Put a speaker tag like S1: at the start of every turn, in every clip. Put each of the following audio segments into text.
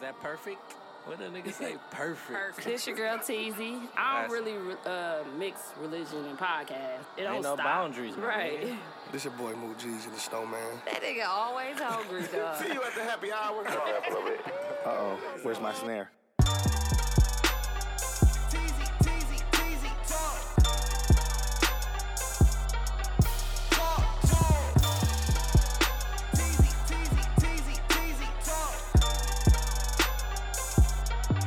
S1: that perfect? What the nigga say? Perfect.
S2: Perfect.
S3: This your girl Teasy. I don't really uh, mix religion and podcast. It don't
S1: Ain't no
S3: stop.
S1: boundaries, man.
S3: Right.
S4: This your boy Moot G's and the Snowman.
S2: That nigga always hungry, dog.
S5: See you at the happy hour.
S6: Uh oh, where's my snare?
S5: Teasy, teasy, teasy, talk. Talk, talk. Teasy, teasy, teasy, teasy, talk.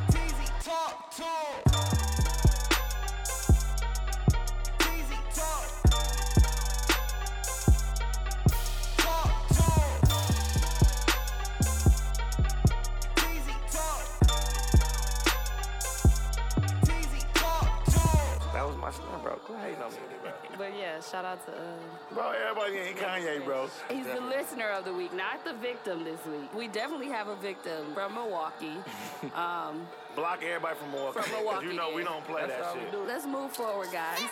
S5: Teasy, talk, talk. Teasy, talk. Talk, talk. Teasy, talk. Teasy, talk, talk.
S1: That was my son, bro. Quit hating on me, bro.
S3: But yeah, shout out to. Uh,
S6: Bro, everybody ain't Kanye, bro.
S3: he's the listener of the week, not the victim this week. We definitely have a victim from Milwaukee.
S6: Block everybody from Milwaukee.
S3: From
S6: 'cause you
S3: Milwaukee,
S6: know we
S3: yeah.
S6: don't play
S1: That's all
S6: that
S1: we
S6: shit.
S1: do.
S3: Let's move forward, guys.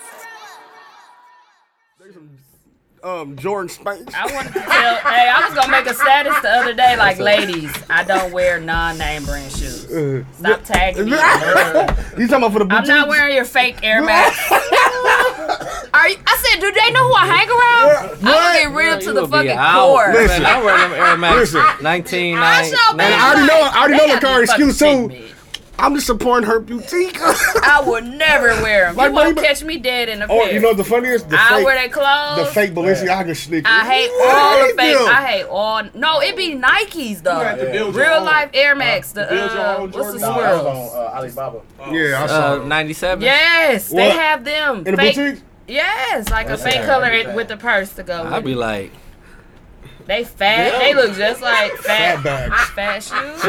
S4: Um, Jordan Spanks.
S7: I wanted to tell. hey, I was gonna make a status the other day, like, ladies, I don't wear non-name brand shoes. Stop tagging me.
S4: You talking about for the blue
S7: I'm not
S4: jeans?
S7: wearing your fake Air Max. Are you, I said, do they know who I hang around?
S4: What?
S7: I'm gonna get real to
S1: You
S7: the
S1: would be
S7: fucking
S1: out,
S7: core.
S4: Listen.
S1: Man, I wear them Air Max
S4: Listen.
S1: 19.
S7: I shall be
S4: And I already know. I already
S7: They
S4: know
S7: got
S4: the car
S7: me fucking
S4: excuse too.
S7: sick, bitch.
S4: I'm just supporting her boutique.
S7: I would never wear them.
S4: Like,
S7: you won't
S4: but-
S7: catch me dead in a pair.
S4: or you know what the funniest? The
S7: I
S4: fake,
S7: wear their clothes.
S4: the fake Balenciaga sneakers.
S7: I hate all the fake. I hate all. No, it be Nikes though. Real life Air Max. The uh, what's the swirl?
S4: Uh,
S6: Alibaba.
S4: Yeah, I saw.
S1: Uh,
S4: them.
S1: 97.
S7: Yes, they
S4: What?
S7: have them.
S4: In the
S7: Fake-
S4: boutique.
S7: Yes, like a fake color it- with the purse to go.
S1: I'd
S7: With.
S1: be
S7: it.
S1: like,
S7: They fat. They look just like fat
S4: Fat
S7: fat
S4: bags.
S7: shoes.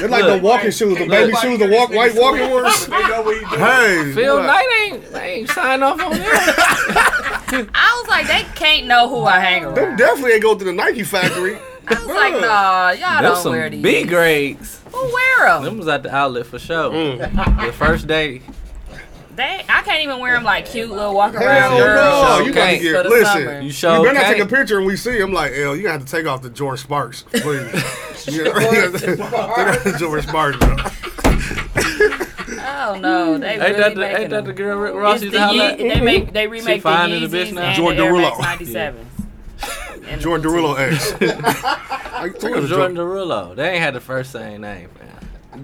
S4: They're like the
S1: Look.
S4: walking shoes, the baby shoes, the walk white walking ones. Hey,
S1: Phil
S4: what?
S1: Knight ain't, they ain't sign off on that.
S7: I was like, they can't know who I hang
S4: Them
S7: around.
S4: definitely ain't go to the Nike factory.
S7: I was like, nah, y'all
S1: Them
S7: don't wear
S1: some
S7: these.
S1: B grades.
S7: Who wear them?
S1: Them was at the outlet for sure.
S4: Mm.
S1: the first day.
S7: They, I can't even wear them like cute little walk around
S4: Hell
S7: girls.
S4: no,
S1: show
S4: you gotta
S1: cake
S7: for
S4: get
S7: the
S4: listen.
S7: summer.
S1: You
S4: You
S1: show
S4: better not take a
S1: cake.
S4: picture and we see. I'm like, L, you gonna have to take off the George Sparks, please. You know, take off the George Sparks, bro.
S7: Oh
S4: Mm.
S7: no, they
S1: Ain't
S7: really
S1: that, the,
S7: making
S1: ain't that the
S7: them.
S1: girl Rick
S7: It's
S1: Ross
S7: the
S1: used to holler
S7: Ye-
S1: at?
S7: they
S4: Mm-hmm.
S7: make they remake the
S1: fine in the bitch
S7: Yeezys
S1: now?
S7: and
S4: Jordan
S7: the Air Max
S4: Derulo.
S7: 97. And
S4: Jordan
S7: the-
S4: Derulo X. I
S1: It
S4: take off
S1: was
S4: the
S1: Jordan
S4: Jordan,
S1: Derulo. They ain't had the first same name, man.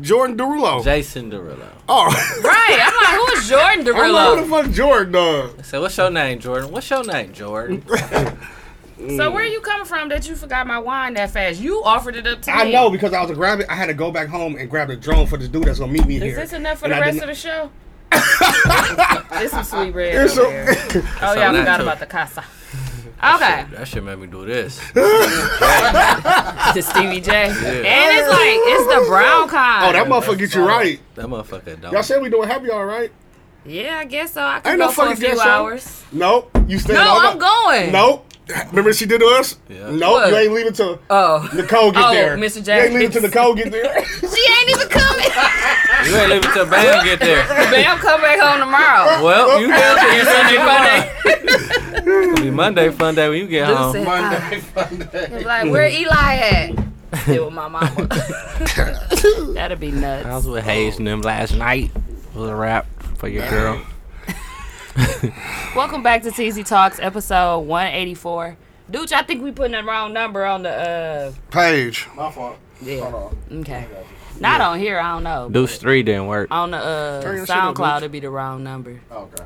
S4: Jordan Derulo.
S1: Jason Derulo.
S4: oh,
S7: Right, I'm like, who is Jordan
S4: I'm like, who the
S7: Derulo?
S4: fuck Jordan? Uh,
S1: I said, what's your name, Jordan? What's your name, Jordan? Mm.
S7: So where you coming from that you forgot my wine that fast? You offered it up to
S4: I
S7: me.
S4: know because I was grabbing. I had to go back home and grab the drone for this dude that's gonna meet me
S7: Is
S4: here.
S7: this enough for
S4: And
S7: the
S4: I
S7: rest of
S4: didn't-
S7: the show? There's some sweet bread.
S4: It's
S7: over there.
S4: a-
S7: Oh yeah, I
S1: that
S7: forgot
S1: too.
S7: about the casa. Okay,
S1: That shit made me do this.
S7: to Stevie J, and it's like it's the brown kind.
S4: oh, that motherfucker get you right.
S1: That motherfucker don't.
S4: Y'all said we doing happy hour, right?
S7: yeah, I guess so. I could
S4: Ain't
S7: go
S4: no
S7: for a
S4: fucking guess
S7: few
S4: so.
S7: hours.
S4: Nope. You staying
S7: No,
S4: all night.
S7: I'm going.
S4: Nope. Remember she did to us?
S1: Yeah.
S4: Nope. You
S7: What?
S4: ain't leaving till
S7: Oh,
S4: Nicole get
S7: Oh,
S4: there.
S7: Mr.
S4: You ain't leaving
S7: Jackson.
S4: till Nicole get there.
S7: she ain't even coming.
S1: you ain't leaving till Bam get there.
S7: Bam, come back home tomorrow.
S1: Well, you get there. You
S7: Sunday,
S1: Sunday
S7: Monday.
S1: It'll be Monday fun day when you
S4: Um,
S1: get home.
S7: Monday, Monday. Like, where Eli at? Still with my mama. That'd be
S1: I
S7: nuts.
S1: was with Hayes and them last night. It was a wrap for your girl.
S7: Welcome back to TZ Talks, episode 184. Dude, I think we putting the wrong number on the, uh,
S4: Paige.
S7: yeah. Okay. Not on here, I don't know.
S1: Deuce 3 didn't work.
S7: On the, uh,
S4: your shit up,
S7: SoundCloud,
S4: dude.
S7: it'd be the wrong number. Okay.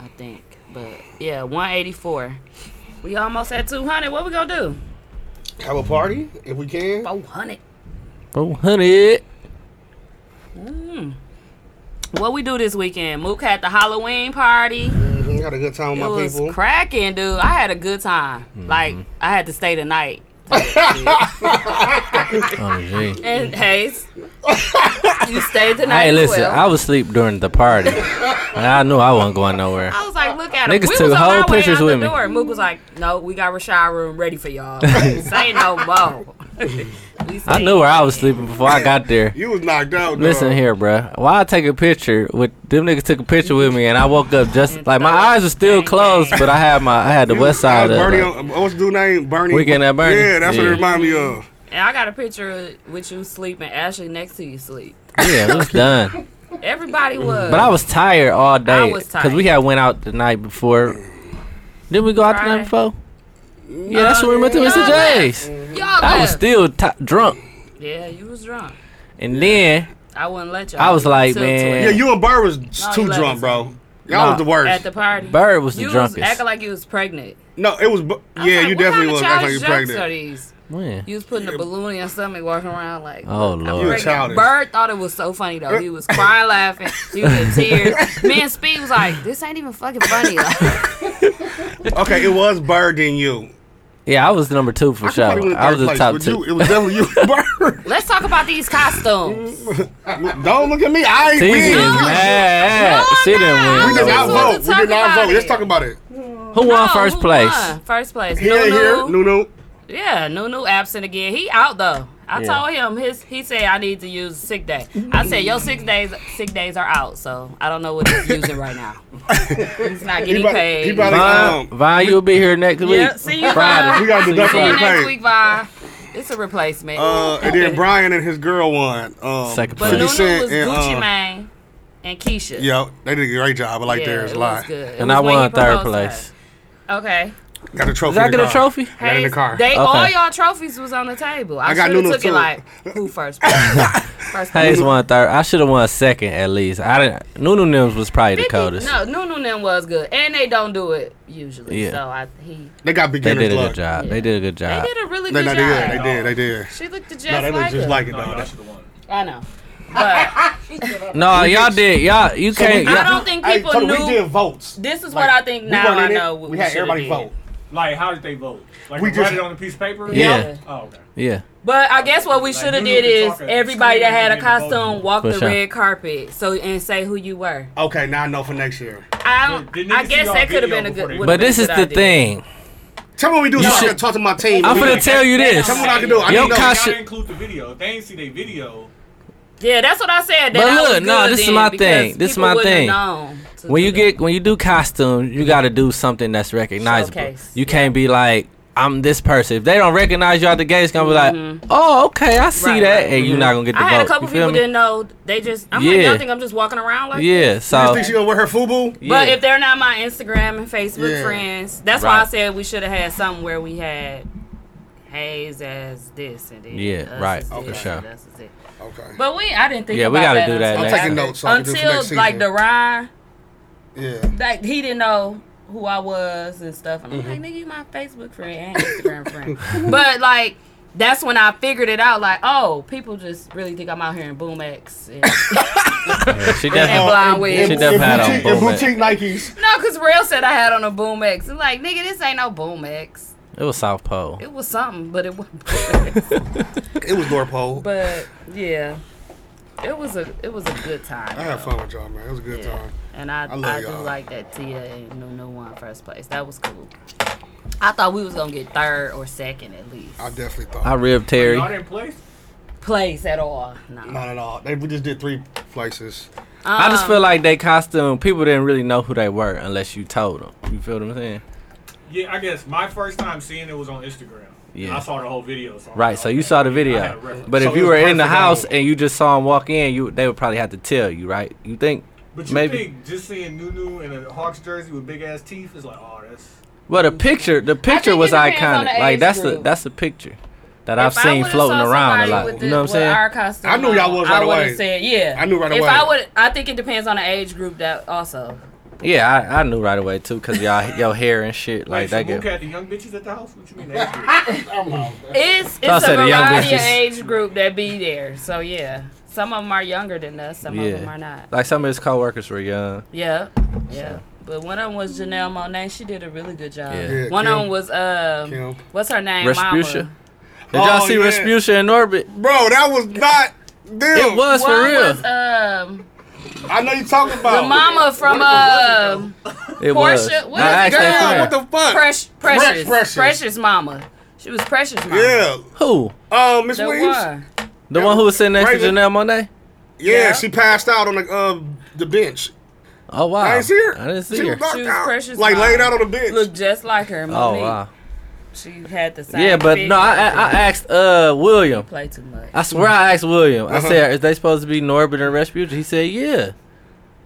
S7: I think. But, yeah, 184. We almost at 200. What we gonna do?
S4: Have a party if we can.
S7: 400.
S1: Oh, honey.
S7: What we do this weekend? Mook had the Halloween party.
S4: Mhm, Had a good time with
S7: It
S4: my
S7: was
S4: people.
S7: cracking, dude. I had a good time.
S1: Mm-hmm.
S7: Like I had to stay the night.
S1: Oh, gee.
S7: And Hayes, you stayed the night.
S1: Hey,
S7: as
S1: listen,
S7: well.
S1: I was asleep during the party. and I knew I wasn't going nowhere.
S7: I was like, look at him.
S1: Niggas
S7: we
S1: took
S7: was on
S1: whole
S7: our way
S1: pictures
S7: out
S1: with me.
S7: the door. Mook was like, no, we got Rashad room ready for y'all. Say no more. We
S1: I
S7: stayed.
S1: knew where I was sleeping before I got there.
S4: You was knocked out.
S1: Listen
S4: dog.
S1: here, bruh. Why I take a picture with them niggas took a picture with me and I woke up just like my eyes were still closed, but I had my I had the
S4: You
S1: west
S4: was-
S1: side
S4: uh,
S1: up.
S4: Bernie.
S1: like-
S4: on- What's the dude name? Bernie.
S1: Weekend at Bernie?
S4: Yeah, that's what
S1: Yeah.
S4: it reminded me of.
S7: And I got a picture of- with you sleeping, Ashley next to you sleep.
S1: Yeah, it was done.
S7: Everybody was.
S1: But I was tired all day
S7: was
S1: because we had went out the night before. Did we go out the night
S7: Friday.
S1: before? Yeah, that's
S7: Uh,
S1: when we went to Mr. J's.
S7: y'all
S1: I was
S7: left.
S1: still t- drunk,
S7: yeah, you was drunk.
S1: and then
S7: I wouldn't let y'all.
S1: I was like,
S7: till twelve.
S1: man.
S4: Yeah, you and Bird was too
S7: let
S4: drunk,
S7: us-
S4: bro. Y'all
S1: Nah.
S4: was the worst.
S7: at the party.
S1: Bird was the
S7: you
S1: drunkest.
S7: Was acting like you was pregnant.
S4: no, it was. Bu-
S7: I was
S4: yeah,
S7: like,
S4: you
S7: what
S4: definitely
S7: kind
S4: was
S7: of
S4: acting like you
S7: childish jokes Are
S4: pregnant.
S7: these?
S1: when?
S7: You was putting a balloon in your stomach, walking around like.
S1: Oh
S4: You
S1: lord,
S4: a childish.
S7: Bird thought it was so funny though. He was crying, laughing. He was in tears. Me and Speed was like, "This ain't even fucking funny." Like,
S4: Okay, it was Bird than you.
S1: yeah, I was number two for sure.
S4: Probably went
S1: I was
S4: third
S1: the
S4: place,
S1: top
S4: but
S1: two.
S4: You, it was definitely you, Bird.
S7: let's talk about these costumes.
S4: Don't look at me. I ain't
S1: Teasy
S4: winning.
S1: is
S4: We
S1: mad.
S7: No,
S1: she
S7: I'm
S1: didn't
S7: not.
S1: win.
S7: We
S4: did not
S7: Just wanted
S4: vote.
S7: to
S4: We
S7: talk
S4: did not
S7: about
S4: vote. Let's
S7: it.
S4: talk about it.
S1: Who won
S7: No,
S1: first
S7: who
S1: place?
S7: won? First place.
S4: He ain't here.
S7: Nunu.
S4: No, no.
S7: Yeah, Nunu absent again. He out though. I
S1: Yeah.
S7: told him his. He said I need to use sick day. I said your six days sick days are out, so I don't know what he's using right now. he's not
S4: He
S7: getting
S4: about,
S7: paid.
S4: he about
S1: Vine,
S4: to, um,
S1: Vine, you'll be here next week.
S7: Yep, see you,
S1: Friday.
S7: Vine.
S4: we got to deduct
S7: See you
S4: from the
S7: next
S4: pay.
S7: week, bye. It's a replacement.
S4: Uh, and then Brian and his girl won. Um,
S1: Second
S7: but
S1: Fifty
S7: Nunu
S4: Fifty
S7: was
S4: Cent and,
S7: Gucci
S4: um,
S7: Mane and Keisha.
S4: Yeah, they did a great job. I like
S7: Yeah,
S4: theirs
S7: it was
S4: a lot.
S7: good. It
S1: and
S7: was
S1: I
S7: when
S1: won
S7: he
S1: third
S7: proposed to
S1: place.
S7: us. Okay.
S4: Got a trophy.
S1: Did I
S4: in the
S1: get a
S4: car.
S1: trophy?
S4: Got it in the car.
S7: They
S1: Okay.
S7: all y'all trophies was on the table. I,
S4: I got
S7: should have
S4: Nunu
S7: took it
S4: too.
S7: like who first place? first place.
S1: Hayes won third. I should have won second at least. I didn't. Nunu Nims was probably the
S7: Fifty-
S1: coldest.
S7: No, Nunu them was good, and they don't do it usually.
S1: Yeah.
S7: So I he
S4: They got
S1: They
S4: beginner's
S1: did a
S4: luck.
S1: good job. They did a good
S7: they
S1: job.
S7: did a really
S4: They,
S7: good
S4: no,
S7: job.
S4: they did. They did. They did.
S7: She looked just,
S4: No, they looked
S7: like,
S4: just
S7: her.
S4: like it though.
S7: I know, but
S1: No, y'all did. Y'all, you can't.
S7: I
S1: Y'all,
S7: don't think
S4: Hey,
S7: people
S4: Tony,
S7: knew.
S4: we did votes.
S7: This is
S4: Like,
S7: what I think
S4: we
S7: now.
S4: weren't
S7: I
S4: in it.
S7: know. what
S4: We had
S7: should've
S4: everybody
S7: did.
S4: vote.
S8: Like, how did they vote? Like,
S4: We
S8: we
S4: just-
S8: just it on a piece of paper.
S1: Yeah.
S8: Oh, okay.
S1: yeah.
S7: But I guess what we
S8: Like,
S7: should have
S8: you
S7: did
S8: could
S7: is
S8: talk a-
S7: everybody that had a
S8: you could vote.
S7: costume walk
S1: For
S7: the
S1: sure.
S7: red carpet so and say who you were.
S4: Okay, now I know for next year.
S7: I don't.
S8: Didn't
S7: I
S8: niggas see
S7: guess
S8: y'all
S7: that could have
S8: video
S7: been a
S8: before
S7: good.
S8: they
S7: would've
S1: But
S7: been a
S1: this
S7: good
S1: is the
S7: idea.
S1: thing.
S4: Tell me what we do. so I
S1: should-
S4: can talk to my team.
S1: I'm gonna tell you this.
S4: Tell me what I can do. I
S1: Yo,
S4: need to know.
S1: Kashi-
S8: Y'all didn't include the video. If they ain't see their video,
S7: Yeah, that's what I said. That
S1: But
S7: I was
S1: look, no,
S7: good
S1: this is
S7: then
S1: my
S7: because
S1: thing. This is
S7: people
S1: my
S7: wouldn't have
S1: thing.
S7: known to
S1: When
S7: do
S1: you
S7: that.
S1: get when you do costumes, you got to do something that's recognizable.
S7: Showcase,
S1: You can't be like I'm this person. If they don't recognize you out the gate, it's gonna be like, oh, okay, I see
S7: Mm-hmm. Right,
S1: that,
S7: right.
S1: and
S4: Mm-hmm.
S1: you're not gonna get the
S7: I
S1: vote.
S7: had a couple
S1: you feel
S7: people
S1: me?
S7: didn't know. They just. I'm like,
S1: Yeah.
S7: y'all think I'm just walking around like. that?
S1: Yeah,
S4: You
S1: so
S4: think she gonna wear her FUBU?
S7: But
S1: Yeah.
S7: if they're not my Instagram and Facebook
S4: Yeah.
S7: friends, that's why I
S1: Right.
S7: said we should have had something where we had Hayes as this and then
S1: Yeah,
S7: us
S1: right,
S7: as
S1: for
S7: this,
S1: sure.
S7: and us as that.
S4: Okay.
S7: But we, I didn't think.
S1: Yeah, we
S7: about
S1: gotta
S7: that
S1: do that
S4: I'm
S1: next
S4: taking
S1: time.
S4: notes so I can do for
S7: until,
S4: next
S7: until
S4: season.
S7: like the rhyme,
S4: yeah.
S7: like he didn't know who I was and stuff. And I'm
S4: Mm-hmm.
S7: like, nigga, you my Facebook friend and Instagram friend. But like, that's when I figured it out. Like, oh, people just really think I'm out here in Boom X. And,
S1: she
S7: and
S1: definitely.
S7: blind wigs.
S1: She definitely had on
S4: boutique, and
S1: boom.
S4: boutique Nikes.
S7: No, because Rail said I had on a Boom X. I'm like, nigga, this ain't no Boom X.
S1: It was South Pole.
S7: It was something, but it wasn't Boom X.
S4: It was North Pole.
S7: But yeah. It was a it was a good time.
S4: I had
S7: though.
S4: fun with y'all, man. It was a good
S7: Yeah.
S4: time.
S7: And I
S4: love
S7: I, do
S4: y'all.
S7: like that Tia and Nunu won first place. That was cool. I thought we was gonna get third or second at least.
S4: I definitely thought.
S1: I ribbed Terry.
S8: y'all didn't play.
S7: Place at all. No.
S4: Not at all. They, we just did three places.
S1: I
S7: Um,
S1: just feel like they costume people didn't really know who they were unless you told them. You feel what I'm saying?
S8: Yeah, I guess my first time seeing it was on Instagram.
S1: Yeah.
S8: I saw the whole video. So I'm
S1: Right.
S8: like,
S1: So you
S8: okay.
S1: saw the
S8: I had a
S1: video,
S8: reference.
S1: but
S4: So
S1: if
S4: it
S1: you
S4: was
S1: were in the
S4: perfect
S1: house
S4: angle.
S1: and you just saw them walk in, you they would probably have to tell you, right? You think?
S8: But you
S1: maybe.
S8: think just seeing Nunu in a Hawks jersey with big ass teeth is like, oh, that's.
S1: Well, the picture, the picture
S7: it
S1: was
S7: depends on
S1: iconic.
S7: the
S1: Like
S7: age
S1: that's the
S7: group.
S1: that's the picture that
S7: If
S1: I've
S7: I
S1: seen
S7: would've
S1: floating
S7: saw
S1: around a
S7: somebody
S1: lot.
S7: with
S1: You
S7: the-
S1: know what I'm
S7: with
S1: saying?
S7: Our costume
S4: I knew y'all
S7: on,
S4: was
S7: I
S4: right
S7: would've
S4: away.
S7: Said, yeah.
S4: I knew right
S7: if
S4: away.
S7: I would, I think it depends on the age group. That also.
S1: Yeah, I, I knew right away too, cause y'all your hair and shit like
S8: Like,
S1: that.
S8: like
S1: Girl.
S8: at the young bitches at the house? What you mean? they did?
S7: It's
S1: I
S7: it's a
S1: said the young
S7: variety of
S1: bitches.
S7: age group that be there. So yeah, some of them are younger than us. Some of them are
S1: Yeah,
S7: not.
S1: like some of his coworkers were young.
S7: Yeah, yeah. But one of them was Janelle Monae. She did a really good job.
S1: Yeah.
S4: Yeah,
S7: one of them
S4: Kim.
S7: was um,
S4: Kim.
S7: what's her name?
S1: Respucia.
S7: Mama.
S1: Did y'all
S4: Oh,
S1: see
S4: yeah.
S1: Respucia in orbit?
S4: Bro, that was not them.
S1: It was
S7: One
S1: for real.
S7: was um,
S4: I know you talking about.
S7: the mama from um,
S1: it
S7: Portia, what
S1: Nah, ask
S7: is
S1: that
S7: the girl?
S1: friend.
S4: What the fuck?
S7: Precious,
S4: Precious.
S7: Precious, Precious Mama. She was Precious Mama.
S4: Yeah.
S1: Who?
S4: Uh, Miss
S7: The
S4: Williams.
S7: one.
S1: The one who was sitting next to
S4: Raven.
S1: Janelle Monet?
S4: Yeah,
S7: Yeah.
S4: she passed out on the uh, the bench.
S1: Oh wow!
S4: I didn't see her.
S1: I didn't see
S4: she
S1: her.
S4: Was knocked
S7: She was
S4: out,
S7: precious
S4: Like
S7: mom.
S4: laid out on the bench.
S7: Looked just like her.
S1: Oh
S7: Monique.
S1: wow!
S7: She had the side.
S1: Yeah, but
S7: chick.
S1: no, I, I I asked uh William.
S7: play too much.
S1: I swear I asked William. I
S4: Uh-huh.
S1: said, "Is they supposed to be Norbert and Rasputin?" He said, "Yeah."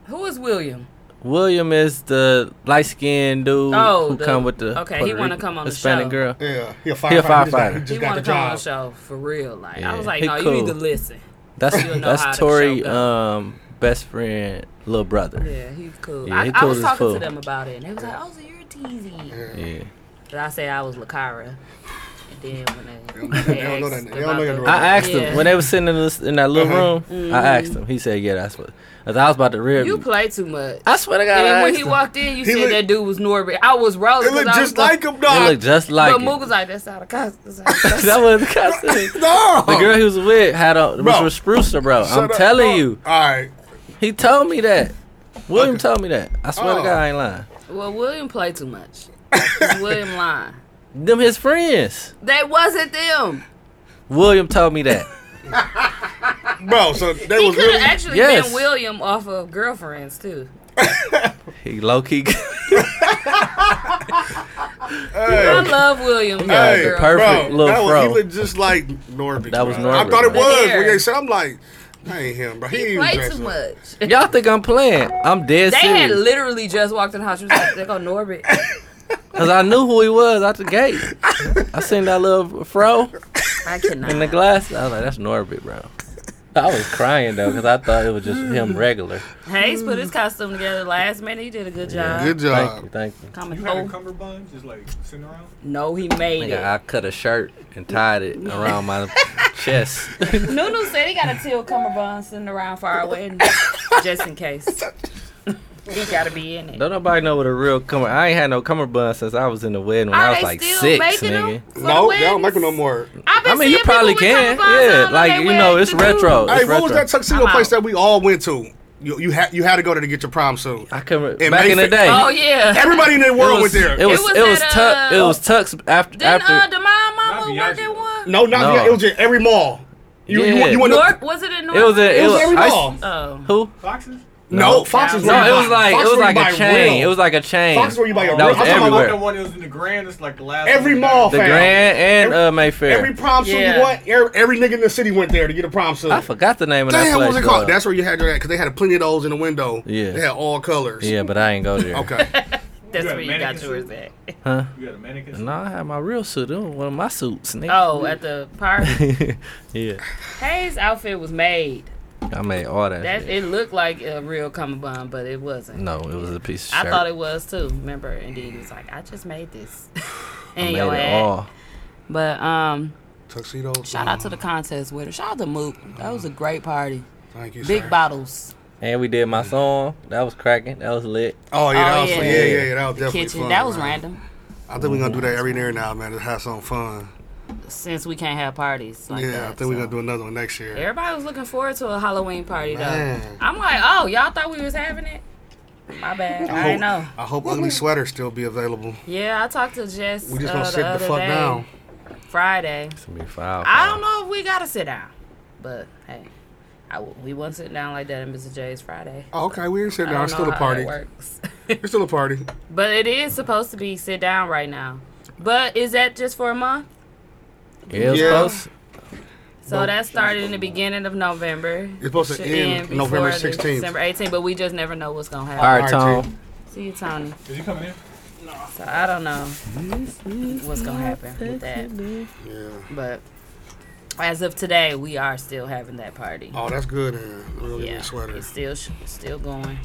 S7: Who is William?
S1: William is the light skinned dude
S7: Oh,
S1: who
S7: the-
S1: come with the
S7: okay, he
S1: Puerto
S7: wanna
S1: Rican-
S7: come on the
S1: Hispanic
S7: show.
S1: girl.
S4: Yeah, he a firefighter.
S1: a
S4: He just got-
S1: firefighter.
S4: Just,
S7: he
S4: got
S7: want
S4: the
S7: to come on
S4: job.
S7: the show for real. Like
S1: Yeah,
S7: I was like,
S1: he
S7: no,
S1: cool.
S7: you need to listen.
S1: That's
S7: You'll know how the
S1: that's
S7: show
S1: Tori
S7: go.
S1: um best friend little brother.
S7: Yeah, he's cool.
S1: Yeah,
S7: I,
S1: he
S7: I
S1: cool
S7: was
S1: as
S7: talking
S1: fuck.
S7: to them about it, and they was like, oh, so you're a teasy.
S1: Yeah.
S7: But I say I was Lakara. And then when they,
S4: They don't know that. They don't know that.
S1: I asked
S7: Yeah. Mm-hmm.
S1: him when they was sitting in, this, in that little room. I asked him. He said, "Yeah, that's what." As I was about to rib
S7: You
S1: you.
S7: play too much.
S1: I swear to God,
S7: And
S1: I
S7: then when
S1: asked
S7: he
S1: him.
S7: walked in, you
S4: He
S7: said
S4: look-
S7: that dude was Norbert. I was rolling.
S4: It
S7: 'cause
S4: look
S7: I was
S4: just like him, dog.
S1: It looked just like
S7: But
S1: it.
S7: Mook was like, that's not a costume. That's not a
S1: that
S7: costume.
S1: was the costume.
S4: no.
S1: The girl he was with had a
S4: Bro.
S1: was from Sprucer, bro.
S4: Shut
S1: I'm
S4: up.
S1: telling you,
S4: All right.
S1: he told me that. William told me that. I swear to
S4: Oh.
S1: God, I ain't lying.
S7: well, William played too much. William lying.
S1: Them his friends.
S7: That wasn't them.
S1: William told me that.
S4: Bro, so they
S7: He
S4: was
S7: could
S4: really,
S7: have actually
S1: Yes.
S7: been William off of girlfriends too.
S1: He low key
S7: I
S4: hey,
S7: love William.
S1: got
S7: off
S4: hey,
S1: the
S7: girlfriends.
S1: perfect
S4: bro,
S1: little
S4: that was,
S1: fro.
S4: He looked just like Norbit.
S1: That was
S4: bro. I
S1: Norbit,
S4: thought it
S1: bro.
S4: was. When
S7: There.
S4: they said, I'm like, that ain't him, bro. He,
S7: He
S4: ain't
S7: played
S4: dressed
S7: too
S4: up.
S7: much.
S1: Y'all think I'm playing? I'm dead
S7: They had
S1: serious.
S7: literally just walked in the house. She was like, "There go Norbit."
S1: Cause I knew who he was out the gate. I seen that little fro
S7: I
S1: in the
S7: cannot.
S1: glass. I was like, that's Norbit, bro. I was crying though, cause I thought it was just him regular.
S7: Hayes put
S1: Mm.
S7: his costume together last minute. He did a good job.
S4: Good
S1: Thank you,
S4: job.
S1: thank you.
S7: Coming
S8: You had a
S7: home.
S8: cummerbund just like sitting around?
S7: No, he made
S1: Nigga, I cut a shirt and tied it around my chest.
S7: it. Nunu said he got a teal cummerbund sitting around for our wedding, just in case. he gotta be in it.
S1: Don't nobody know what a real cummer. I ain't had no cummerbund since I was in the wedding when I
S7: Are
S1: was
S7: they
S1: like
S7: still
S1: six,
S7: making
S1: nigga.
S7: them? for the
S4: No, they don't
S7: weddings?
S4: make him no more.
S7: I've been
S1: I mean, you
S7: seeing
S1: probably
S7: people with
S1: can.
S7: cummerbands
S1: Yeah,
S7: on and
S1: like,
S7: they
S1: you
S7: wear
S1: know,
S7: it
S1: it's
S7: to do.
S1: retro.
S4: Hey, what was
S1: retro.
S4: that tuxedo
S7: I'm
S4: place
S7: out.
S4: that we all went to? You you had you had to go there to get your prom suit.
S1: I can
S4: In
S1: back in the
S4: Mayfair-
S1: day.
S7: Oh yeah.
S4: Everybody in the
S1: It
S4: world
S1: was-
S4: went there.
S1: It was
S7: It
S1: it
S7: was
S1: was,
S7: at,
S1: tuck,
S7: uh,
S1: it was Tux after
S7: Didn't
S1: after
S7: uh, Demond Mama
S8: Not
S7: work
S8: Beyonce.
S7: at one?
S4: no, not
S1: No.
S4: yet. It was in every mall. You you,
S1: Yeah.
S4: you went
S7: North was it in North?
S1: it was a,
S4: It
S1: it
S4: was
S1: was
S4: every
S1: I-
S4: mall.
S7: Oh.
S1: Who?
S8: Foxes?
S4: No, Fox is
S1: No,
S4: where you
S1: it was
S4: buy-
S1: like it
S4: Fox is
S1: was
S4: where you
S1: like a
S4: buy
S1: chain.
S4: real.
S1: It was like a chain.
S4: Fox is where you buy your
S1: That
S4: real.
S1: was
S4: I'm talking
S1: everywhere.
S4: about
S8: That one that was in the Grand, it's like the last
S4: Every
S8: one.
S4: mall.
S1: the
S4: fam.
S1: Grand and uh, Mayfair.
S4: every prom suit
S7: Yeah.
S4: you want. Every, every nigga in the city went there to get a prom suit.
S1: I forgot the name of that
S4: Damn,
S1: place.
S4: what was it called?
S1: bro.
S4: That's where you had your at because they had plenty of those in the window.
S1: uh, Yeah.
S4: they had all colors.
S1: yeah, but I ain't go there.
S4: Okay.
S7: That's
S8: You got
S7: where you got
S8: mannequins?
S7: yours at.
S8: You got a mannequin?
S1: No, I had my real suit. It was one of my suits, nigga.
S7: Oh, at the party.
S1: yeah,
S7: Hayes' outfit was made.
S1: I made all that.
S7: That
S1: shit.
S7: it looked like a real cummerbund, but it wasn't.
S1: no, it was a piece of
S7: I
S1: shirt.
S7: thought it was too. Remember, and then he was like, "I just made this,"
S1: I
S7: and
S1: made
S7: your
S1: it
S7: ad.
S1: all.
S7: But um,
S4: Tuxedo.
S7: shout out to the contest winner. Shout out to Mook. That was a great party.
S4: Thank you,
S7: Big
S4: sir.
S7: bottles,
S1: And we did my song. That was cracking. That was lit.
S4: Oh yeah, that
S7: Oh,
S4: was,
S7: yeah.
S4: yeah, yeah, yeah, that was definitely
S7: kitchen.
S4: fun.
S7: that was
S4: man.
S7: random.
S4: I think we're gonna do that every year now, man. To have some fun.
S7: Since we can't have parties like
S4: yeah,
S7: that,
S4: I think we're
S7: so.
S4: gonna do another one next year.
S7: Everybody was looking forward to a Halloween party
S4: Man.
S7: though. I'm like, oh, y'all thought we was having it? My bad. I,
S4: hope-
S7: know.
S4: I hope ugly sweaters still be available.
S7: Yeah, I talked to Jess.
S4: We just
S7: uh,
S4: gonna
S7: the
S4: sit the
S7: other
S4: fuck
S7: day,
S4: down.
S7: Friday.
S1: It's gonna be foul.
S7: I don't know if we gotta sit down, but hey, I w- we wasn't sitting down like that at Mr. J's Friday.
S4: Oh, okay, we ain't sitting
S7: I
S4: down.
S7: don't
S4: It's still
S7: know
S4: a
S7: how
S4: party.
S7: that works.
S4: It's still a party.
S7: but it is supposed to be sit down right now. But is that just for a month?
S1: Yeah, it was
S4: Yeah.
S1: close.
S7: So that started in the beginning of November.
S4: It's supposed to
S7: Should
S4: end
S7: before
S4: November
S7: the
S4: 16th.
S7: December 18th, but we just never know what's gonna happen.
S1: All right,
S4: All right,
S1: Tom.
S7: See you, Tony.
S8: Is he coming in?
S7: So I don't know what's gonna happen with that.
S4: Yeah.
S7: But as of today, we are still having that party.
S4: Oh, that's good. Man. Real
S7: yeah,
S4: ugly sweater.
S7: it's still sh- still going.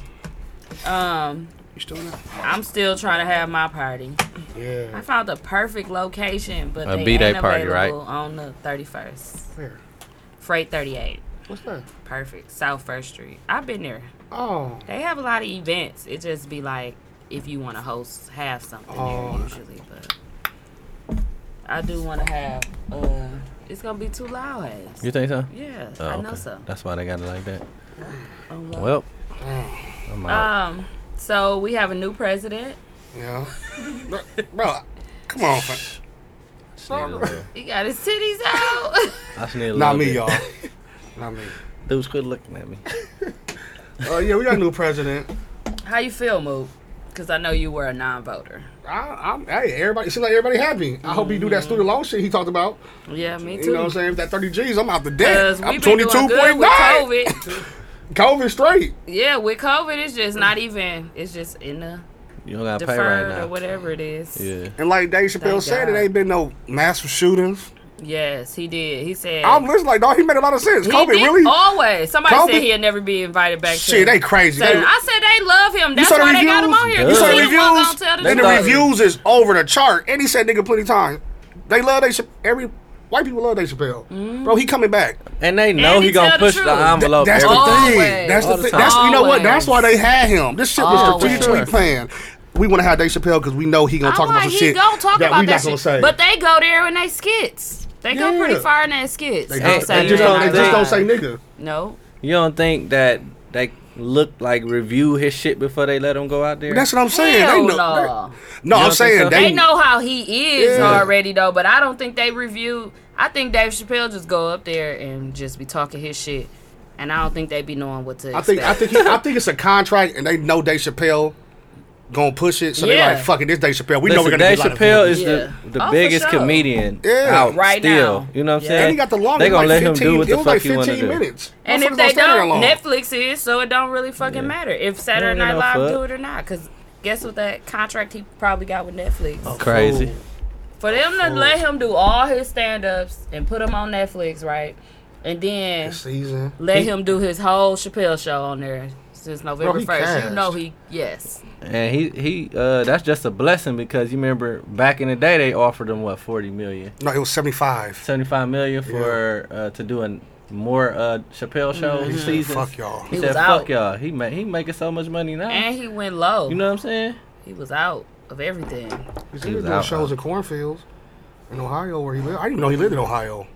S7: Um,
S4: You still in that?
S7: I'm still trying to have my party. I
S4: Yeah.
S7: found the perfect location, but
S1: A
S7: they
S1: B-Day
S7: ain't
S1: party, right?
S7: available on the 31st.
S4: Where?
S7: Freight 38,
S4: What's that?
S7: perfect South First Street. I've been there.
S4: Oh.
S7: They have a lot of events. It just be like if you want to host, have something
S4: Oh.
S7: there usually. But I do want to have. Uh, it's gonna be too loud.
S1: You think so?
S7: Yeah,
S1: Oh,
S7: I
S1: okay.
S7: know so.
S1: That's why they got it like that.
S7: Oh, well.
S1: Well, I'm out.
S7: Um, so we have a new president.
S4: Yeah. Bro, bro, come on. fam.
S1: Just need a little-
S7: He got his titties out.
S1: I just need a little
S4: Not me,
S1: bit.
S4: y'all. Not me.
S1: Dudes, quit looking at me.
S4: Uh, yeah, we got a new president.
S7: How you feel, Mook? Because I know you were a non-voter.
S4: I, I'm, hey, everybody, it seems like everybody happy. I hope he do that student loan shit he talked about.
S7: Yeah, me
S4: You know what I'm
S7: too.
S4: saying? If that 30 G's, I'm out the debt.
S7: Because
S4: I'm
S7: we've been doing good with
S4: 22.9.
S7: COVID.
S4: COVID straight.
S7: yeah, with COVID, it's just not even. It's just in the
S1: You don't gotta pay right
S7: deferred or
S1: now.
S7: whatever it is.
S1: Yeah.
S4: And like Dave Chappelle
S7: Thank
S4: said,
S7: God.
S4: it ain't been no massive shootings.
S7: Yes, he did. He said.
S4: I'm listening like, dog, he made a lot of sense.
S7: He
S4: COVID
S7: did-
S4: really?
S7: Always. Somebody
S4: Kobe-
S7: said he'd never be invited back.
S4: Shit,
S7: to
S4: they crazy.
S7: So
S4: They-
S7: I said they love him. That's
S4: saw the
S7: why they got him
S4: reviews?
S7: on here.
S1: You
S4: you
S7: You
S4: saw
S1: Yeah.
S7: see
S4: the
S7: the one gonna
S4: reviews,
S7: tell the
S4: and the
S7: truth.
S4: reviews is over the chart. And he said nigga plenty times. They love they Chap- every white people love Dave Chappelle.
S7: Mm-hmm.
S4: Bro, he coming back.
S1: And they know
S7: And
S1: he
S7: he
S1: gonna
S7: tell the
S1: push the,
S7: truth. Th-
S1: envelope.
S4: That's
S1: every
S4: the
S1: time.
S4: thing.
S7: Always.
S4: That's the
S1: All the
S4: thing. That's you know what? That's why they had him. This shit was
S7: Always.
S4: strategically planned. We want to have Dave Chappelle because we know he gonna
S7: I'm
S4: talk about
S7: like,
S4: some
S7: he
S4: shit
S7: gonna talk
S4: that
S7: about
S4: we
S7: that
S4: not gonna
S7: shit.
S4: say.
S7: But they go there in they skits. They go
S4: Yeah.
S7: pretty far in their skits.
S4: they,
S7: on
S4: just, they
S7: Saturday
S4: just don't,
S7: Night
S4: they just don't
S7: Live.
S4: say nigga.
S7: no.
S1: You don't think that they look like review his shit before they let him go out there?
S4: That's what I'm saying.
S7: Hell
S4: they know.
S7: no.
S4: they- no,
S1: You
S4: I'm
S1: don't think
S4: saying
S1: so?
S4: they,
S7: They know how he is
S4: Yeah.
S7: already though, but I don't think they review. I think Dave Chappelle just go up there and just be talking his shit, and I don't think they be knowing what to.
S4: I think I
S7: expect.
S4: think he, I think it's a contract, and they know Dave Chappelle gonna push it. So
S7: Yeah.
S4: they're like, "Fuck it, this Dave Chappelle. We know
S1: Listen,
S4: we're gonna
S1: Dave
S4: get a lot of
S1: Chappelle
S4: views."
S1: is
S7: Yeah.
S1: the, the
S7: Oh, for
S1: biggest
S7: sure.
S1: comedian
S4: Yeah.
S1: out
S7: Right
S1: still.
S7: now.
S1: You know what I'm
S7: Yeah.
S1: saying?
S4: And he got the longest.
S1: They gonna
S4: like
S1: let
S4: 15,
S1: him do what
S4: it
S1: the
S4: was
S1: fuck
S4: like
S1: he want to
S4: 15
S1: do.
S4: minutes.
S7: and
S4: Motherfuckers
S7: if they
S4: don't stand there
S7: don't,
S4: long.
S7: Netflix is, so it don't really fucking matter if Saturday
S1: They don't
S7: Night
S1: give
S7: Live
S1: no
S7: do
S1: fuck.
S7: it or not. Cause guess what, that contract he probably got with Netflix.
S1: Crazy.
S7: For them to let him do all his stand ups and put them on Netflix, right? And then
S4: season.
S7: let him do his whole Chappelle show on there since November
S4: he
S7: first. You
S4: cashed.
S7: know he yes.
S1: And he he uh that's just a blessing because you remember back in the day they offered him what 40 million.
S4: No, it was 75.
S1: 75 million for uh to do an more uh Chappelle show seasons.
S4: Fuck y'all.
S1: He,
S7: Mm-hmm. He
S1: said
S7: was
S1: fuck
S7: out.
S1: y'all. He ma- he making so much money now.
S7: And he went low.
S1: you know what I'm saying?
S7: he was out of everything.
S4: He's
S1: He was
S4: doing
S1: out,
S4: shows
S1: out.
S4: in cornfields in Ohio where he lived. I didn't know he lived in Ohio.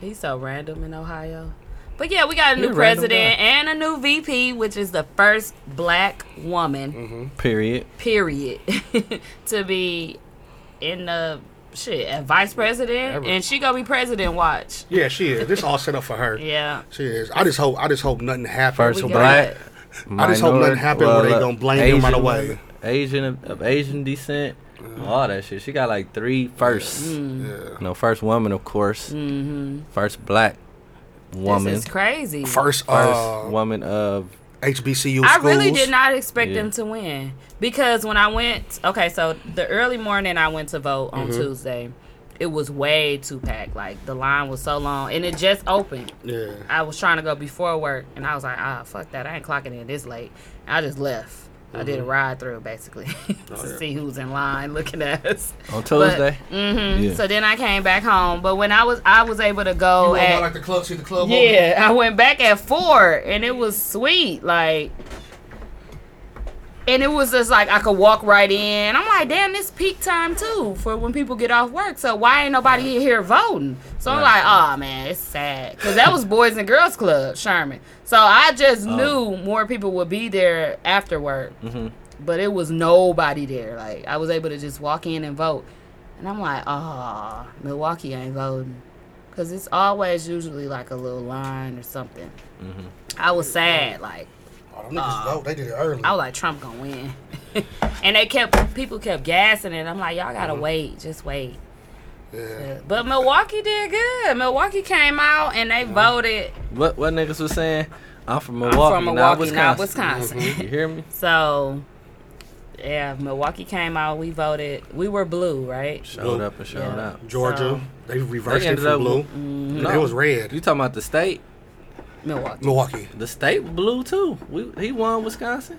S7: He's so random in Ohio. But yeah, we got a
S1: He a
S7: new
S1: random
S7: president
S1: guy.
S7: and a new VP, which is the first black woman,
S1: Mm-hmm. Period.
S7: period, to be in the shit, a vice president.
S4: Ever.
S7: And she gonna be president watch.
S4: Yeah, she is. This all set up for her.
S7: Yeah.
S4: She is. I just hope. I just hope nothing happens.
S1: First
S7: We
S4: So,
S7: got-
S1: black.
S4: I just hope nothing
S1: minority-
S4: happened where they
S1: uh,
S4: gonna blame him right away.
S1: women, Asian of, of Asian descent, all that shit. She got like three firsts.
S7: Mm.
S4: Yeah.
S1: No, first woman, of course. First black woman.
S7: Mm-hmm. This is crazy.
S4: First,
S1: First
S4: uh,
S1: woman of
S4: HBCU schools.
S7: I really did not expect
S1: Yeah.
S7: them to win because when I went, okay, so the early morning I went to vote on Tuesday, it was way too packed. Like the line was so long, and it just opened.
S4: Yeah.
S7: I was trying to go before work, and I was like, ah, fuck that, I ain't clocking in this late. I just left. I did a ride through basically to see who's in line looking at us.
S1: on Tuesday.
S7: hmm
S1: Oh, Yeah.
S7: So then I came back home, but when I was, I was able to go at
S4: the club, see the club.
S7: yeah, I went back at four, and it was sweet. Like, and it was just like I could walk right in. I'm like, damn, this peak time too for when people get off work. So why ain't nobody in here voting? So I'm like, oh man, it's sad because that was Boys and Girls Club, Sherman. So I just knew more people would be there afterward, but it was nobody there. Like I was able to just walk in and vote, and I'm like, ah, Milwaukee ain't voting. Cause it's always usually like a little line or something. I was sad, like
S4: Oh, them niggas vote. They did it early.
S7: I was like Trump gonna win, and they kept people kept gassing it. I'm like, y'all gotta wait, just wait.
S4: yeah.
S7: But Milwaukee did good. Milwaukee came out and they voted
S1: What what niggas was saying? I'm from Milwaukee,
S7: from
S1: not
S7: Milwaukee,
S1: Wisconsin.
S7: not Wisconsin.
S1: you hear me?
S7: So yeah, Milwaukee came out. We voted. We were blue, right?
S1: Showed up and showed
S7: Yeah. Mm-hmm.
S1: out.
S4: Georgia. they reversed
S1: They
S4: it
S1: ended
S4: from
S1: up
S4: blue.
S1: with-
S4: and
S1: No.
S4: It was
S1: You
S4: red.
S1: talking about the state?
S7: Milwaukee.
S4: Milwaukee.
S1: The state blue too. We, he won Wisconsin.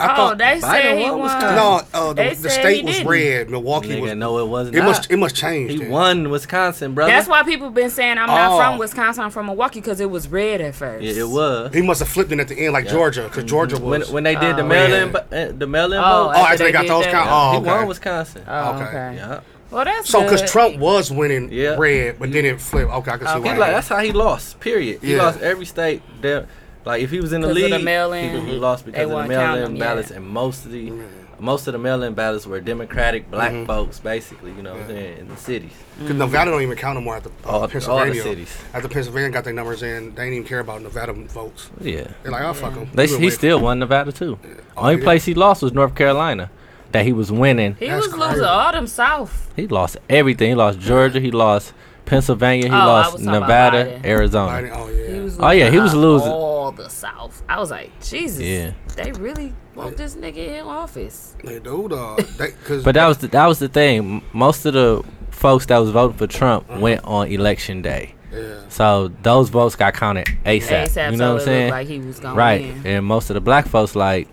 S4: I
S7: oh,
S4: thought-
S7: they said
S1: Biden
S7: he
S1: won
S7: won.
S1: Wisconsin.
S4: No, uh,
S7: They
S4: the, the
S7: said
S4: state
S7: he
S4: was
S7: didn't.
S4: red. Milwaukee was.
S1: Nigga, no, it was
S4: It
S1: not.
S4: must. It must change.
S1: he
S4: then.
S1: won Wisconsin, brother.
S7: That's why people been saying I'm
S4: Oh.
S7: not from Wisconsin. I'm from Milwaukee because it was red at first.
S1: Yeah, it was.
S4: He must have flipped it at the end, like Georgia, because Georgia
S1: Mm-hmm. When
S4: was.
S1: when they did the
S7: Oh.
S1: mail-in, bo- uh, the mail-in
S7: Oh,
S1: vote,
S4: oh,
S7: after
S4: after
S7: they
S4: they got
S7: did
S4: those
S7: that.
S4: kind. Oh,
S1: he
S4: okay.
S1: won Wisconsin.
S7: Oh,
S4: Okay.
S7: okay.
S1: Yeah.
S7: Well, that's
S4: So, because
S7: good.
S4: Trump was winning
S1: Yeah.
S4: red, but then it flipped. Okay, I can see
S7: Okay.
S1: He
S4: why.
S1: like that's how he lost. Period. He
S4: Yeah.
S1: lost every state. There, like if he was in the
S7: 'Cause of
S1: league,
S7: the mail-in.
S1: he, he lost because
S7: They
S1: of the
S7: won't count
S1: mail-in
S7: him,
S1: ballots,
S7: yeah.
S1: and most of the most of the mail-in ballots were Democratic black
S4: Mm-hmm.
S1: folks, basically. You know what I'm saying? In the cities,
S4: Because Nevada don't even count no more at the uh,
S1: All- all the
S4: Pennsylvania.
S1: cities.
S4: After Pennsylvania got their numbers in, they didn't even care about Nevada votes.
S1: yeah.
S4: They're like, oh fuck them.
S1: They, he still won Nevada too.
S4: Oh,
S1: Only
S4: yeah.
S1: place he lost was North Carolina. that he was winning.
S7: He
S4: That's
S7: was
S4: crazy.
S7: losing all them South.
S1: He lost everything. He lost Georgia. He lost Pennsylvania. He
S7: Oh, I
S1: lost
S7: was talking about
S1: Nevada,
S7: Biden.
S1: Arizona.
S4: Biden- Oh yeah.
S7: He was
S1: Oh, yeah, he was
S7: out
S1: losing.
S7: all the South. I was like, Jesus,
S1: Yeah.
S7: they really want this nigga in office.
S4: They do though. They, cause
S1: But that was the, that was the thing. Most of the folks that was voting for Trump went on election day.
S4: yeah.
S1: So those votes got counted ASAP.
S7: ASAP,
S1: you know what I'm
S7: so it
S1: saying?
S7: looked like he was going
S1: right.
S7: in.
S1: And most of the black folks like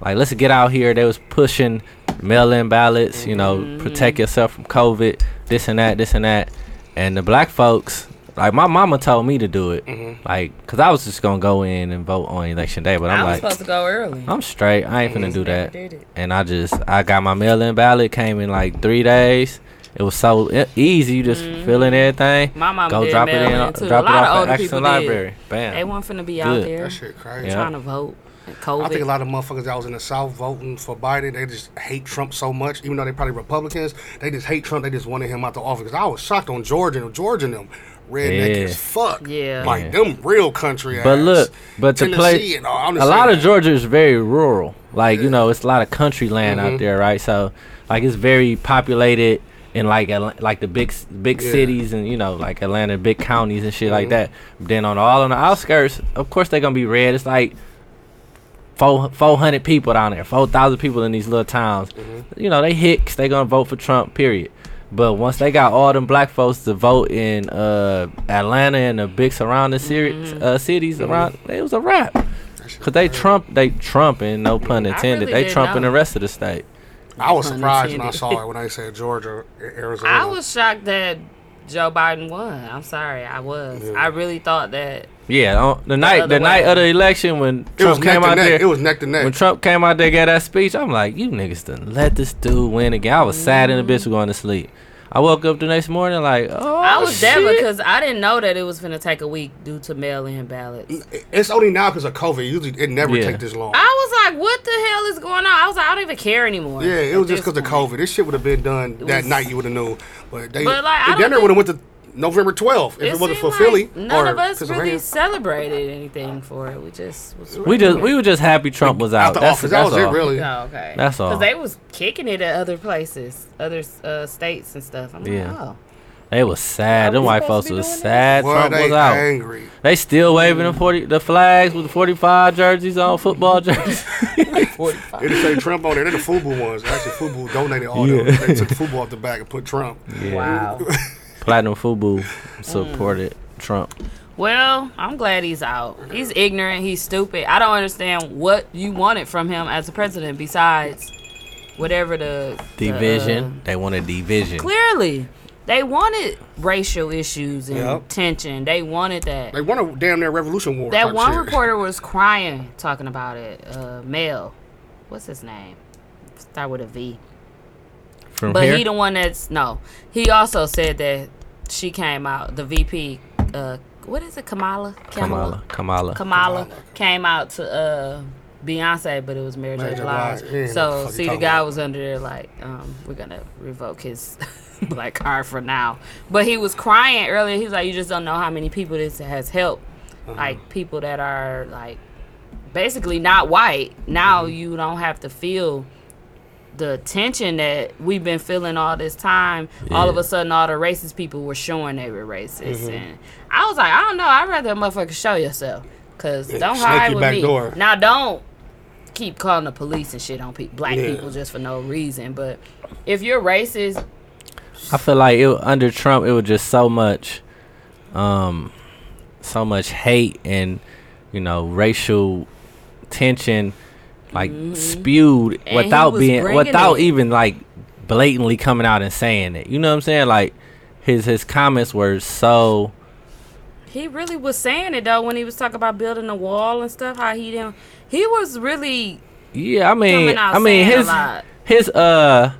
S1: like let's get out here. They was pushing mail in ballots, you know,
S7: Mm-hmm.
S1: protect yourself from COVID, this and that, this and that. And the black folks like my mama told me to do it, like, cause I was just gonna go in and vote on election day, but
S7: Mm-hmm. i
S1: I'm
S7: was
S1: like,
S7: supposed to go early.
S1: I'm straight. I ain't finna do
S7: never
S1: that.
S7: did it.
S1: And I just I got my mail in ballot. Came in like three days. It was so e- easy. You just fill in everything.
S7: Mm-hmm. My mama
S1: go
S7: did
S1: drop it
S7: mail
S1: in.
S7: in,
S1: uh,
S7: too.
S1: Drop
S7: A lot
S1: it
S7: of
S1: off
S7: older
S1: at Exton
S7: people did.
S1: Library. Bam.
S7: They weren't finna be
S1: Good.
S7: out there
S4: That shit crazy.
S1: Yeah.
S7: trying to vote. and COVID.
S4: I think a lot of motherfuckers that was in the South voting for Biden, they just hate Trump so much. Even though they probably Republicans, they just hate Trump. They just wanted him out the office. 'Cause I was shocked on Georgia and Georgia and them redneck
S1: Yeah.
S4: as fuck.
S7: Yeah.
S4: like them real country.
S1: But
S4: ass.
S1: look, but the
S4: Tennessee
S1: place,
S4: and all, I'm
S1: a
S4: just
S1: lot
S4: saying
S1: of Georgia is very rural. Like you know, it's a lot of country land
S4: Mm-hmm.
S1: out there, right? So like it's very populated in like Atl- like the big s- big
S4: Yeah. Mm-hmm.
S1: cities and you know like Atlanta, big counties and shit like that. Then on all on the outskirts, of course they're gonna be red. It's like. Four four hundred people down there, four thousand people in these little towns.
S7: Mm-hmm.
S1: You know they hicks. They gonna vote for Trump. Period. But once they got all them black folks to vote in uh, Atlanta and the big surrounding series,
S7: Mm-hmm.
S1: uh, cities around, it was a wrap. Cause they Trump, they Trumping, no pun intended.
S7: really
S1: they
S7: didn't
S1: Trumping
S7: know.
S1: the rest of the state.
S4: I was
S7: Pun
S4: surprised when I
S7: intended.
S4: saw it when I said Georgia, A- Arizona.
S7: I was shocked that Joe Biden won. I'm sorry, I was. I really thought that.
S1: Yeah, on, the night, the
S7: other
S1: night
S7: way.
S1: of the election when
S4: It was
S1: Trump
S4: neck
S1: came
S4: to
S1: out
S4: neck.
S1: there,
S4: It was neck to neck.
S1: when Trump came out there gave that speech, I'm like, you niggas done let this dude win again. I was sad and the bitch was going to sleep. I woke up the next morning like, oh,
S7: I was
S1: shit.
S7: dead because I didn't know that it was gonna take a week due to mail-in ballots.
S4: It's only now because of COVID. Usually, it never
S1: Yeah.
S4: take this long.
S7: I was like, "What the hell is going on?" I was like, "I don't even care anymore."
S4: yeah, it was
S7: at
S4: just
S7: this
S4: because of
S7: point.
S4: COVID. This shit would have been done that
S7: was-
S4: night. You would have knew, but they
S7: But, like, I
S4: the
S7: don't
S4: dinner
S7: think-
S4: would have went to November 12th if it,
S7: It
S4: wasn't for
S7: seemed
S4: Philly
S7: like none
S4: or
S7: of us really
S4: Pennsylvania.
S7: celebrated anything for it. We just was
S1: We just, we were just happy Trump was out.
S4: Out the
S1: that's
S4: office.
S1: that's
S4: that was
S1: all.
S4: it, really.
S7: Oh, okay.
S1: That's all.
S7: Because they was kicking it at other places, other uh, states and stuff. I'm
S1: Yeah.
S7: like, oh,
S1: They was sad. Them
S7: we
S1: white folks
S7: supposed to be
S1: was
S7: doing
S1: sad.
S4: Well,
S1: Trump
S4: they
S1: was out.
S4: angry.
S1: They still waving the forty the flags with the forty five jerseys on, football jerseys.
S4: It didn't say Trump on there. They're the FUBU ones. Actually, FUBU donated all those. They took FUBU off the back and put Trump.
S7: wow.
S1: Platinum Fubu supported Trump.
S7: Uh-uh. well, I'm glad he's out. He's ignorant. He's stupid. I don't understand what you wanted from him as a president besides whatever the the, uh,
S1: Division. they want a division.
S7: clearly, they wanted racial issues and
S4: Yep.
S7: tension. They wanted that.
S4: They won a damn near revolution war.
S7: That
S4: type
S7: one
S4: shit.
S7: reporter was crying talking about it. Uh, Mel, what's his name? Start with a V.
S1: From
S7: But
S1: here,
S7: he the one that's no. He also said that she came out. The VP, uh, what is it, Kamala?
S1: Kamala. Kamala.
S7: Kamala came out to uh, Beyonce, but it was Mary J.
S4: J. Blige.
S7: Blige.
S4: Yeah, what the fuck
S7: So
S4: you
S7: see, the
S4: talking
S7: guy
S4: about?
S7: was under there like, um, we're gonna revoke his black card for now. But he was crying earlier. He was like, you just don't know how many people this has helped.
S4: Uh-huh.
S7: Like people that are like basically not white. Now
S4: Mm-hmm.
S7: you don't have to feel the tension that we've been feeling all this time, all of
S1: Yeah.
S7: a sudden all the racist people were showing they were racist,
S4: Mm-hmm.
S7: and I was like, I don't know, I'd rather a motherfucker show yourself, cause don't
S4: snake
S7: hide
S4: you
S7: with
S4: back
S7: me.
S4: door.
S7: Now don't keep calling the police and shit on pe- black
S4: Yeah.
S7: people just for no reason, but if you're racist,
S1: I feel like it under Trump, it was just so much, um, so much hate and you know racial tension, like spewed
S7: Mm-hmm. And he
S1: without
S7: was
S1: being
S7: bringing
S1: without
S7: it.
S1: even like blatantly coming out and saying it. You know what I'm saying? Like his his comments were so.
S7: He really was saying it though when he was talking about building a wall and stuff. How he didn't. He was really,
S1: Yeah, I mean,
S7: Coming out
S1: I mean
S7: saying a
S1: his
S7: lot.
S1: his uh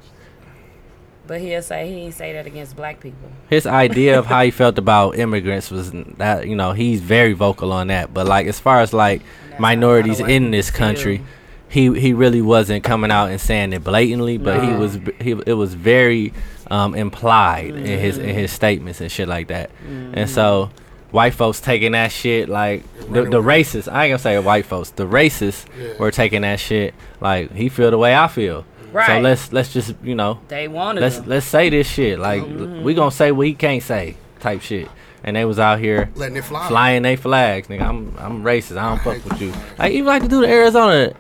S7: but he'll say he ain't say that against black people.
S1: his idea of how he felt about immigrants was n- that you know he's very vocal on that but like as far as like minorities
S7: how the
S1: in this country he he really wasn't coming out and saying it blatantly but he
S7: No.
S1: was b- he it was very um implied
S7: Mm.
S1: in his in his statements and shit like that and so white folks taking that shit like the, the racists i ain't gonna say white folks the racists
S4: Yeah.
S1: were taking that shit like he feel the way i feel So
S7: Right.
S1: let's let's just you know
S7: They wanted
S1: let's
S7: them.
S1: let's say this shit. Like
S7: Oh,
S1: we gonna say what he can't say type shit. And they was out here
S4: Letting it fly.
S1: flying they flags, nigga. I'm I'm racist. I don't
S4: hate
S1: fuck with you.
S4: flags.
S1: Like even like the dude in Arizona,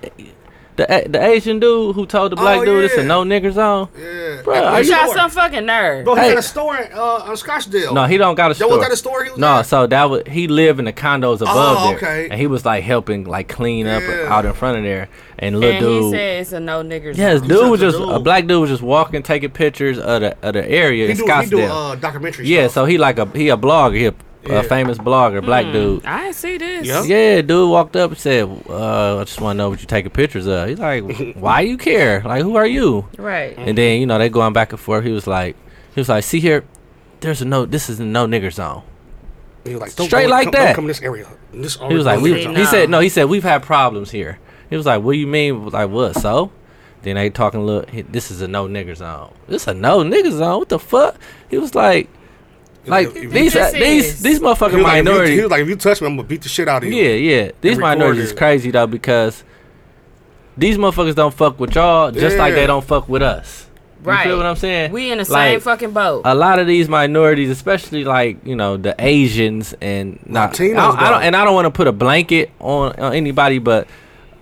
S1: the the Asian dude who told the black
S4: Oh,
S1: dude it's a
S4: yeah.
S1: no nigger zone.
S4: Yeah.
S1: Bruh,
S4: At
S1: are
S4: the
S1: you-
S7: Shot
S4: store.
S7: some fucking nerd.
S4: Bro, he
S1: Hey.
S4: got a store in, uh, on Scottsdale.
S1: No, he don't got a
S4: That
S1: store.
S4: was that a store he was
S1: no,
S4: at?
S1: so that was he lived in the condos above
S4: Oh,
S1: there,
S4: okay.
S1: and he was like helping like clean up
S4: Yeah.
S1: out in front of there. And little
S7: And he
S1: dude,
S7: said it's a no nigger.
S1: yeah, this
S7: zone.
S1: dude was
S4: such a
S1: just a
S4: dude.
S1: black dude was just walking, taking pictures of the of the area
S4: He
S1: in
S4: do,
S1: Scottsdale.
S4: he do uh, documentary
S1: yeah,
S4: stuff.
S1: so he like a he a blogger, he a, a famous blogger, black dude.
S7: I ain't see this.
S4: Yup.
S1: Yeah, dude walked up and said, uh, "I just want to know what you taking pictures of." He's like, "Why you care? Like, who are you?"
S7: Right.
S1: And then you know they going back and forth. He was like, he was like, "See here, there's a no. This is a no nigger zone."
S4: He was like, don't
S1: Straight
S4: go-
S1: like
S4: don't,
S1: that.
S4: Don't come in this area. This
S1: He was like, we,
S7: See,
S1: he
S7: no.
S1: said, no, he said, we've had problems here. He was like, what do you mean? Like, what? So? Then they talking, look, he- this is a no nigger zone. This a no nigger zone. What the fuck? He was like, like
S4: if you-
S1: these uh,
S7: This
S1: these
S7: is-
S1: these motherfucking
S4: he was like, if you-
S1: minorities.
S4: He was like, if you touch me, I'm gonna beat the shit out of you.
S1: yeah, yeah. These
S4: record
S1: minorities is
S4: it.
S1: crazy though because these motherfuckers don't fuck with y'all just like
S4: Yeah.
S1: they don't fuck with us.
S7: Right.
S1: You feel what I'm saying?
S7: We in the same
S1: Like, uh,
S7: fucking boat.
S1: a lot of these minorities, especially like you know the Asians and not, I,
S4: Latinos,
S1: don't, I
S4: though.
S1: don't and I don't want to put a blanket on, on anybody, but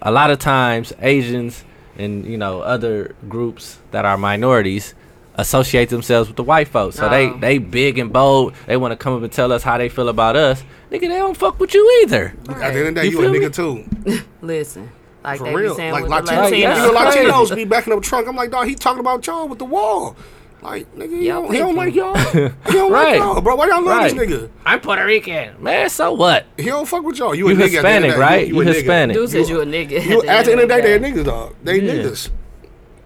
S1: a lot of times Asians and you know other groups that are minorities associate themselves with the white folks, so they
S7: Oh.
S1: they big and bold. They want to come up and tell us how they feel about us, nigga. They don't fuck with you either.
S4: At the end of the day,
S1: You
S4: you, a
S1: feel me?
S4: nigga too.
S7: Listen, like
S4: For
S7: they
S4: real.
S7: be saying
S4: Like
S7: with
S4: Latinos,
S7: the
S1: Like, that's
S4: you know,
S7: Latinos.
S1: crazy.
S4: Latinos be backing up trunk. I'm like, dog, he talking about y'all with the wall. Like, nigga, he
S7: Y'all
S4: don't, he don't
S7: people.
S4: like y'all. He don't
S1: Right.
S4: like y'all, bro. Why y'all love
S1: Right.
S4: this nigga?
S1: I'm Puerto Rican, man. So what?
S4: He don't fuck with y'all. You, a
S1: You
S4: nigga at the end of
S1: Hispanic,
S4: the day.
S1: right? You
S4: a nigga.
S1: Hispanic.
S7: Dude said you a nigga.
S4: You at the end of the day,
S7: that
S4: they're niggas, dog. They
S1: Yeah.
S4: niggas.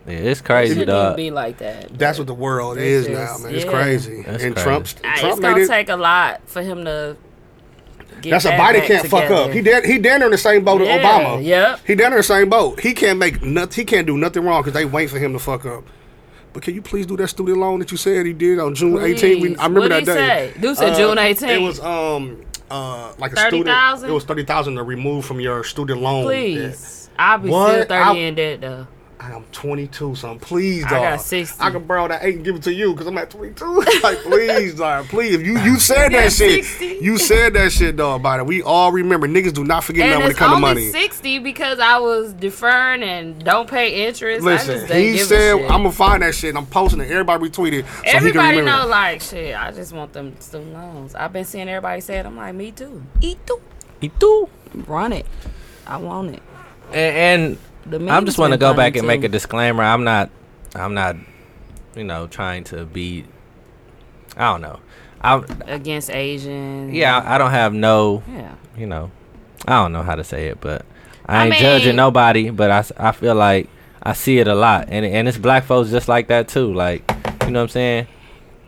S1: Yeah, it's crazy,
S7: shouldn't
S1: dog.
S7: even be like that.
S4: That's what the world
S7: That's
S4: is
S7: just-
S4: now, man. It's
S7: yeah.
S4: crazy.
S1: That's
S4: and
S1: crazy.
S4: Trump's
S7: Uh,
S4: Trump
S7: it's gonna
S4: made it.
S7: take a lot for him to. Get
S4: That's a
S7: that
S4: Biden
S7: back
S4: can't fuck
S7: together.
S4: up. He did. He down there in the same boat
S7: Yeah,
S4: as Obama.
S7: yep.
S4: He down there in the same boat. He can't make nothing. He can't do nothing wrong because they wait for him to fuck up. But can you please do that student loan that you said he did on June 18th? We-
S7: Please.
S4: I remember
S7: What'd
S4: that
S7: he
S4: day. Uh,
S7: say? Dude said June 18th.
S4: It was um uh like a student.
S7: 30,000?
S4: It was thirty thousand to remove from your student loan. debt.
S7: Please, I'll be
S4: What?
S7: still thirty
S4: I-
S7: in debt though.
S4: I'm 22, son. Please,
S7: I
S4: dog.
S7: got 60.
S4: I can borrow that eight and give it to you because I'm at 22. like, please, dog. Please, if you you said that shit,
S7: 60.
S4: you said that shit, dog. About it, we all remember. Niggas do not forget that
S7: And
S4: when it
S7: it's
S4: comes
S7: only
S4: to money.
S7: sixty because I was deferring and don't pay interest. I
S4: Listen,
S7: just didn't
S4: he
S7: give a
S4: said
S7: shit.
S4: I'm gonna find that shit. and I'm posting it. Everybody retweeted. So he can
S7: Everybody
S4: remember.
S7: know, like, shit, I just want them student loans. I've been seeing everybody say it. I'm like, me too. Eat too.
S1: He do.
S7: Run it. I want it.
S1: and,
S7: The
S1: and I just want to
S7: memes been
S1: go back
S7: funny,
S1: and make
S7: too.
S1: a disclaimer. I'm not, I'm not, you know, trying to be. I don't know. I
S7: Against Asians.
S1: yeah, I don't have no,
S7: Yeah.
S1: you know, I don't know how to say it, but I
S7: I
S1: ain't
S7: mean-
S1: judging nobody. But I, s- I feel like I see it a lot, and and it's black folks just like that too. Like you know what I'm saying.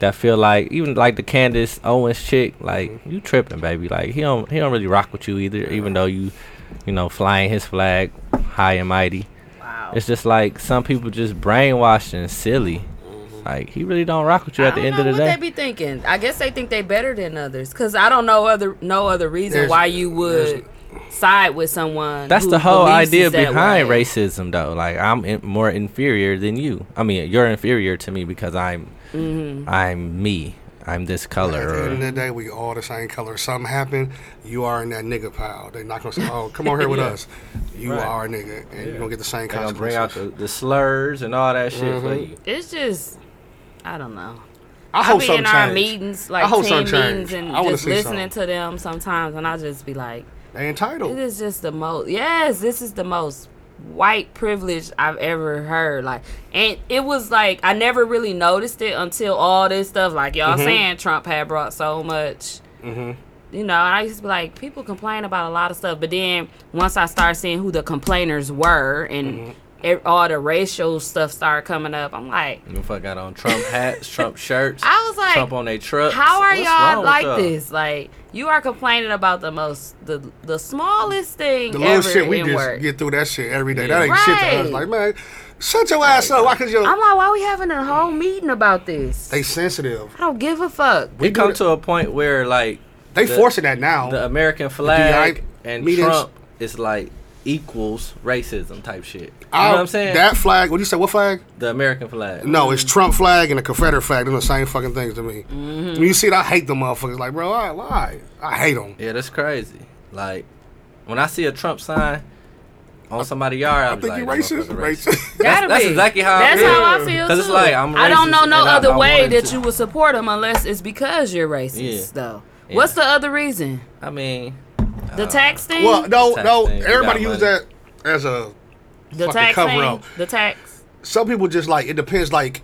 S1: That feel like even like the Candace Owens chick, like you tripping, baby. Like he don't he don't really rock with you either, even though you, you know, flying his flag high and mighty.
S7: Wow.
S1: It's just like some people just brainwashed and silly. Like he really don't rock with you
S7: I
S1: at the
S7: don't
S1: end
S7: know
S1: of the
S7: what
S1: day.
S7: they be thinking. I guess they think they better than others, cause I don't know other no other reason
S4: There's-
S7: why you would side with someone.
S1: That's
S7: who
S1: the whole
S7: believes
S1: idea
S7: it's that
S1: behind
S7: way.
S1: racism, though. Like I'm in, more inferior than you. I mean, you're inferior to me because I'm
S7: Mm-hmm.
S1: I'm me. I'm this
S4: At
S1: color.
S4: the end of
S1: Or,
S4: the day, we all the same color. Something happened, you are in that nigga pile. They not gonna say, "Oh, come over here with us." You
S1: Right.
S4: are a nigga, and you gonna get the same
S1: they gonna
S4: consequences.
S1: bring out the, the slurs and all that shit for you.
S7: It's just, I don't know.
S4: I
S7: I
S4: hope
S7: be in
S4: something
S7: our
S4: changed.
S7: meetings,
S4: I
S7: like
S4: hope
S7: team
S4: something
S7: meetings,
S4: changed.
S7: and
S4: I wanna
S7: just
S4: see
S7: listening
S4: something.
S7: to them sometimes, and I just be like,
S4: They entitled.
S7: This is just the most. Yes, this is the most white privilege I've ever heard. Like, and it was like I never really noticed it until all this stuff. Like y'all
S4: Mm-hmm.
S7: saying, Trump had brought so much. You know, and I used to be like, people complain about a lot of stuff, but then once I started seeing who the complainers were and
S4: Mm-hmm.
S7: e- all the racial stuff started coming up, I'm like,
S1: You fuck got on Trump hats, Trump shirts.
S7: I was like,
S1: Trump on their trucks.
S7: how are
S1: What's wrong
S7: y'all
S1: with
S7: like
S1: y'all?
S7: this? Like, you are complaining about the most, the the smallest thing
S4: the
S7: ever
S4: little shit we
S7: in
S4: just
S7: work.
S4: get through that shit every day.
S1: Yeah.
S4: That ain't shit to us.
S7: Right.
S4: Like, man, shut your ass up. Why could you?
S7: I'm like, why we having a whole meeting about this?
S4: they sensitive.
S7: I don't give a fuck.
S1: It
S4: do
S1: come
S4: that-
S1: to a point where like
S4: They
S1: The-
S4: forcing that now.
S1: the American flag and
S4: meetings.
S1: Trump is like equals racism type shit. You know
S4: I-
S1: what I'm saying? Mm.
S4: That flag, what you say? What flag?
S1: the American flag.
S4: No, it's Trump flag and a Confederate flag. They're the same fucking things to me.
S1: Mm-hmm.
S4: When you see it, I hate the motherfuckers. Like, bro, why? Why? I hate them.
S1: Yeah, that's crazy. Like when I see a Trump sign on somebody's yard, I,
S4: I
S1: be
S4: think
S1: like,
S4: you
S1: "That
S4: racist.
S1: motherfucker
S4: Racist.
S1: That's,
S7: Gotta
S1: that's
S7: be.
S1: exactly how.
S7: That's
S1: I feel.
S7: how I feel too.
S1: 'Cause it's like, I'm
S7: I don't know
S1: racist
S7: no
S1: and I-
S7: other
S1: I
S7: way
S1: wanted
S7: that
S1: to.
S7: you would support them unless it's because you're racist,
S1: Yeah.
S7: though.
S1: Yeah. Uh,
S7: What's the other reason?
S1: I mean,
S7: The tax thing.
S4: well, no,
S1: Tax
S4: no.
S1: thing, you
S4: Everybody
S1: got
S4: use
S1: money.
S4: that as a.
S7: the
S4: fucking
S7: tax
S4: cover
S7: thing.
S4: up.
S7: The tax.
S4: Some people just like it depends. Like,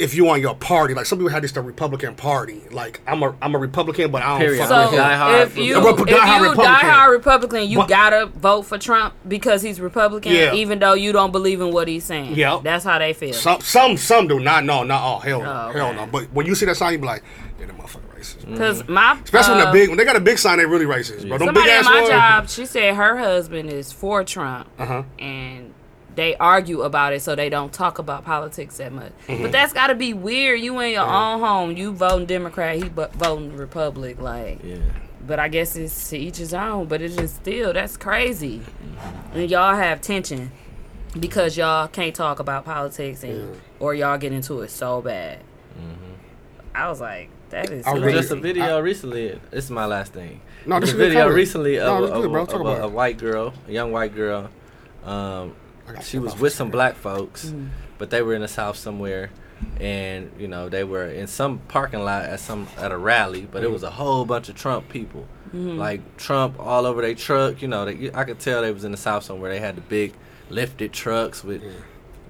S4: if you on your party, like some people have this the Republican Party. Like, I'm a I'm a Republican, but I don't.
S1: Period.
S4: Fuck
S1: I'm
S7: So
S1: a diehard
S7: if you
S1: Republican.
S7: if
S4: I'm a
S7: you
S4: diehard Republican.
S7: diehard Republican, you
S4: But-
S7: gotta vote for Trump because he's Republican,
S4: Yeah.
S7: even though you don't believe in what he's saying.
S4: Yep.
S7: That's how they feel.
S4: Some some some do not. No, not all. Hell, no,
S7: Oh, okay.
S4: hell no. But when you see that sign, you be like, yeah, that motherfucker racist.
S7: Because my
S4: Especially when
S7: uh,
S4: the big when they got a big sign, they really racist, bro. Them big
S7: Somebody at
S4: ass
S7: my
S4: ones.
S7: job, she said her husband is for Trump,
S4: Uh-huh.
S7: and they argue about it, so they don't talk about politics that much.
S4: Mm-hmm.
S7: But that's got to be weird. You in your own home, you voting Democrat, he bu- voting Republic, like.
S1: yeah,
S7: But I guess it's to each his own. But it's just still that's crazy,
S4: Mm-hmm.
S7: and y'all have tension because y'all can't talk about politics and or y'all get into it so bad. I was like, that is.
S4: Mm-hmm. I
S1: There was
S4: really-
S1: just a video recently. This is my last thing.
S4: No,
S1: There was
S4: this
S1: a
S4: is good
S1: video
S4: cover.
S1: recently
S4: No,
S1: of,
S4: this
S1: a-
S4: is good,
S1: of,
S4: bro.
S1: a-
S4: Talk
S1: of
S4: about
S1: a,
S4: it.
S1: a white girl, a young white girl. Um,
S4: I got
S1: she
S4: that
S1: was
S4: off
S1: with
S4: the
S1: some
S4: screen.
S1: black folks,
S4: Mm.
S1: but they were in the south somewhere, and you know they were in some parking lot at some at a rally, but
S4: Mm.
S1: it was a whole bunch of Trump people,
S4: Mm-hmm.
S1: like Trump all over their truck. You know, they, I could tell they was in the south somewhere. They had the big lifted trucks with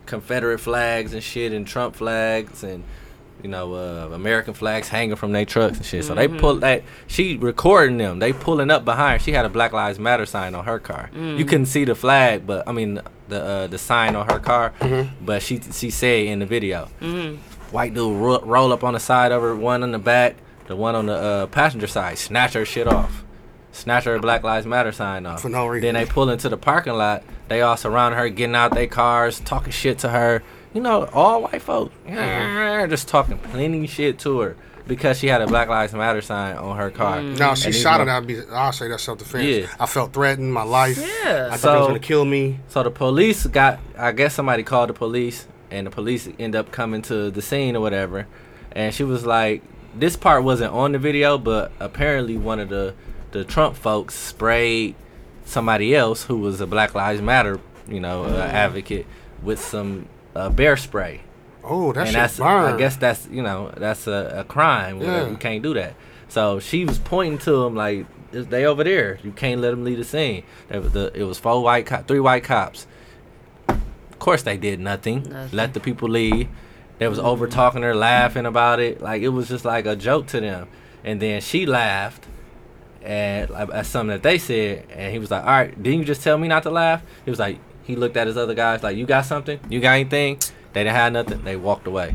S1: Confederate flags and shit, and Trump flags and. You know, uh, American flags hanging from their trucks and shit. So they pull that. She recording them. They pulling up behind. her. She had a Black Lives Matter sign on her car. You couldn't see the flag, but I mean the uh, the sign on her car. But she she said in the video, white dude ro- roll up on the side of her, one on the back, the one on the uh, passenger side, snatch her shit off, snatch her Black Lives Matter sign off.
S4: For no
S1: Then
S4: reason.
S1: they pull into the parking lot. They all surround her, getting out their cars, talking shit to her. You know, all white folks just talking plenty shit to her because she had a Black Lives Matter sign on her car.
S4: No, she
S1: And these
S4: shot
S1: mo-
S4: it. I'd be. I'll say that's self defense.
S1: Yeah.
S4: I felt threatened. My life.
S7: Yeah.
S4: I thought they
S1: So-
S4: was gonna kill me.
S1: So the police got, I guess somebody called the police, and the police end up coming to the scene or whatever. And she was like, this part wasn't on the video, but apparently one of the the Trump folks sprayed somebody else who was a Black Lives Matter, you know, uh,
S4: Mm.
S1: advocate with some uh, bear spray.
S4: Oh, that
S1: and
S4: shit
S1: that's,
S4: burned.
S1: I guess that's you know that's a, a crime. or whatever.
S4: Yeah.
S1: You can't do that. So she was pointing to him like they over there. You can't let them leave the scene. There was the, it was four white cop, three white cops. Of course they did nothing.
S7: Nothing.
S1: Let the people leave. They was over talking her, laughing about it. Like it was just like a joke to them. And then she laughed at, at something that they said, and he was like, "All right, didn't you just tell me not to laugh?" He was like, he looked at his other guys like, "You got something? You got anything?" They didn't have nothing. They walked away.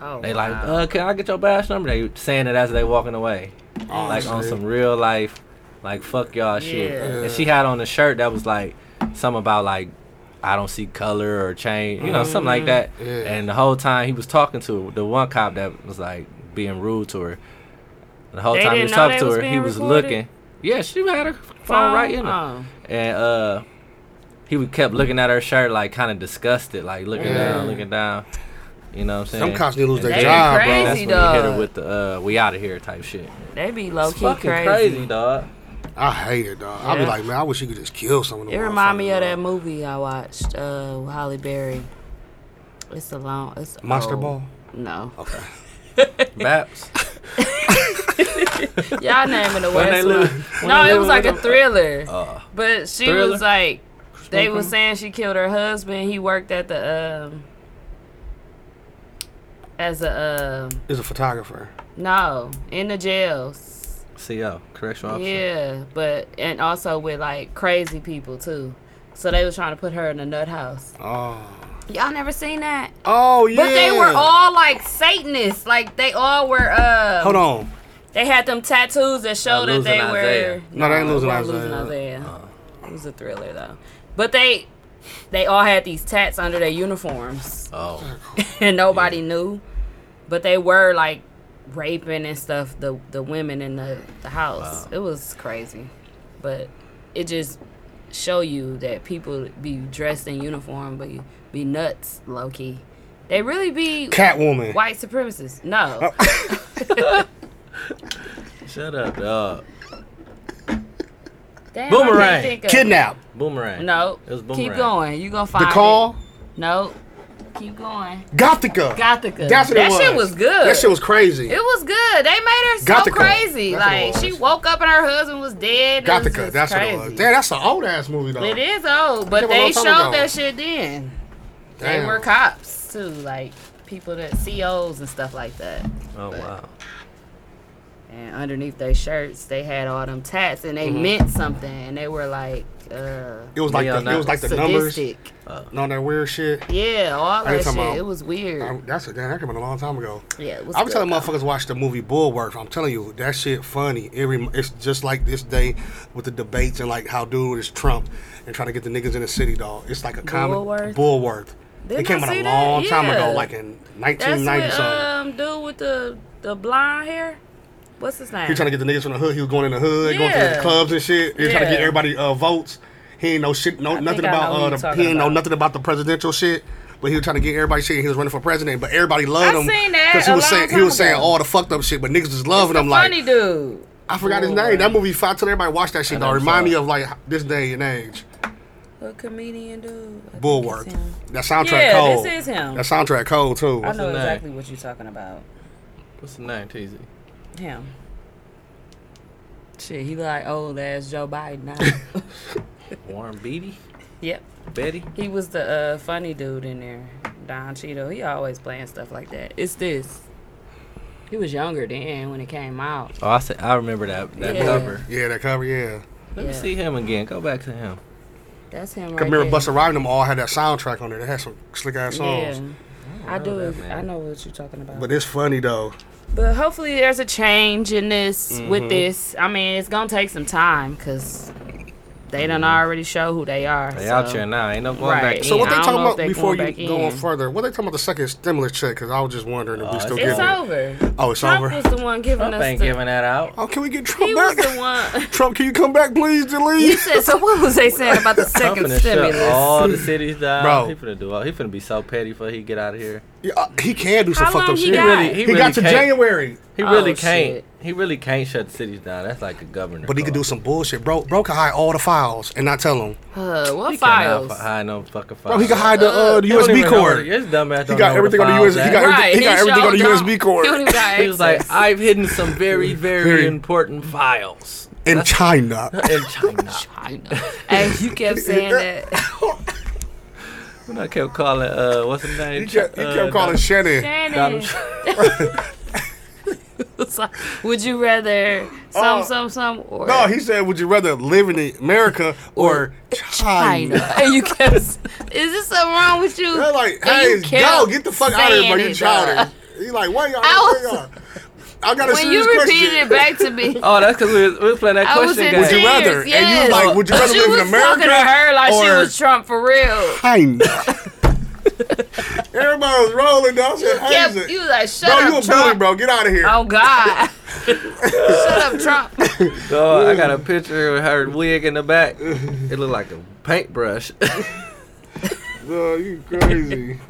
S7: Oh,
S1: They like,
S7: wow.
S1: uh, can I get your badge number? They saying it as they walking away,
S7: Oh,
S1: like on some real life, like fuck y'all shit.
S7: Yeah.
S1: And she had on a shirt that was like, something about like, I don't see color or change, you know, something like that.
S7: Mm-hmm.
S4: Yeah.
S1: And the whole time he was talking to the one cop that was like being rude to her. The whole
S7: They
S1: time he
S7: didn't
S1: was
S7: know
S1: talking
S7: they
S1: to
S7: was
S1: her, he
S7: being
S1: was
S7: recorded?
S1: looking. Yeah, she had her phone right in her
S7: Oh.
S1: and uh he would kept looking at her shirt like kind of disgusted like looking down looking down you know what i'm saying
S4: Them cops need to lose their
S1: And
S4: job, bro.
S1: that's
S7: Crazy,
S1: when he hit her
S7: dog.
S1: with the uh we out of here type shit
S7: They be low
S1: it's
S7: key
S1: fucking
S7: crazy.
S1: crazy, dog
S4: I hate it, dog. I'd be
S7: Yeah.
S4: like, man, I wish you could just kill someone.
S7: It remind me of that movie I watched, uh, with Holly Berry. It's a long. It's
S4: Monster
S7: old.
S4: Ball.
S7: No,
S1: Baps.
S7: y'all naming the
S1: When they
S7: worst
S1: live-
S7: one. No, it was like a thriller. but she
S1: uh, Thriller?
S7: was like, they was saying she killed her husband. He worked at the um, as a um,
S4: Is a photographer.
S7: no in the jails.
S1: co correctional officer
S7: Yeah, but and also with like crazy people too. So they was trying to put her in a nut house.
S4: Oh.
S7: Y'all never seen that?
S4: Oh yeah.
S7: But they were all like Satanists. Like they all were. Uh,
S4: Hold on.
S7: They had them tattoos that showed that
S1: Losing
S7: they
S1: Isaiah.
S7: were.
S4: No, they ain't
S7: it
S4: Losing
S7: wasn't
S4: Isaiah. Uh-uh.
S7: It was a thriller though. But they, they all had these tats under their uniforms,
S1: oh
S7: and nobody knew. But they were like raping and stuff the
S4: Uh.
S7: the women in the the house. It was crazy, but it just show you that people be dressed in uniform, but you be nuts, low key. They really be
S4: Catwoman.
S7: white supremacists.
S4: Oh.
S7: No,
S1: Shut up, dog.
S7: Damn, I can't
S1: Boomerang.
S7: think of-
S4: Kidnap.
S1: Boomerang.
S7: No,
S1: It was boomerang.
S7: keep going. You gonna
S4: The
S7: find
S4: call.
S7: It. No, keep going.
S4: Gothica.
S7: Gothica.
S4: That's what
S7: that
S4: it was.
S7: shit was good.
S4: That shit was crazy.
S7: It was good. They made her so
S4: Gothica.
S7: crazy.
S4: That's what it
S7: like
S4: was.
S7: she woke up and her husband was dead. It was
S4: Gothica.
S7: just
S4: That's
S7: crazy.
S4: what it was. Damn, that's an old ass movie though.
S7: It is old, but
S4: Yeah, but
S7: they
S4: long time ago.
S7: showed that shit then. They
S4: Damn.
S7: were cops too, like people that COs and stuff like that.
S1: Oh wow.
S7: And underneath their shirts, they had all them tats, and they
S4: Mm-hmm.
S7: meant something. And they were like, uh,
S4: It was like
S1: Yeah,
S4: the, it was like the numbers
S7: sadistic.
S4: and all that weird shit.
S7: Yeah, all
S4: I ain't
S7: that shit.
S4: talking about-
S7: It was weird.
S4: I, that's a damn. That came out a long time ago.
S7: yeah, it was.
S4: I was
S7: good,
S4: telling
S7: though.
S4: motherfuckers watch the movie Bulwark. I'm telling you, that shit funny. It rem- it's just like this day with the debates and like how dude is Trump and trying to get the niggas in the city, dog. It's like a comic
S7: Bulworth?
S4: Bulwark.
S7: Didn't
S4: it came
S7: I
S4: out a
S7: see that?
S4: long time ago,
S7: Yeah.
S4: like in
S7: That's
S4: 1990
S7: what
S4: something.
S7: um dude with the the blonde hair. What's his name?
S4: He trying to get the niggas from the hood. He was going in the hood, going to the
S7: Yeah.
S4: clubs and shit. He was trying to get
S7: Yeah.
S4: everybody uh, votes. He ain't know shit, no
S7: think
S4: nothing
S7: I
S4: about
S7: know who
S4: uh,
S7: you
S4: the,
S7: talking
S4: he ain't know
S7: about.
S4: nothing about the presidential shit. But he was trying to get everybody shit. He was running for president, but everybody loved
S7: I
S4: him
S7: seen that a
S4: he was
S7: long
S4: saying he
S7: time
S4: was saying
S7: ago.
S4: all the fucked up shit. But niggas was loving
S7: the
S4: him like
S7: funny dude.
S4: I forgot his name. That movie, I tell everybody watch that shit. Though
S1: never
S4: remind
S1: saw
S4: me
S1: it.
S4: of like this day and age.
S7: A comedian dude. I think
S4: Bulwark.
S7: it's him.
S4: That soundtrack
S7: Yeah,
S4: cold.
S7: this is him.
S4: That soundtrack cold too.
S7: I know
S1: his name?
S7: exactly what you're talking about.
S1: What's the name, TZ?
S7: Him. Shit, he like old ass Joe Biden now.
S1: Warren Beatty?
S7: yep.
S1: Betty?
S7: He was the uh, funny dude in there, Don Cheeto. He always playing stuff like that. It's this. He was younger then when it came out.
S1: Oh, I said I remember that that
S7: Yeah.
S1: cover.
S4: Yeah, that cover. Yeah,
S1: Let me
S7: Yeah.
S1: see him again. Go back to him.
S7: That's him.
S4: I
S7: Right
S4: remember
S7: there.
S4: Busta Rhymes. Them all had that soundtrack on there. They had some slick ass songs.
S7: Yeah. I do.
S1: that, man.
S7: I know what you're talking about.
S4: But it's funny though.
S7: But hopefully there's a change in this with
S1: Mm-hmm.
S7: this. I mean, it's gonna take some time because they done already show who they are.
S1: Mm-hmm. They
S7: so.
S1: out there now. Ain't no going back.
S7: Right.
S4: So
S1: So
S4: what
S7: Yeah,
S4: they
S7: I don't
S4: talking
S7: know if
S4: about
S7: they
S4: before
S7: going
S4: you
S7: back
S4: go on
S7: in. Uh,
S4: further? What they talking about the second stimulus check? Because I was just wondering if we
S1: Oh,
S4: still
S1: it's
S7: It's
S4: getting it.
S7: over.
S4: Oh, it's
S7: Trump
S4: over.
S7: was the one giving
S1: Trump
S7: us
S1: ain't
S7: the.
S1: giving that out.
S4: Oh, can we get
S7: he
S4: Trump
S7: was
S4: back?
S7: the one.
S4: Trump, can you come back, please,
S7: You
S4: Jaleel?
S7: said so. What was they saying about the
S1: Trump
S7: second
S1: finna shut all
S7: stimulus?
S1: the cities down.
S4: Bro.
S1: He finna do all. He finna be so petty before he get out of here.
S4: Yeah, uh, he can do some
S7: How
S4: fucked
S7: long
S4: up
S7: he
S4: shit.
S7: got? He really-
S4: he
S1: he
S4: got
S1: really
S4: to
S1: can't.
S4: January.
S1: He really
S7: Oh,
S1: can't.
S7: shit.
S1: He really can't shut the cities down. That's like a governor.
S4: But he could do
S1: call.
S4: some bullshit, bro. Bro can hide all the files and not tell him.
S7: Uh, what
S1: He cannot
S7: files?
S1: fi- hide no fucking files.
S4: Bro, he can hide the, uh, the
S1: He don't
S4: USB
S1: even know where
S4: cord.
S1: the- His dumb ass
S4: He
S1: don't
S4: got
S1: know where the
S4: everything on the
S1: files
S4: USB. He
S1: at.
S4: got everything- he got
S7: sure
S4: everything on the
S7: don't.
S4: USB cord.
S7: He don't even got
S1: He was
S7: access.
S1: like, I've hidden some very,
S4: Very-
S1: very important files
S4: In China.
S1: in China.
S7: China. Hey, you kept saying that.
S1: When I kept calling, uh, what's his name?
S4: He kept, he
S1: Uh,
S4: kept calling Shannon.
S1: Donald
S7: Shannon.
S1: Trump.
S7: It's like, would you rather some,
S4: Oh.
S7: some, some, or
S4: No, he said, would you rather live in America or China?
S7: China? and you kept, s- is this something wrong with you?
S4: They're like,
S7: And
S4: hey,
S7: you kept
S4: dog, get the fuck out of here,
S7: saying
S4: bro. You
S7: it, dog.
S4: childish. He like, why y'all?
S7: I was-
S4: why y'all? I got a
S7: When
S4: serious
S7: you repeated
S4: question.
S7: it back to me,
S1: Oh, that's because we, was- we was playing that
S7: I was
S1: question
S7: in
S1: game.
S4: Would you
S7: tears,
S4: rather? And you was
S7: yes.
S4: like, would you rather
S7: she
S4: live in
S7: was talking to
S4: America
S7: her like she
S4: or-
S7: was Trump for real.
S4: China. Everybody was rolling, dog. I said, hey,
S7: Yeah,
S4: is it-
S7: you was like, shut
S4: bro,
S7: up,
S4: you a
S7: Trump.
S4: bully, bro. Get out of here.
S7: Oh God, shut up, Trump.
S1: Dog, I got a picture of her wig in the back. It looked like a paintbrush.
S4: Oh, Dog, you crazy.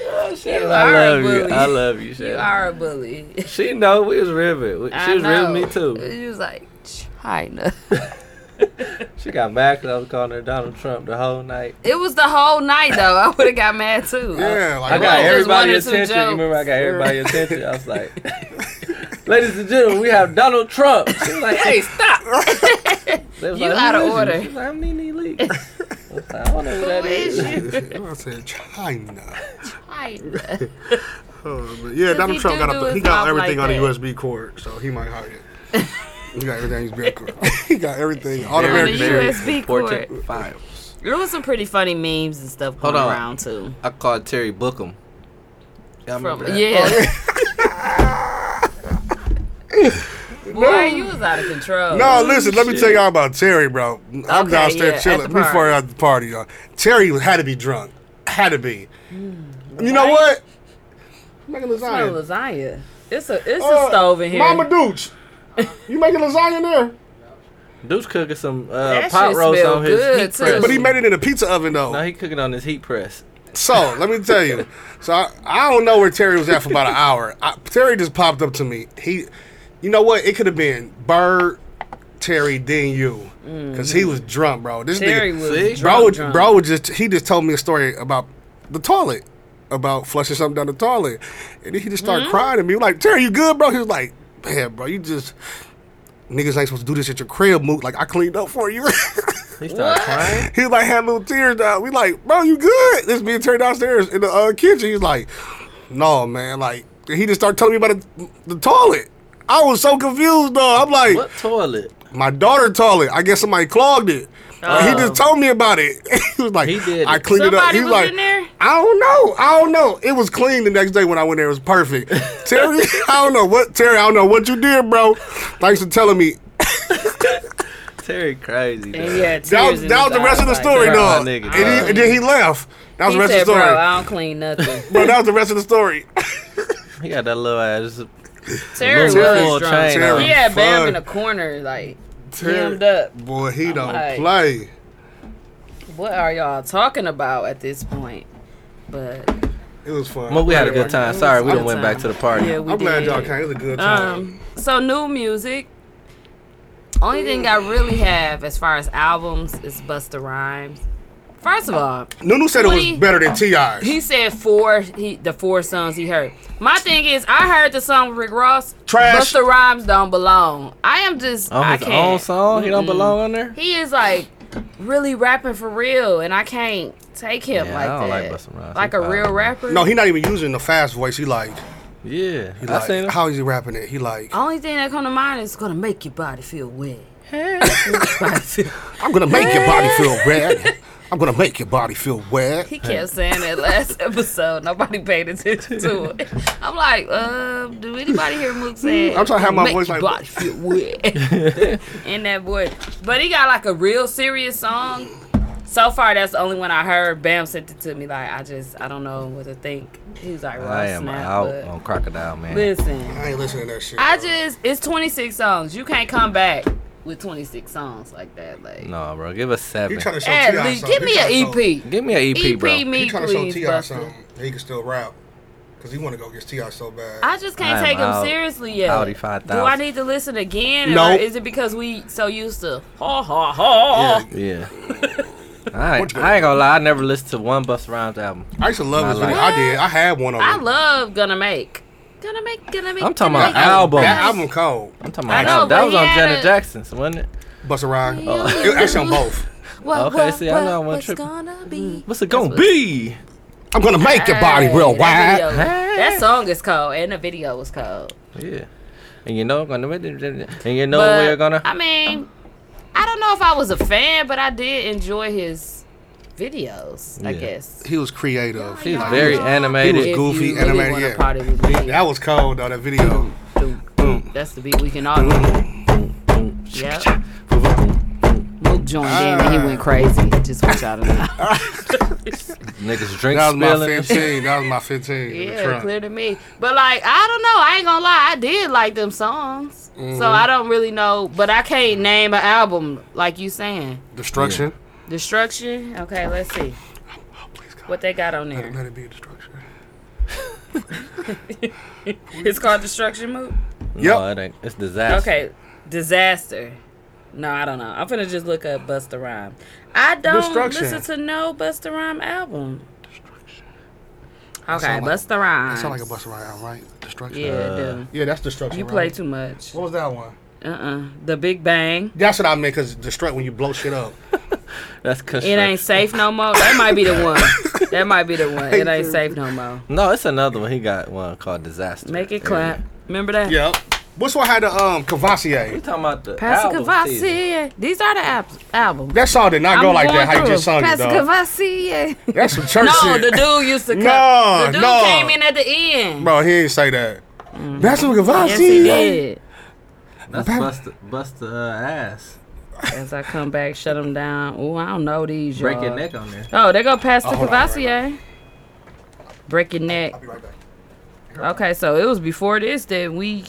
S7: You
S1: I
S7: are a
S1: love you.
S7: bully.
S1: I love you,
S7: You
S1: Shannon.
S7: are a bully.
S1: She know we was ribbing. We- She
S7: I
S1: was ribbing me
S7: know.
S1: too.
S7: She was like, China.
S1: She got mad because I was calling her Donald Trump the whole night.
S7: It was the whole night though. I would have got mad too.
S4: Yeah, like
S1: I got
S7: Well, every-
S1: everybody's
S7: just one or two
S1: attention. You remember I got everybody's attention. I was like, ladies and gentlemen, we have Donald Trump. She was like, hey, stop. They was
S7: You
S1: "Who
S7: out of
S1: is you?"
S7: order.
S1: She was like, I'm Nene Lee. I was like, I don't know who that
S7: Who is
S1: is.
S7: you?
S4: I said China.
S7: China.
S4: Oh, but yeah,
S7: Does
S4: Donald
S7: he
S4: Trump
S7: do
S4: got
S7: do
S4: a, he
S7: his
S4: got
S7: mouth
S4: everything
S7: like
S4: on the
S7: that?
S4: USB cord, so he might hide it. he got everything. He's big. he got everything. All the
S7: Very,
S4: American
S7: very-
S4: shit.
S7: USB
S1: important
S7: cord.
S1: files.
S7: There was some pretty funny memes and stuff
S1: Hold
S7: going
S1: on.
S7: around too.
S1: I called Terry Bookham. Y'all
S7: From
S1: remember that?
S7: yeah. Boy, you was out of control.
S4: Oh, No, listen. Let me tell y'all about Terry, bro. I'm
S7: Okay, yeah,
S4: downstairs
S7: at the
S4: chilling. We far
S7: party.
S4: out the party, y'all. Terry was- had to be drunk. Had to be.
S7: Mm.
S4: you know
S7: Why?
S4: what? Making
S7: Smell
S4: lasagna.
S7: lasagna. It's a it's
S4: Uh,
S7: a stove in here.
S4: Mama Dooch, you making lasagna in there?
S1: Dude's cooking some uh,
S7: That
S1: pot
S7: shit
S1: roast
S7: smell
S1: on his
S7: good,
S1: heat
S7: too.
S1: press.
S4: But he made it in a pizza oven though.
S1: no, he cooking on his heat press.
S4: So let me tell you. So I, I don't know where Terry was at for about an hour. I, Terry just popped up to me. He, you know what? It could have been Bird, Terry, then you,
S7: Mm.
S4: because he was drunk, bro. This
S7: Terry
S4: nigga,
S7: was
S1: See?
S4: bro,
S7: drunk, drunk.
S4: bro, just he just told me a story about the toilet, about flushing something down the toilet, and then he just
S7: Hmm?
S4: started crying at me. Like Terry, you good, bro? He was like, man, bro, you just. Niggas ain't supposed to do this at your crib, Moot. Like I cleaned up for you.
S1: He started crying.
S4: He like had little tears down. We like, bro, you good? This being turned downstairs in the uh, kitchen. He's like, no, man. Like he just started telling me about the, the toilet. I was so confused though. I'm like,
S1: What toilet?
S4: my daughter toilet. I guess somebody clogged it. Like, he
S7: Oh.
S4: just told me about it. he was like,
S1: He did
S4: I
S1: it.
S4: cleaned it up.
S7: Somebody
S4: He
S7: was
S4: like,
S7: in there?
S4: I don't know. I don't know. It was clean the next day when I went there. It was perfect. Terry, I don't know what Terry. I don't know what you did, bro. Thanks for telling me.
S1: Terry crazy.
S7: And
S1: dog.
S7: yeah,
S4: That was, that was the rest of the story,
S1: Terry, my
S4: though.
S1: nigga,
S4: and, he, and then he left. That was
S7: He
S4: the rest of
S7: said,
S4: the
S7: "Bro,
S4: story.
S7: I don't clean nothing."
S4: Bro, that was the rest of the story.
S1: He got that little ass.
S7: Terry
S1: Terry
S7: was drunk.
S1: was drunk.
S7: He
S1: Terry
S7: had Bam
S4: fucked.
S7: in the corner, like
S4: Terry-
S7: hemmed up.
S4: Boy, he don't
S7: like-
S4: play.
S7: What are y'all talking about at this point? But
S4: It was fun.
S1: Well, we had a
S4: I'm
S1: good time.
S7: was
S1: Sorry,
S7: a
S1: we
S7: good
S1: done went back
S7: time.
S1: to the party.
S7: yeah,
S1: Yeah,
S7: we
S4: I'm glad
S7: did.
S4: y'all came. It was a good time.
S7: Um, so new music. Only thing I really have as far as albums is Busta Rhymes. First of all,
S4: Nunu said it
S7: we-
S4: was better than T.I.'s.
S7: he said four he, the four songs he heard. My thing is, I heard the song with Rick Ross.
S4: Trash.
S7: Busta Rhymes don't belong. I am just
S1: on
S7: I
S1: his
S7: can't.
S1: own song, he don't belong on there.
S7: He is like really rapping for real, and I can't take him
S1: Yeah,
S7: like
S1: I don't
S7: that.
S1: like Busta Rhymes.
S7: Like
S1: He
S7: a real
S1: foul.
S7: rapper.
S4: No, he not even using the fast voice. He like,
S1: Yeah,
S4: he
S1: I
S4: like
S1: seen him.
S4: how is he rapping it? He like,
S7: Only thing that come to mind is gonna make your body feel wet.
S4: I'm gonna make your body feel red. I'm gonna make your body feel wet.
S7: He kept saying that last episode. Nobody paid attention to it. I'm like, uh, do anybody hear Mook say?
S4: I'm trying to have my
S7: "Make
S4: voice
S7: your
S4: like-
S7: body feel wet in that voice. But he got like a real serious song. So far, that's the only one I heard. Bam sent it to me. Like I just, I don't know what to think. He was like,
S1: I
S7: "Raw
S1: am
S7: snap."
S1: out
S7: but
S1: on Crocodile Man.
S7: Listen,
S4: I ain't listening to that shit.
S7: I
S4: bro.
S7: just, it's 26 songs. You can't come back with 26 songs like that. Like,
S1: No, bro, give us
S4: He
S1: seven.
S4: trying to show
S7: at
S4: T.I.
S7: least
S4: something.
S7: give me an E
S4: He tryna show-
S7: EP.
S1: Give me an EP,
S7: EP
S1: E bro.
S7: E me,
S4: He trying to show
S7: please,
S4: T.I.
S7: Busta.
S4: something. He can still rap. Because he want to go against T.I. so bad.
S7: I just
S1: I
S7: can't
S1: am
S7: take him
S1: out.
S7: seriously yet.
S1: Audi 5000.
S7: Do I need to listen again?
S4: No.
S7: Or is it because we so used to ha ha ha ha?
S1: Yeah. I, ain't-
S4: What you
S1: I ain't gonna lie, I never listened to one Busta Rhymes album.
S4: I used to love
S1: My
S4: his video.
S1: life.
S4: I did. I had one of them.
S7: I love gonna make, gonna make, gonna make.
S1: I'm talking
S7: Gonna
S1: about
S7: Make.
S1: album.
S4: That album cold.
S1: I'm talking
S7: I
S1: about
S7: know,
S1: album.
S7: but
S1: that was
S7: he
S1: on
S7: had
S1: Janet
S7: a-
S1: Jackson, wasn't it?
S4: Busta Rhymes. It- Actually, on both.
S7: What,
S1: Okay,
S7: what,
S1: see, I
S7: what,
S1: know I wasn't
S7: what's
S1: tripping.
S7: gonna be?
S1: What's it gonna be?
S4: I'm gonna make your body real
S7: Hey, that video-
S4: wide.
S1: Hey.
S7: That song is cold, and the video was cold.
S1: Yeah. And you know, gonna and you know
S7: But,
S1: we're gonna.
S7: I mean, I don't know if I was a fan, but I did enjoy his videos. I
S1: Yeah.
S7: guess.
S4: He was creative.
S1: He's very
S4: He
S1: animated.
S4: was- goofy,
S7: if you really
S4: animated,
S7: wanna
S4: yeah.
S7: party with me,
S4: That was cold though. That video.
S7: Doom, doom. That's the beat we can all do. Yep. Mook joined in and he went crazy. Just want y'all to know.
S1: Niggas drink
S4: That was my
S1: spilling.
S4: 15. That was my 15. in the
S7: Yeah,
S4: trunk.
S7: clear to me. But like, I don't know. I ain't gonna lie. I did like them songs. So I don't really know. But I can't name an album like you saying.
S4: Destruction.
S7: Destruction. Okay, let's see
S4: Please God.
S7: what they got on
S4: Let
S7: there.
S4: it- let it be destruction.
S7: It's called Destruction Mook.
S1: No, it ain't. It's disaster.
S7: Okay, disaster. No, I don't know. I'm finna just look up Busta Rhyme. I don't
S4: Destruction.
S7: listen to no Busta Rhyme album. Okay,
S4: sound like-
S7: Busta Rhymes.
S4: That sound like a bus ride, right? Destruction.
S7: Yeah, it
S1: Uh,
S7: do.
S4: Yeah, that's destruction.
S7: you
S4: right?
S7: play too much.
S4: What was that one?
S7: Uh uh The Big Bang.
S4: That's what I meant. Cause destruct when you blow shit up.
S1: That's
S7: It
S1: construction.
S7: ain't safe no more. That might be the one. That might be the one. It ain't safe no more.
S1: No, it's another one. He got one called disaster.
S7: Make it
S1: Yeah.
S7: clap. Remember that?
S4: yep. Which one had the um
S1: We
S4: Cavassier?
S1: talking about the
S7: Pastor
S1: album season.
S7: Cavassier. These are the ab- albums.
S4: That song did not go like that. How you just sung it,
S7: Pastor
S4: though.
S7: Cavassier.
S4: That's some church
S7: No,
S4: shit.
S7: the dude used to come.
S4: No,
S7: the dude
S4: no.
S7: came in at the end.
S4: Bro, he ain't say that. That's some
S7: Mm. Yes, he
S4: Cavassier.
S7: did.
S1: That's Busta, Busta uh, ass.
S7: As I come back, shut him down. Oh, I don't know these.
S1: Break
S7: y'all.
S1: your neck on there.
S7: Oh, they go past the
S4: hold on,
S7: Cavassier. Break your neck.
S4: Be right back.
S7: Okay, so it was before this that we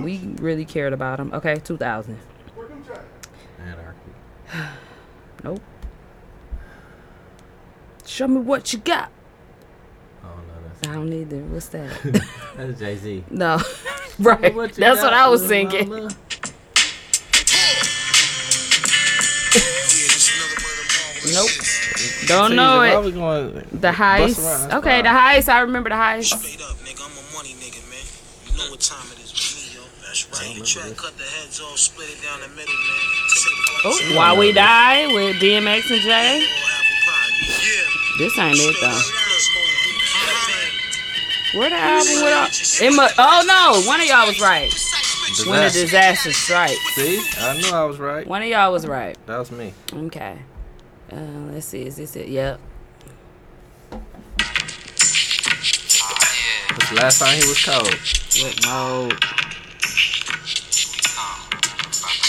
S7: we really cared about him. Okay, 2000.
S1: Man, I
S7: nope. Show me what you got.
S1: Oh no,
S7: I don't either. What's that?
S1: that's that's Jay Z.
S7: No. right. That's what I was thinking. Nope. Don't know it. The heist. Okay, the heist. I remember the heist.
S5: Straight up, nigga, I'm a money nigga, man. You know what time it is with me, yo. That's right. You try to cut the heads off, split it down the middle, man. Take one,
S7: Oh, Why We Die with DMX and Jay.
S5: apple pie. Yeah.
S7: This ain't it though.
S5: Though.
S7: Where the album with all? It mu- oh no, one of y'all was right. When the disaster strikes.
S1: See, I knew I was right.
S7: One of y'all was right.
S1: That was me.
S7: Okay. Uh, let's see. Is this it? Yep.
S1: That's the last time he was cold.
S7: What mode?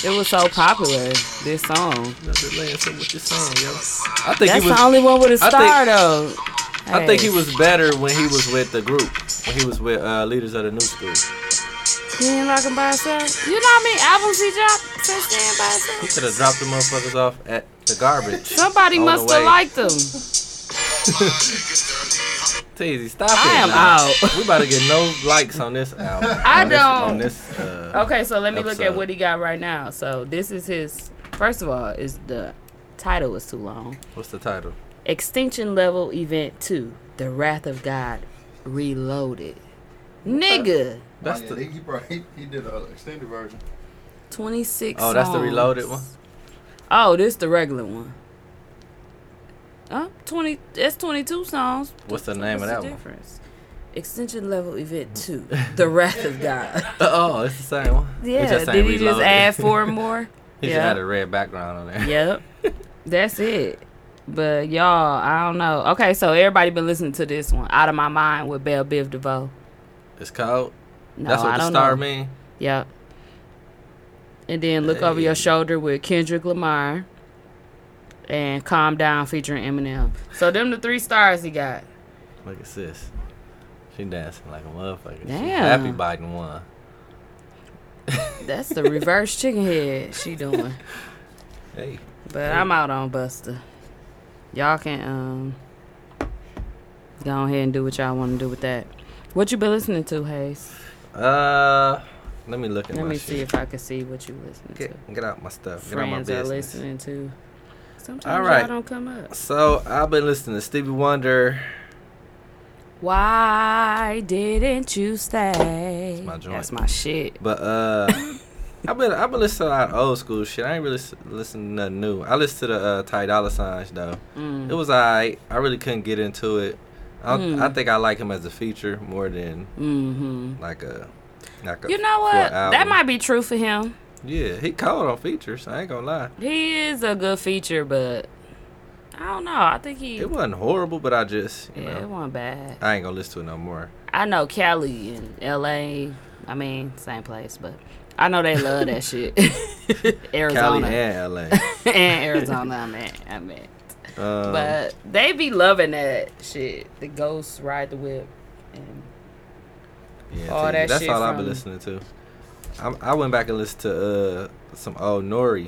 S7: It was so popular. This
S1: I
S7: song.
S1: think he
S7: That's
S1: was.
S7: the only one with a
S1: I
S7: star though.
S1: I think he
S7: Hey.
S1: was better when he was with the group. When he was with uh, leaders of the new school.
S7: He ain't rocking by himself. You know how many albums he dropped since then by
S1: He
S7: himself?
S1: should have dropped the motherfuckers off at the garbage.
S7: Somebody
S1: On the
S7: must have
S1: way.
S7: liked them.
S1: Teasy, stop it.
S7: I am
S1: now.
S7: out.
S1: We about to get no likes on this album.
S7: I
S1: On this-
S7: don't-
S1: on this, uh,
S7: Okay, so let me look at
S1: Episode.
S7: what he got right now. So this is his. First of all, is the title was too long.
S1: What's the title?
S7: Extinction level event two: The Wrath of God Reloaded. Nigga,
S1: That's
S9: yeah,
S1: the.
S9: he, he, brought, he, he did an extended version.
S7: twenty six.
S1: Oh, that's the reloaded one.
S7: Oh, this the regular one. Oh, 20 That's twenty two songs.
S1: What's the name of that one?
S7: difference? Extension level event two: The Wrath of God.
S1: Oh, it's the same one. It
S7: Yeah.
S1: just ain't
S7: Did he just
S1: reloaded.
S7: add four more?
S1: he just had a red background on there.
S7: Yep. That's it. But y'all, I don't know. Okay, so everybody been listening to this one, Out of My Mind with Belle Biv DeVoe.
S1: It's cold.
S7: No,
S1: That's what
S7: I
S1: the
S7: don't
S1: star
S7: know.
S1: mean.
S7: Yep. And then Look Over Your
S1: Hey.
S7: Shoulder with Kendrick Lamar. And Calm Down featuring Eminem. So them the three stars he got.
S1: Look at sis. She dancing like a motherfucker. She
S7: Damn.
S1: happy Biden won.
S7: That's the reverse chicken head she doing.
S1: Hey.
S7: But I'm out on Buster. Y'all can um go ahead and do what y'all want to do with that. What you been listening to, Hayes?
S1: Uh, let me look at
S7: Let
S1: my
S7: me
S1: shit.
S7: see if I can see what you listening to.
S1: get, get out my stuff. get out my
S7: Friends are
S1: business.
S7: listening to. Sometimes
S1: All
S7: All
S1: right.
S7: y'all don't come up.
S1: So I've been listening to Stevie Wonder.
S7: Why didn't you stay?
S1: my joint.
S7: That's my shit.
S1: But uh, I've been I've been listening to a lot of old school shit. I ain't really s- listening to nothing new. I listened to the uh, Ty Dolla Signs though.
S7: Mm.
S1: It was alright. I really couldn't get into it. I, don't
S7: Mm.
S1: I think I like him as a feature more than like a like a.
S7: Mm-hmm. You know
S1: full
S7: what? That
S1: album.
S7: might be true for him.
S1: Yeah, he called on features. I ain't gonna lie.
S7: He is a good feature, but I don't know. I think he.
S1: It wasn't horrible, but I just you
S7: yeah, it
S1: know
S7: wasn't bad.
S1: I ain't gonna listen to it no more.
S7: I know Cali and L.A. I mean, same place, but I know they love that shit.
S1: Cali
S7: Arizona
S1: and LA.
S7: and Arizona. I meant. I meant.
S1: Um,
S7: But they be loving that shit. The ghosts ride the whip. And
S1: Yeah,
S7: all
S1: Tizzy,
S7: that
S1: that's
S7: shit
S1: all I've been
S7: from-
S1: listening to. I, I went back and listened to uh, some old Nori.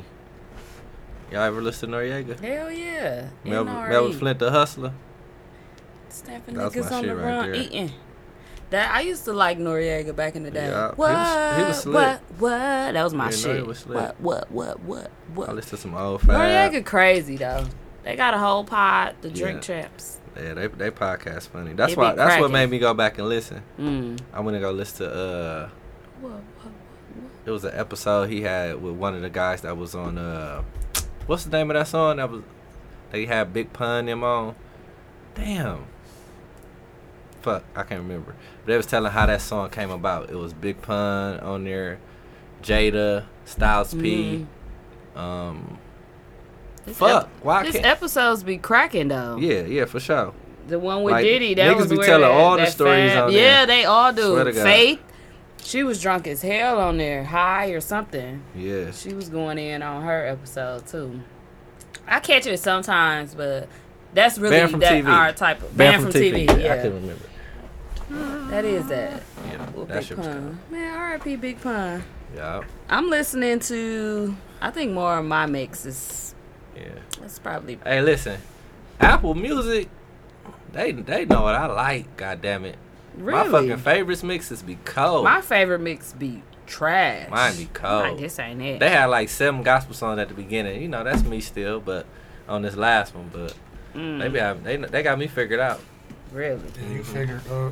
S1: Y'all ever listen to Noriega?
S7: hell yeah. E,
S1: Melvin,
S7: NRE.
S1: Melvin Flint, the hustler.
S7: Snapping
S1: That's
S7: niggas
S1: my
S7: on
S1: shit
S7: the
S1: right
S7: run
S1: there.
S7: eating. That I used to like Noriega back in the day.
S1: Yeah, he
S7: what?
S1: was- he was slick.
S7: What? What? That was my
S1: Yeah, Nori
S7: shit.
S1: was slick.
S7: what? What? What? What?
S1: I
S7: What?
S1: listened to some old Fab.
S7: Noriega crazy though. They got a whole pod, the drink
S1: Yeah.
S7: traps.
S1: Yeah, they they podcast funny. That's
S7: It be
S1: why. That's what
S7: cracking.
S1: made me go back and listen.
S7: Mm.
S1: I went to go listen to. Uh,
S7: What, what, what?
S1: it was an episode he had with one of the guys that was on. Uh, what's the name of that song that was? They had Big Pun them on. Damn. Fuck, I can't remember. But they was telling how that song came about. It was Big Pun on there, Jada, Styles P.
S7: Mm-hmm.
S1: Um,
S7: This
S1: fuck. why
S7: This
S1: can't?
S7: episodes be cracking though.
S1: yeah, yeah, for sure.
S7: The one with
S1: Like,
S7: Diddy, that
S1: niggas
S7: was
S1: be
S7: where
S1: telling
S7: that-
S1: all the
S7: that
S1: stories
S7: fab-
S1: on there.
S7: Yeah, they all
S1: Swear to
S7: do.
S1: God.
S7: Faith, she was drunk as hell on there, high or something.
S1: Yeah.
S7: She was going in on her episode too. I catch it sometimes, but that's really
S1: Banned from
S7: that
S1: TV.
S7: our type of man from, TV.
S1: I
S7: Yeah,
S1: couldn't remember.
S7: that is that.
S1: Yeah,
S7: With
S1: that
S7: Big
S1: shit was
S7: Pun.
S1: good.
S7: Man, R.I.P. Big Pun.
S1: Yeah.
S7: I'm listening to. I think more of my mixes
S1: Yeah.
S7: That's probably
S1: Hey, listen, Apple Music, they they know what I like. God damn it, my
S7: really.
S1: fucking favorites mixes be cold.
S7: My favorite mix be trash.
S1: Mine be cold.
S7: Like, this ain't it.
S1: They had like seven gospel songs at the beginning. You know that's me still, but on this last one, but
S7: Mm,
S1: they be having, they they got me figured out.
S7: really.
S4: You figure. Uh,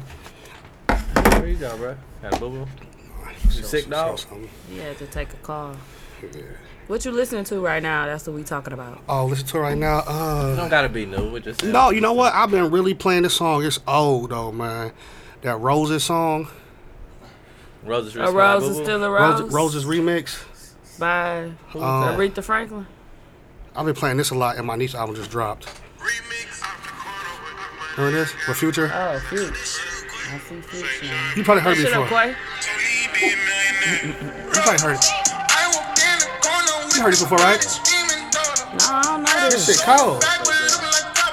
S1: Where you go, bro? Got a boo boo. sick, dog?
S7: You had to take a call.
S4: Yeah.
S7: What you listening to right now? That's what we talking about.
S4: Oh, listen to it right now.
S1: You
S4: Uh,
S1: don't gotta be new. It just
S4: no, you know what? I've been really playing this song. It's old though, man. That Roses song,
S1: Roses
S7: A
S1: Respond,
S7: rose is
S1: Boo Boo.
S7: still a rose.
S4: Roses, Roses remix.
S7: by
S4: Um,
S7: Aretha Franklin.
S4: I've been playing this a lot, and my niece album just dropped. Remember this with Future?
S7: Oh, Future. I see Future. now.
S4: You probably heard
S7: That
S4: it
S7: shit
S4: before.
S7: don't play.
S4: You probably heard it. You heard it before, right?
S7: No, I don't know
S4: This shit
S7: this.
S4: cold.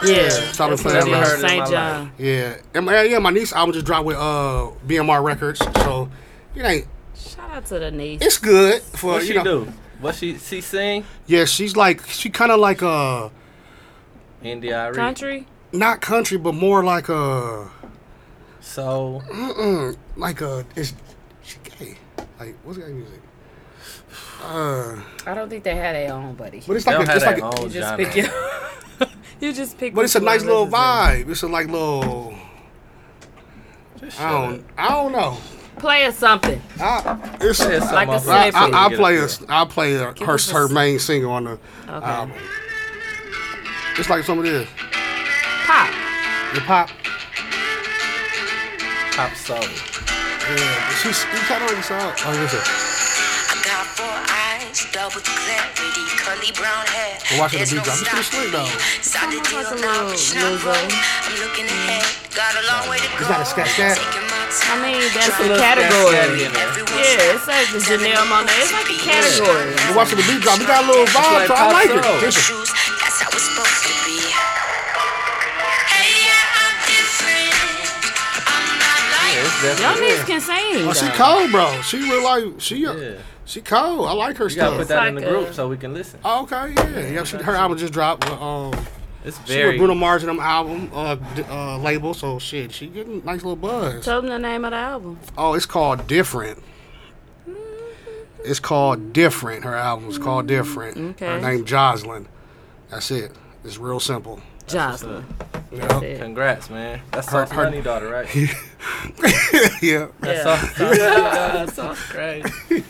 S7: Yeah,
S4: Stop and play that
S1: Never
S4: line.
S1: heard it in my
S7: St.
S1: life.
S7: John.
S4: Yeah, and my, yeah, my niece album just dropped with uh BMR Records, so it ain't.
S7: Shout out to the niece.
S4: It's good for
S1: What
S4: you
S1: she
S4: know.
S1: do? What she she sing?
S4: Yeah, she's like she kind of like uh
S1: NDIRE.
S7: Country.
S4: not country, but more like uh
S1: So
S4: like uh it's she gay. Like what's gay music? Uh,
S7: I don't think they had their own buddy.
S4: but it's
S1: they
S4: like
S1: don't
S4: a,
S1: have
S4: it's like
S1: their
S4: a,
S1: own
S7: You just
S1: genre.
S7: pick your. you just pick.
S4: but it's a
S7: which one
S4: nice
S7: to
S4: little
S7: listen to.
S4: vibe. It's a like little.
S1: Just shut
S4: I
S1: up.
S4: don't. I don't know.
S7: Play us something.
S4: I, it's,
S1: Say something
S7: Like a
S1: off of-
S4: I,
S7: snippet.
S4: I, I
S1: Get up
S4: play
S1: there.
S4: a, I play a, her
S7: us a
S4: her
S7: s-
S4: main single on the
S7: Okay.
S4: album. It's like some of this.
S7: Pop.
S4: The pop.
S1: pop soul.
S4: Yeah, she's she kind of like this out. Like this. here.
S5: got four eyes, double clarity, curly brown hair.
S4: But watching the beat drop, it's pretty slick though.
S5: Side
S7: Sound like a little Lizzo.
S5: I'm looking ahead, got a long way to
S4: It's not a scat scat.
S7: I mean, that's
S1: Little
S7: a
S1: scat
S7: category.
S1: in there.
S7: Yeah, it's like the Janelle Monae. It's like a category.
S4: But watching the beat drop, it got a little vibe.
S1: like
S4: so I
S1: pop
S4: like
S1: soul.
S4: it. Listen.
S5: That's how it's supposed to be. Hey, yeah, I'm different. I'm not like
S1: Yeah, it's
S7: Y'all
S1: definitely.
S7: niggas can sing.
S4: Oh, she
S7: though.
S4: cold, bro. She real like she uh,
S1: Yeah.
S4: she cold. I like her
S1: You gotta
S4: stuff.
S1: put that in the
S7: Like
S1: group
S7: a-
S1: so we can listen.
S4: Oh, okay, yeah, yeah. She, her album just dropped. but, Um,
S1: It's
S4: she with
S1: very.
S4: Bruno Mars and them album uh, d- uh label. So shit, she getting nice little buzz.
S7: Tell them the name of the album.
S4: Oh, it's called Different. It's called Different. Her album's called Different. Her
S7: Okay.
S4: name Jocelyn. That's it. It's real simple.
S7: Jocelyn.
S4: Yeah.
S7: Yeah.
S1: Congrats, man. That's her,
S4: her-
S1: honey daughter, right?
S4: yeah.
S1: That's
S7: Yeah.
S1: sauce, sauce, yeah, sauce, great.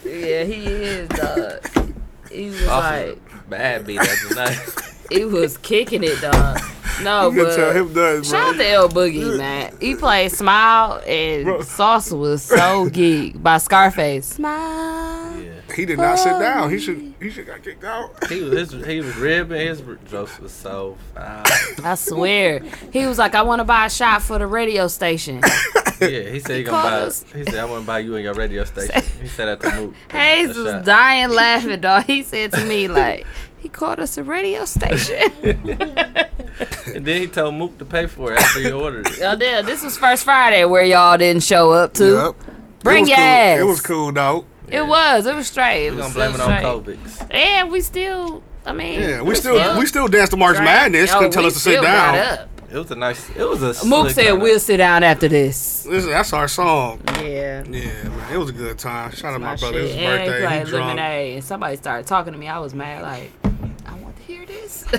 S7: Yeah, he is, dog. He was like,
S1: Bad beat that tonight.
S7: he was kicking it, dog. No,
S4: You can tell
S7: but
S4: him nothing, bro.
S7: shout out to El Boogie, man. He played Smile and Salsa was so geek by Scarface. Smile.
S4: He did not sit down. He should. He should got kicked out.
S1: He was his, he was ribbing. His r- jokes was so foul.
S7: I swear. He was like, I want to buy a shot for the radio station.
S1: Yeah, he said he, gonna
S7: called
S1: buy.
S7: us-
S1: He said I want to buy you and your radio station. He said at the move.
S7: Hayes was dying laughing, dog. He said to me, like, he called us a radio station.
S1: And then he told Mook to pay for it after he ordered it.
S7: Oh, yeah, this was first Friday where y'all didn't show up to.
S4: Yep.
S7: Bring
S4: it was
S7: your
S4: cool.
S7: ass.
S4: It was cool though.
S7: It was. It was straight. It
S1: We're gonna
S7: was
S1: blame it
S7: still
S1: on
S7: straight.
S1: Kovics.
S7: And we still, I mean,
S4: Yeah, we still we still danced to March
S7: Right.
S4: Madness.
S7: Yo,
S4: Couldn't tell
S7: we
S4: us to sit
S7: still got
S4: down.
S7: up.
S1: It was a nice. It was a.
S7: Mook
S1: slick
S7: said
S1: lineup.
S7: we'll sit down after this.
S4: This, that's our song.
S7: Yeah.
S4: Yeah, man, it was a good time. Shout out my,
S7: My
S4: brother.
S7: shit.
S4: It was
S7: And
S4: his
S7: they
S4: birthday. He
S7: played
S4: drunk.
S7: lemonade, and somebody started talking to me. I was mad, like I want to hear this.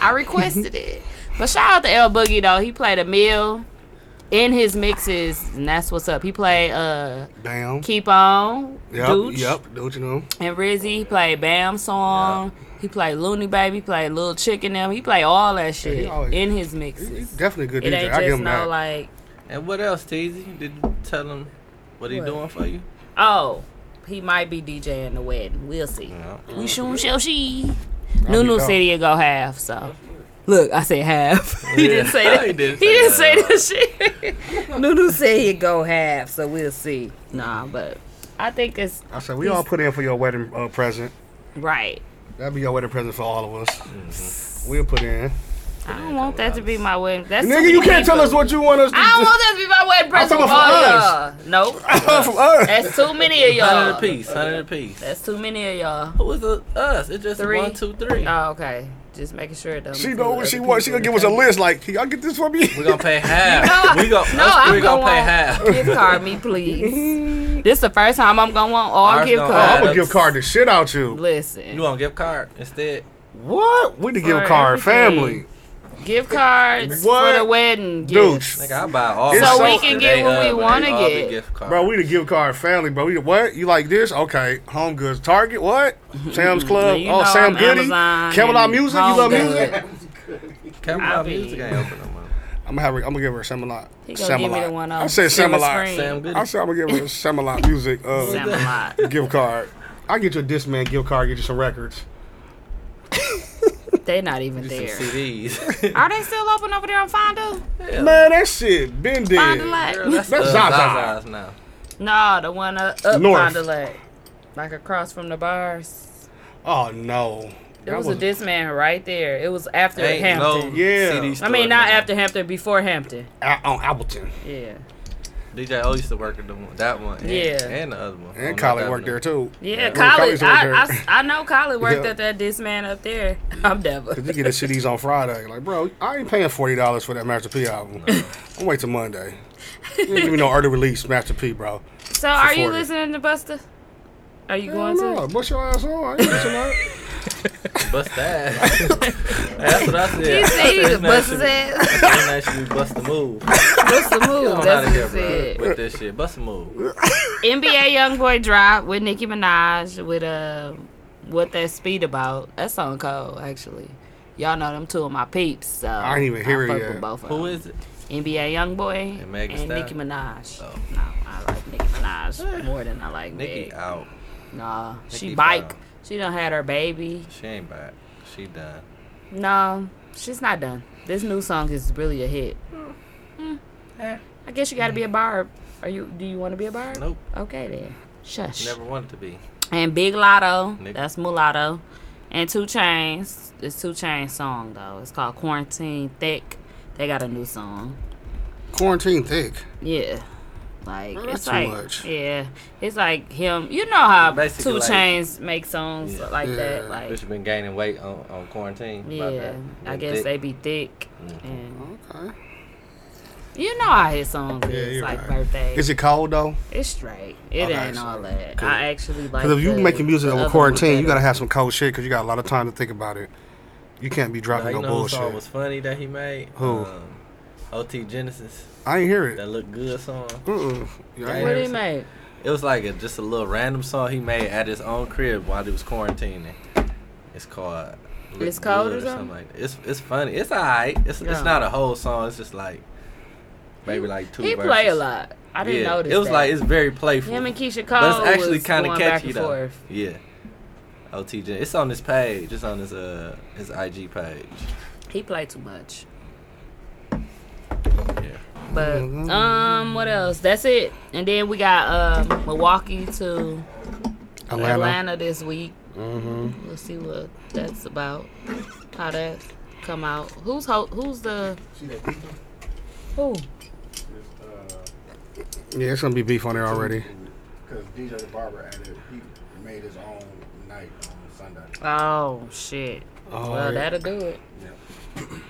S7: I requested it, but shout out to L Boogie though. He played a meal in his mixes, and that's what's up. He played uh
S4: Damn.
S7: Keep On,
S4: Yep.
S7: Dooch,
S4: Yep. Don't you know?
S7: and Rizzy. He played Bam song. He played Looney Baby. He played Little Chicken. Them. He played all that shit
S4: always-
S7: in his
S4: He's
S7: mixes.
S4: definitely a good
S7: It
S4: DJ.
S7: ain't
S4: I give
S7: just
S4: him
S7: no
S4: that.
S7: like
S1: And what else, Teasy? Did you tell him what he
S7: What?
S1: doing for you?
S7: oh. He might be DJing the wedding. We'll see. We soon shall see.
S4: be
S7: Nunu
S4: dope.
S7: said he'll go half, so. Look, I said half. he didn't say that.
S1: He
S7: He
S1: didn't
S7: didn't
S1: say that
S7: say,
S1: at all.
S7: that shit. Nunu said he'd go half, so we'll see. Nah, but I think it's
S4: I said we all put in for your wedding uh, present.
S7: right. Mm-hmm.
S4: That'd be your wedding present for all of us. We'll put in.
S7: I don't want that to be my wedding. That's too
S4: Nigga, you
S7: many
S4: can't tell
S7: people.
S4: us what you want us to
S7: I don't want that to be my wedding present
S4: talking
S7: for
S4: about
S7: all
S4: for
S7: y'all. Nope.
S4: do. from us.
S7: That's too many of
S1: Hundred
S7: y'all.
S1: apiece. Hundred apiece.
S7: That's too many of y'all.
S1: Who is the us? It's just
S7: Three.
S1: one, two, three.
S7: Oh, okay. Just making sure it doesn't.
S4: She
S7: include
S4: know
S7: other
S4: what she wants. She
S7: people.
S4: gonna give us a list. Like, can y'all get this for me?
S1: We're gonna pay
S7: No,
S1: half. we gonna,
S7: no,
S1: us
S7: I'm
S1: 3 gonna pay
S7: want
S1: half.
S7: Gift card me, please. this the first time I'm gonna want all
S1: Ours
S7: gift
S1: gonna
S7: cards.
S1: add
S4: Oh, I'm gonna give card the shit out you.
S7: Listen,
S1: You want gift card instead?
S4: What? We the give
S7: For
S4: card family.
S7: everything.
S4: Uh-huh.
S7: gift cards
S4: What?
S7: for the wedding gifts.
S4: Dudes.
S1: Nigga, I buy all.
S4: So
S1: my
S4: we
S1: gifts
S4: can
S1: the
S7: get
S1: day
S7: what we
S1: of, man.
S7: wanna
S1: All the
S7: get.
S1: Gift card.
S4: Bro, we the give card family, bro. We the, what? You like this? Okay. Home Goods, Target, what? Sam's Club,
S7: You
S4: oh
S7: know
S4: Sam
S7: I'm
S4: Goody,
S7: Amazon
S4: Camelot
S7: and
S4: Music.
S7: Home
S4: You love
S7: Goods.
S4: music?
S1: Camelot
S7: I be-
S1: music ain't open no more.
S4: I'm gonna have. her- I'm gonna give her a Samelot.
S7: He gonna give me the one um,
S4: I
S7: off
S4: said
S7: Silver
S4: Samelot.
S7: Spring.
S1: Sam Goody.
S4: I said I'm gonna give her a Samelot music uh,
S7: Samolot.
S4: gift card. I get you a Discman gift card. Get you some records.
S7: they not even
S1: Some
S7: there.
S1: CDs.
S7: Are they still open over there on Fondue?
S4: Man, that shit been
S7: Fond du
S4: dead.
S7: Lac?
S1: Girl, that's
S4: That's
S1: uh,
S4: Zaza.
S1: Zaza's now.
S7: No, the one uh, up
S4: North.
S7: Fond du Lac, like across from the bars.
S4: Oh no.
S7: It was, a disc man right there. It was after
S1: Ain't no
S7: Hampton.
S4: Yeah.
S1: CD
S7: I
S1: store
S7: mean, not
S1: no more.
S7: after Hampton, before Hampton.
S4: a- on Appleton.
S7: Yeah,
S1: DJ O used to work at the one, that one. And,
S7: Yeah.
S1: And the other one.
S4: And Collie worked there too.
S7: yeah.
S4: Well,
S7: Collie,
S4: Collie's over
S7: I,
S4: there.
S7: I s- I know Collie worked
S4: Yeah.
S7: at that disc man up there. I'm never.
S4: Cause you get the CDs on Friday. Like, bro, I ain't paying forty dollars for that Master P album. I'm wait till Monday. You didn't give me no early release Master P, bro.
S7: So, are you
S4: 40.
S7: listening to Buster? Are you
S4: Hell
S7: going
S4: no,
S7: to?
S4: bust your ass on. I ain't missing that.
S1: Bust that. That's what I said.
S7: He said he's
S1: I
S7: a
S1: said,
S7: bust his
S1: "Nah,
S7: ass.
S1: shit, nah, shit, we bust the move.
S7: Bust the move.
S1: Come out
S7: That's
S1: of
S7: what he
S1: here, bro.
S7: said.
S1: With this shit. Bust the move.
S7: NBA YoungBoy drop with Nicki Minaj with uh, what that speed about? That song cold actually. Y'all know them two of my peeps. So
S4: I ain't even hear it
S7: fuck
S4: yet.
S7: With both of
S1: Who
S7: them.
S1: is it?
S7: NBA YoungBoy
S1: And
S7: and,
S1: Megan
S7: and
S1: Thee?
S7: Nicki Minaj.
S1: Oh.
S7: No, I like Nicki Minaj more than I like
S1: Nikki
S7: Meg.
S1: out.
S7: Nah,
S1: uh,
S7: she
S1: Nicki
S7: bike.
S1: foul.
S7: She done had her baby.
S1: She ain't back. She done.
S7: No, she's not done. This new song is really a hit. Hmm. I guess you got to be a barb. Are you? Do you want to be a barb?
S1: Nope.
S7: Okay then. Shush.
S1: Never wanted to be.
S7: And Big Lotto,
S1: Nigga.
S7: that's Mulatto. And Two Chains, it's Two Chains song though. It's called Quarantine Thick. They got a new song.
S4: Quarantine thick.
S7: Yeah. Like
S4: Well,
S7: it's
S4: that's too
S7: like
S4: much.
S7: yeah, it's like him. You know how
S1: Basically,
S7: Two
S1: like-
S7: Chains make songs
S1: Yeah.
S7: like
S4: Yeah.
S7: that. Like
S1: Bitch been gaining weight on, on quarantine. My
S7: yeah,
S1: bad.
S7: I
S1: Been
S7: guess
S1: thick.
S7: they be thick. And
S4: Okay.
S7: you know how his songs
S4: Yeah,
S7: is
S4: you're
S7: like
S4: right.
S7: birthday.
S4: Is it cold though?
S7: it's straight. It
S4: Okay,
S7: ain't
S4: so
S7: all that.
S4: good.
S7: I actually like.
S4: Because if you
S7: the-
S4: making music
S7: the
S4: over
S7: other
S4: quarantine,
S7: one
S4: you gotta
S7: better.
S4: have some cold shit because you got a lot of time to think about it. You can't be
S1: Now,
S4: dropping
S1: you
S4: no
S1: know who song
S4: bullshit.
S1: was funny that he made?
S4: Who?
S1: Um, OT Genesis.
S4: I ain't hear
S1: That
S4: it.
S1: look good song.
S4: Mm-mm. Yeah, I ain't
S7: What
S4: hear
S7: do
S4: it.
S7: you make?
S1: It was like a, just a little random song he made at his own crib while he was quarantining. It's called. Look
S7: It's cold
S1: Good
S7: or something?
S1: like that. It's it's funny. It's alright. It's
S7: Yeah.
S1: it's not a whole song. It's just like maybe like two.
S7: He
S1: verses.
S7: play a lot. I didn't
S1: yeah.
S7: notice.
S1: It was
S7: that.
S1: like it's very playful.
S7: him and Keisha Cole.
S1: but it's actually
S7: kind of back
S1: catchy
S7: and
S1: though.
S7: Forth.
S1: Yeah. OTJ. It's on his page. It's on his uh his IG page.
S7: He played too much.
S1: Yeah.
S7: But um, what else? That's it. And then we got um Milwaukee to Atlanta,
S4: Atlanta.
S7: this week. Mm-hmm. We'll see what that's about. How that come out? Who's ho- who's the who?
S4: Yeah, it's gonna be beef on there already.
S9: Because DJ the Barber added, he made his own night on Sunday.
S7: Oh shit!
S4: Oh,
S7: well,
S4: yeah.
S7: that'll do it.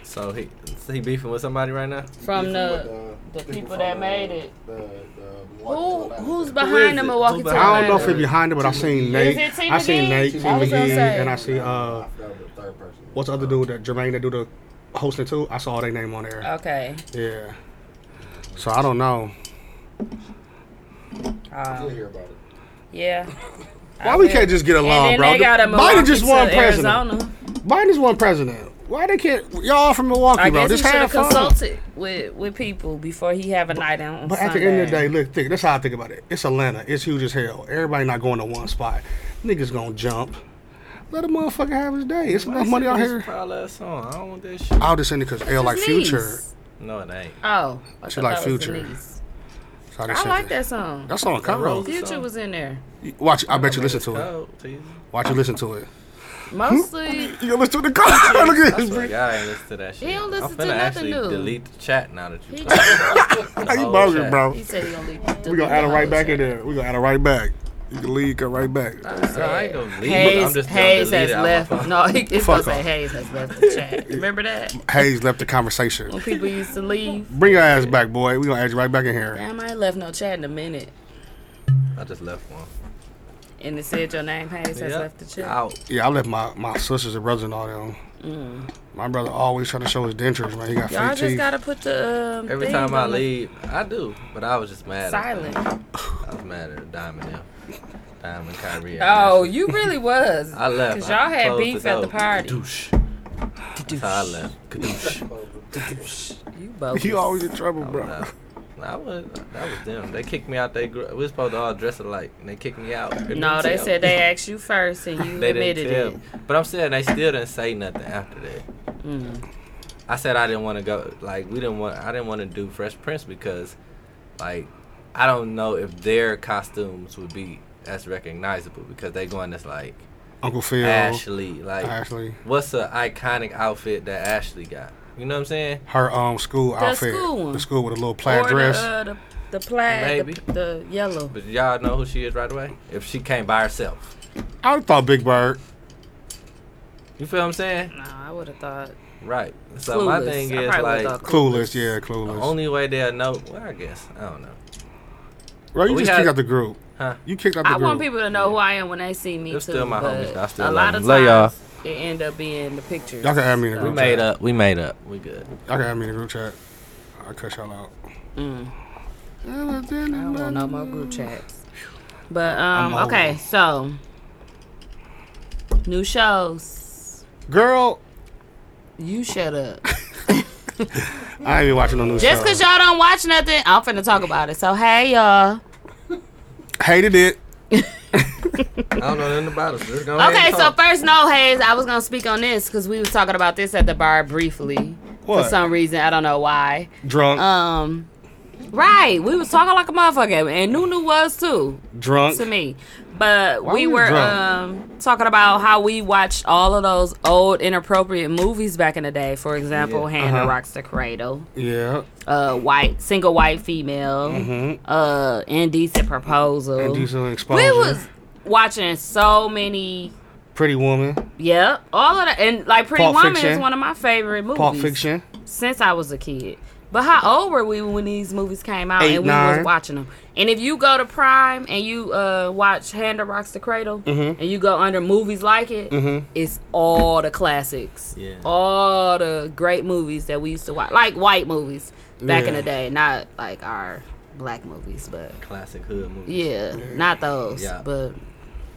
S1: So he so he beefing with somebody right now.
S7: From the
S5: uh,
S9: But
S7: the people that
S9: from,
S7: made
S9: uh,
S7: it.
S9: The, the
S7: who
S9: Milwaukee to
S7: who's
S9: Atlanta.
S1: Who is
S7: behind
S1: it?
S7: the
S1: Who
S7: Milwaukee to
S1: behind-
S4: I don't know if
S7: Atlanta?
S4: it's behind it, but I seen
S7: Is
S4: Nate.
S7: it T
S4: I seen
S7: McGee?
S4: Nate, T
S7: I was gonna
S4: McGee,
S7: say.
S4: and I see uh,
S9: I forgot the third person.
S4: what's the other dude that Jermaine that do the hosting too? I saw their name on there.
S7: Okay.
S4: Yeah. So I don't know.
S9: You'll
S7: Um,
S9: hear about it.
S7: yeah.
S4: Why we can't just get
S7: and
S4: along,
S7: then
S4: bro?
S7: they got a
S4: Biden
S7: Milwaukee
S4: just
S7: to
S4: won president.
S7: Arizona.
S4: Biden just won president. Why they can't? Y'all from Milwaukee,
S7: I
S4: bro?
S7: guess
S4: Just
S7: he should
S4: have
S7: have
S4: fun.
S7: consulted with, with people before he have a night out on
S4: But at the
S7: Sunday.
S4: end of the day, look, think, that's how I think about it. It's Atlanta. It's huge as hell. Everybody not going to one spot. Niggas gonna jump. Let a motherfucker have his day. It's enough money out
S1: This
S4: here.
S1: Proud Love song. I don't want that shit.
S4: I'll just send it because L like
S7: His
S4: Future.
S7: niece.
S1: No, it ain't.
S7: Oh, I
S4: She
S7: thought
S4: like
S7: that was
S4: Future.
S7: Denise.
S4: So just
S7: I
S4: sent
S7: like
S4: it.
S7: that song.
S4: That's on Conroe.
S1: Rose.
S7: Future
S1: song.
S7: was in there.
S4: Watch. I bet you
S1: Oh,
S4: listen
S1: it's
S4: to it.
S1: cold, teasing.
S4: Watch you listen to it.
S7: Mostly,
S4: You gonna listen to the car? Look at this.
S1: Swear to God, I ain't listen to that shit.
S7: don't listen
S1: I'm
S7: to
S1: finna
S7: nothing
S1: actually
S7: new.
S1: delete the chat now that you.
S7: He
S4: How you
S1: Oh,
S4: bugging,
S1: shit.
S4: bro?
S7: he said he gonna leave.
S4: We gonna add it right back in there. We gonna add it right back. You can leave, come right back.
S1: No, I ain't gonna leave. I'm
S7: Hayes,
S1: just
S7: Hayes
S1: gonna
S7: has
S1: delete it out my
S7: left.
S1: phone.
S7: No, he- it's supposed to
S4: Fuck
S7: say
S4: off.
S7: Hayes has left the chat. Remember that?
S4: Hayes left the conversation.
S7: When people used to leave.
S4: Bring your ass back, boy. We gonna add you right back in here.
S7: Damn, I ain't left no chat in a minute.
S1: I just left one.
S7: And it said your name, Hayes has
S1: Yep.
S7: left the chat.
S1: Out.
S4: Yeah, I left my, my sisters and brothers and all them. My brother always trying to show his dentures, man. He got
S7: Mm. Y'all
S4: fake
S7: just
S4: teeth.
S7: gotta put the um,
S1: Every
S7: thing
S1: time I
S7: on the
S1: leave, I do, but I was just mad. at them.
S7: silent.
S1: I was mad at Diamond him. Diamond Kyrie.
S7: Oh, you really was.
S1: I left.
S7: Cause
S1: I
S7: y'all had
S1: closed
S7: beef at the
S1: door.
S7: party.
S1: Kadoosh.
S7: Dude,
S1: So I left. Kadoosh.
S7: you both.
S4: You always in trouble, bro.
S1: Oh, No. No, I was, that was them. They kicked me out. They gr- we was supposed to all dress alike, and they kicked me out. They
S7: No,
S1: didn't
S7: they
S1: tell
S7: said
S1: me.
S7: they asked you first and you
S1: They
S7: admitted
S1: didn't tell.
S7: it.
S1: me. But I'm saying they still didn't say nothing after that.
S7: Mm.
S1: I said I didn't want to go. Like we didn't want. I didn't want to do Fresh Prince because, like, I don't know if their costumes would be as recognizable because they going as like
S4: Uncle Phil.
S1: Ashley. Like,
S4: Ashley.
S1: what's an iconic outfit that Ashley got? You know what I'm saying?
S4: Her um school outfit.
S7: school one.
S4: The school with a little plaid
S7: Or the,
S4: dress.
S7: uh, the, the plaid,
S1: Maybe.
S7: the, the yellow.
S1: But y'all know who she is right away. If she came by herself,
S4: I would've thought Big Bird.
S1: you feel what I'm saying?
S7: No, I would have thought.
S1: Right. So
S7: Clueless.
S1: my thing
S7: I
S1: is
S7: probably would've
S1: like.
S7: thought
S4: Clueless, yeah, clueless.
S1: The only way they'll know, well, I guess I don't know.
S4: bro, you
S1: we
S4: just
S1: had-
S4: kicked out the group.
S1: Huh?
S4: You kicked out the
S7: I
S4: group.
S7: want people to know who I am when they see me.
S1: They're
S7: too,
S1: still my
S7: but
S1: homies. I still
S7: a
S1: love
S7: lot
S1: them.
S7: of
S1: Love y'all.
S7: times it end up being the pictures.
S4: Y'all can add me in the
S7: So-
S1: We
S4: group.
S1: made up. We made up. We good.
S4: Y'all can add me in the group chat. I cut y'all out.
S7: I don't want no more group chats. But
S4: I'm
S7: um,
S4: old.
S7: okay, so new shows.
S4: Girl,
S7: You shut up.
S4: I ain't even watching no new
S7: Just
S4: show.
S7: cause y'all don't watch nothing, I'm finna talk about it. So hey y'all.
S4: Hated it.
S1: I don't know nothing about us. Just go ahead
S7: Okay,
S1: and
S7: so
S1: talk.
S7: first, no, Hayes, I was gonna speak on this because we was talking about this at the bar briefly
S4: What?
S7: for some reason. I don't know why.
S4: Drunk.
S7: Um, right, we was talking like a motherfucker, and Nunu was too
S4: drunk.
S7: to me. But
S4: Why
S7: we
S4: were
S7: were
S4: you drunk?
S7: um talking about how we watched all of those old inappropriate movies back in the day. For example,
S1: Yeah.
S4: Uh-huh.
S7: Hannah Rocks the Cradle,
S4: Yeah.
S7: uh, white single white female, uh, indecent proposal.
S4: Mm-hmm. Indecent
S7: we
S4: exposure.
S7: was watching so many
S4: Pretty Woman.
S7: Yep, all of that, and like Pretty
S4: Pulp
S7: Woman is
S4: Fiction.
S7: one of my favorite movies.
S4: Pulp Fiction.
S7: Since I was a kid, but how old were we when these movies came out
S4: Eight,
S7: and we
S4: nine.
S7: was watching them? And if you go to Prime and you uh, watch Hand of Rocks the Cradle,
S4: Mm-hmm.
S7: and you go under movies like it, it's all the classics,
S1: Yeah.
S7: all the great movies that we used to watch, like white movies back in
S4: Yeah.
S7: the day, not like our black movies, but
S1: Classic hood movie.
S7: yeah, not those.
S1: Yeah.
S7: But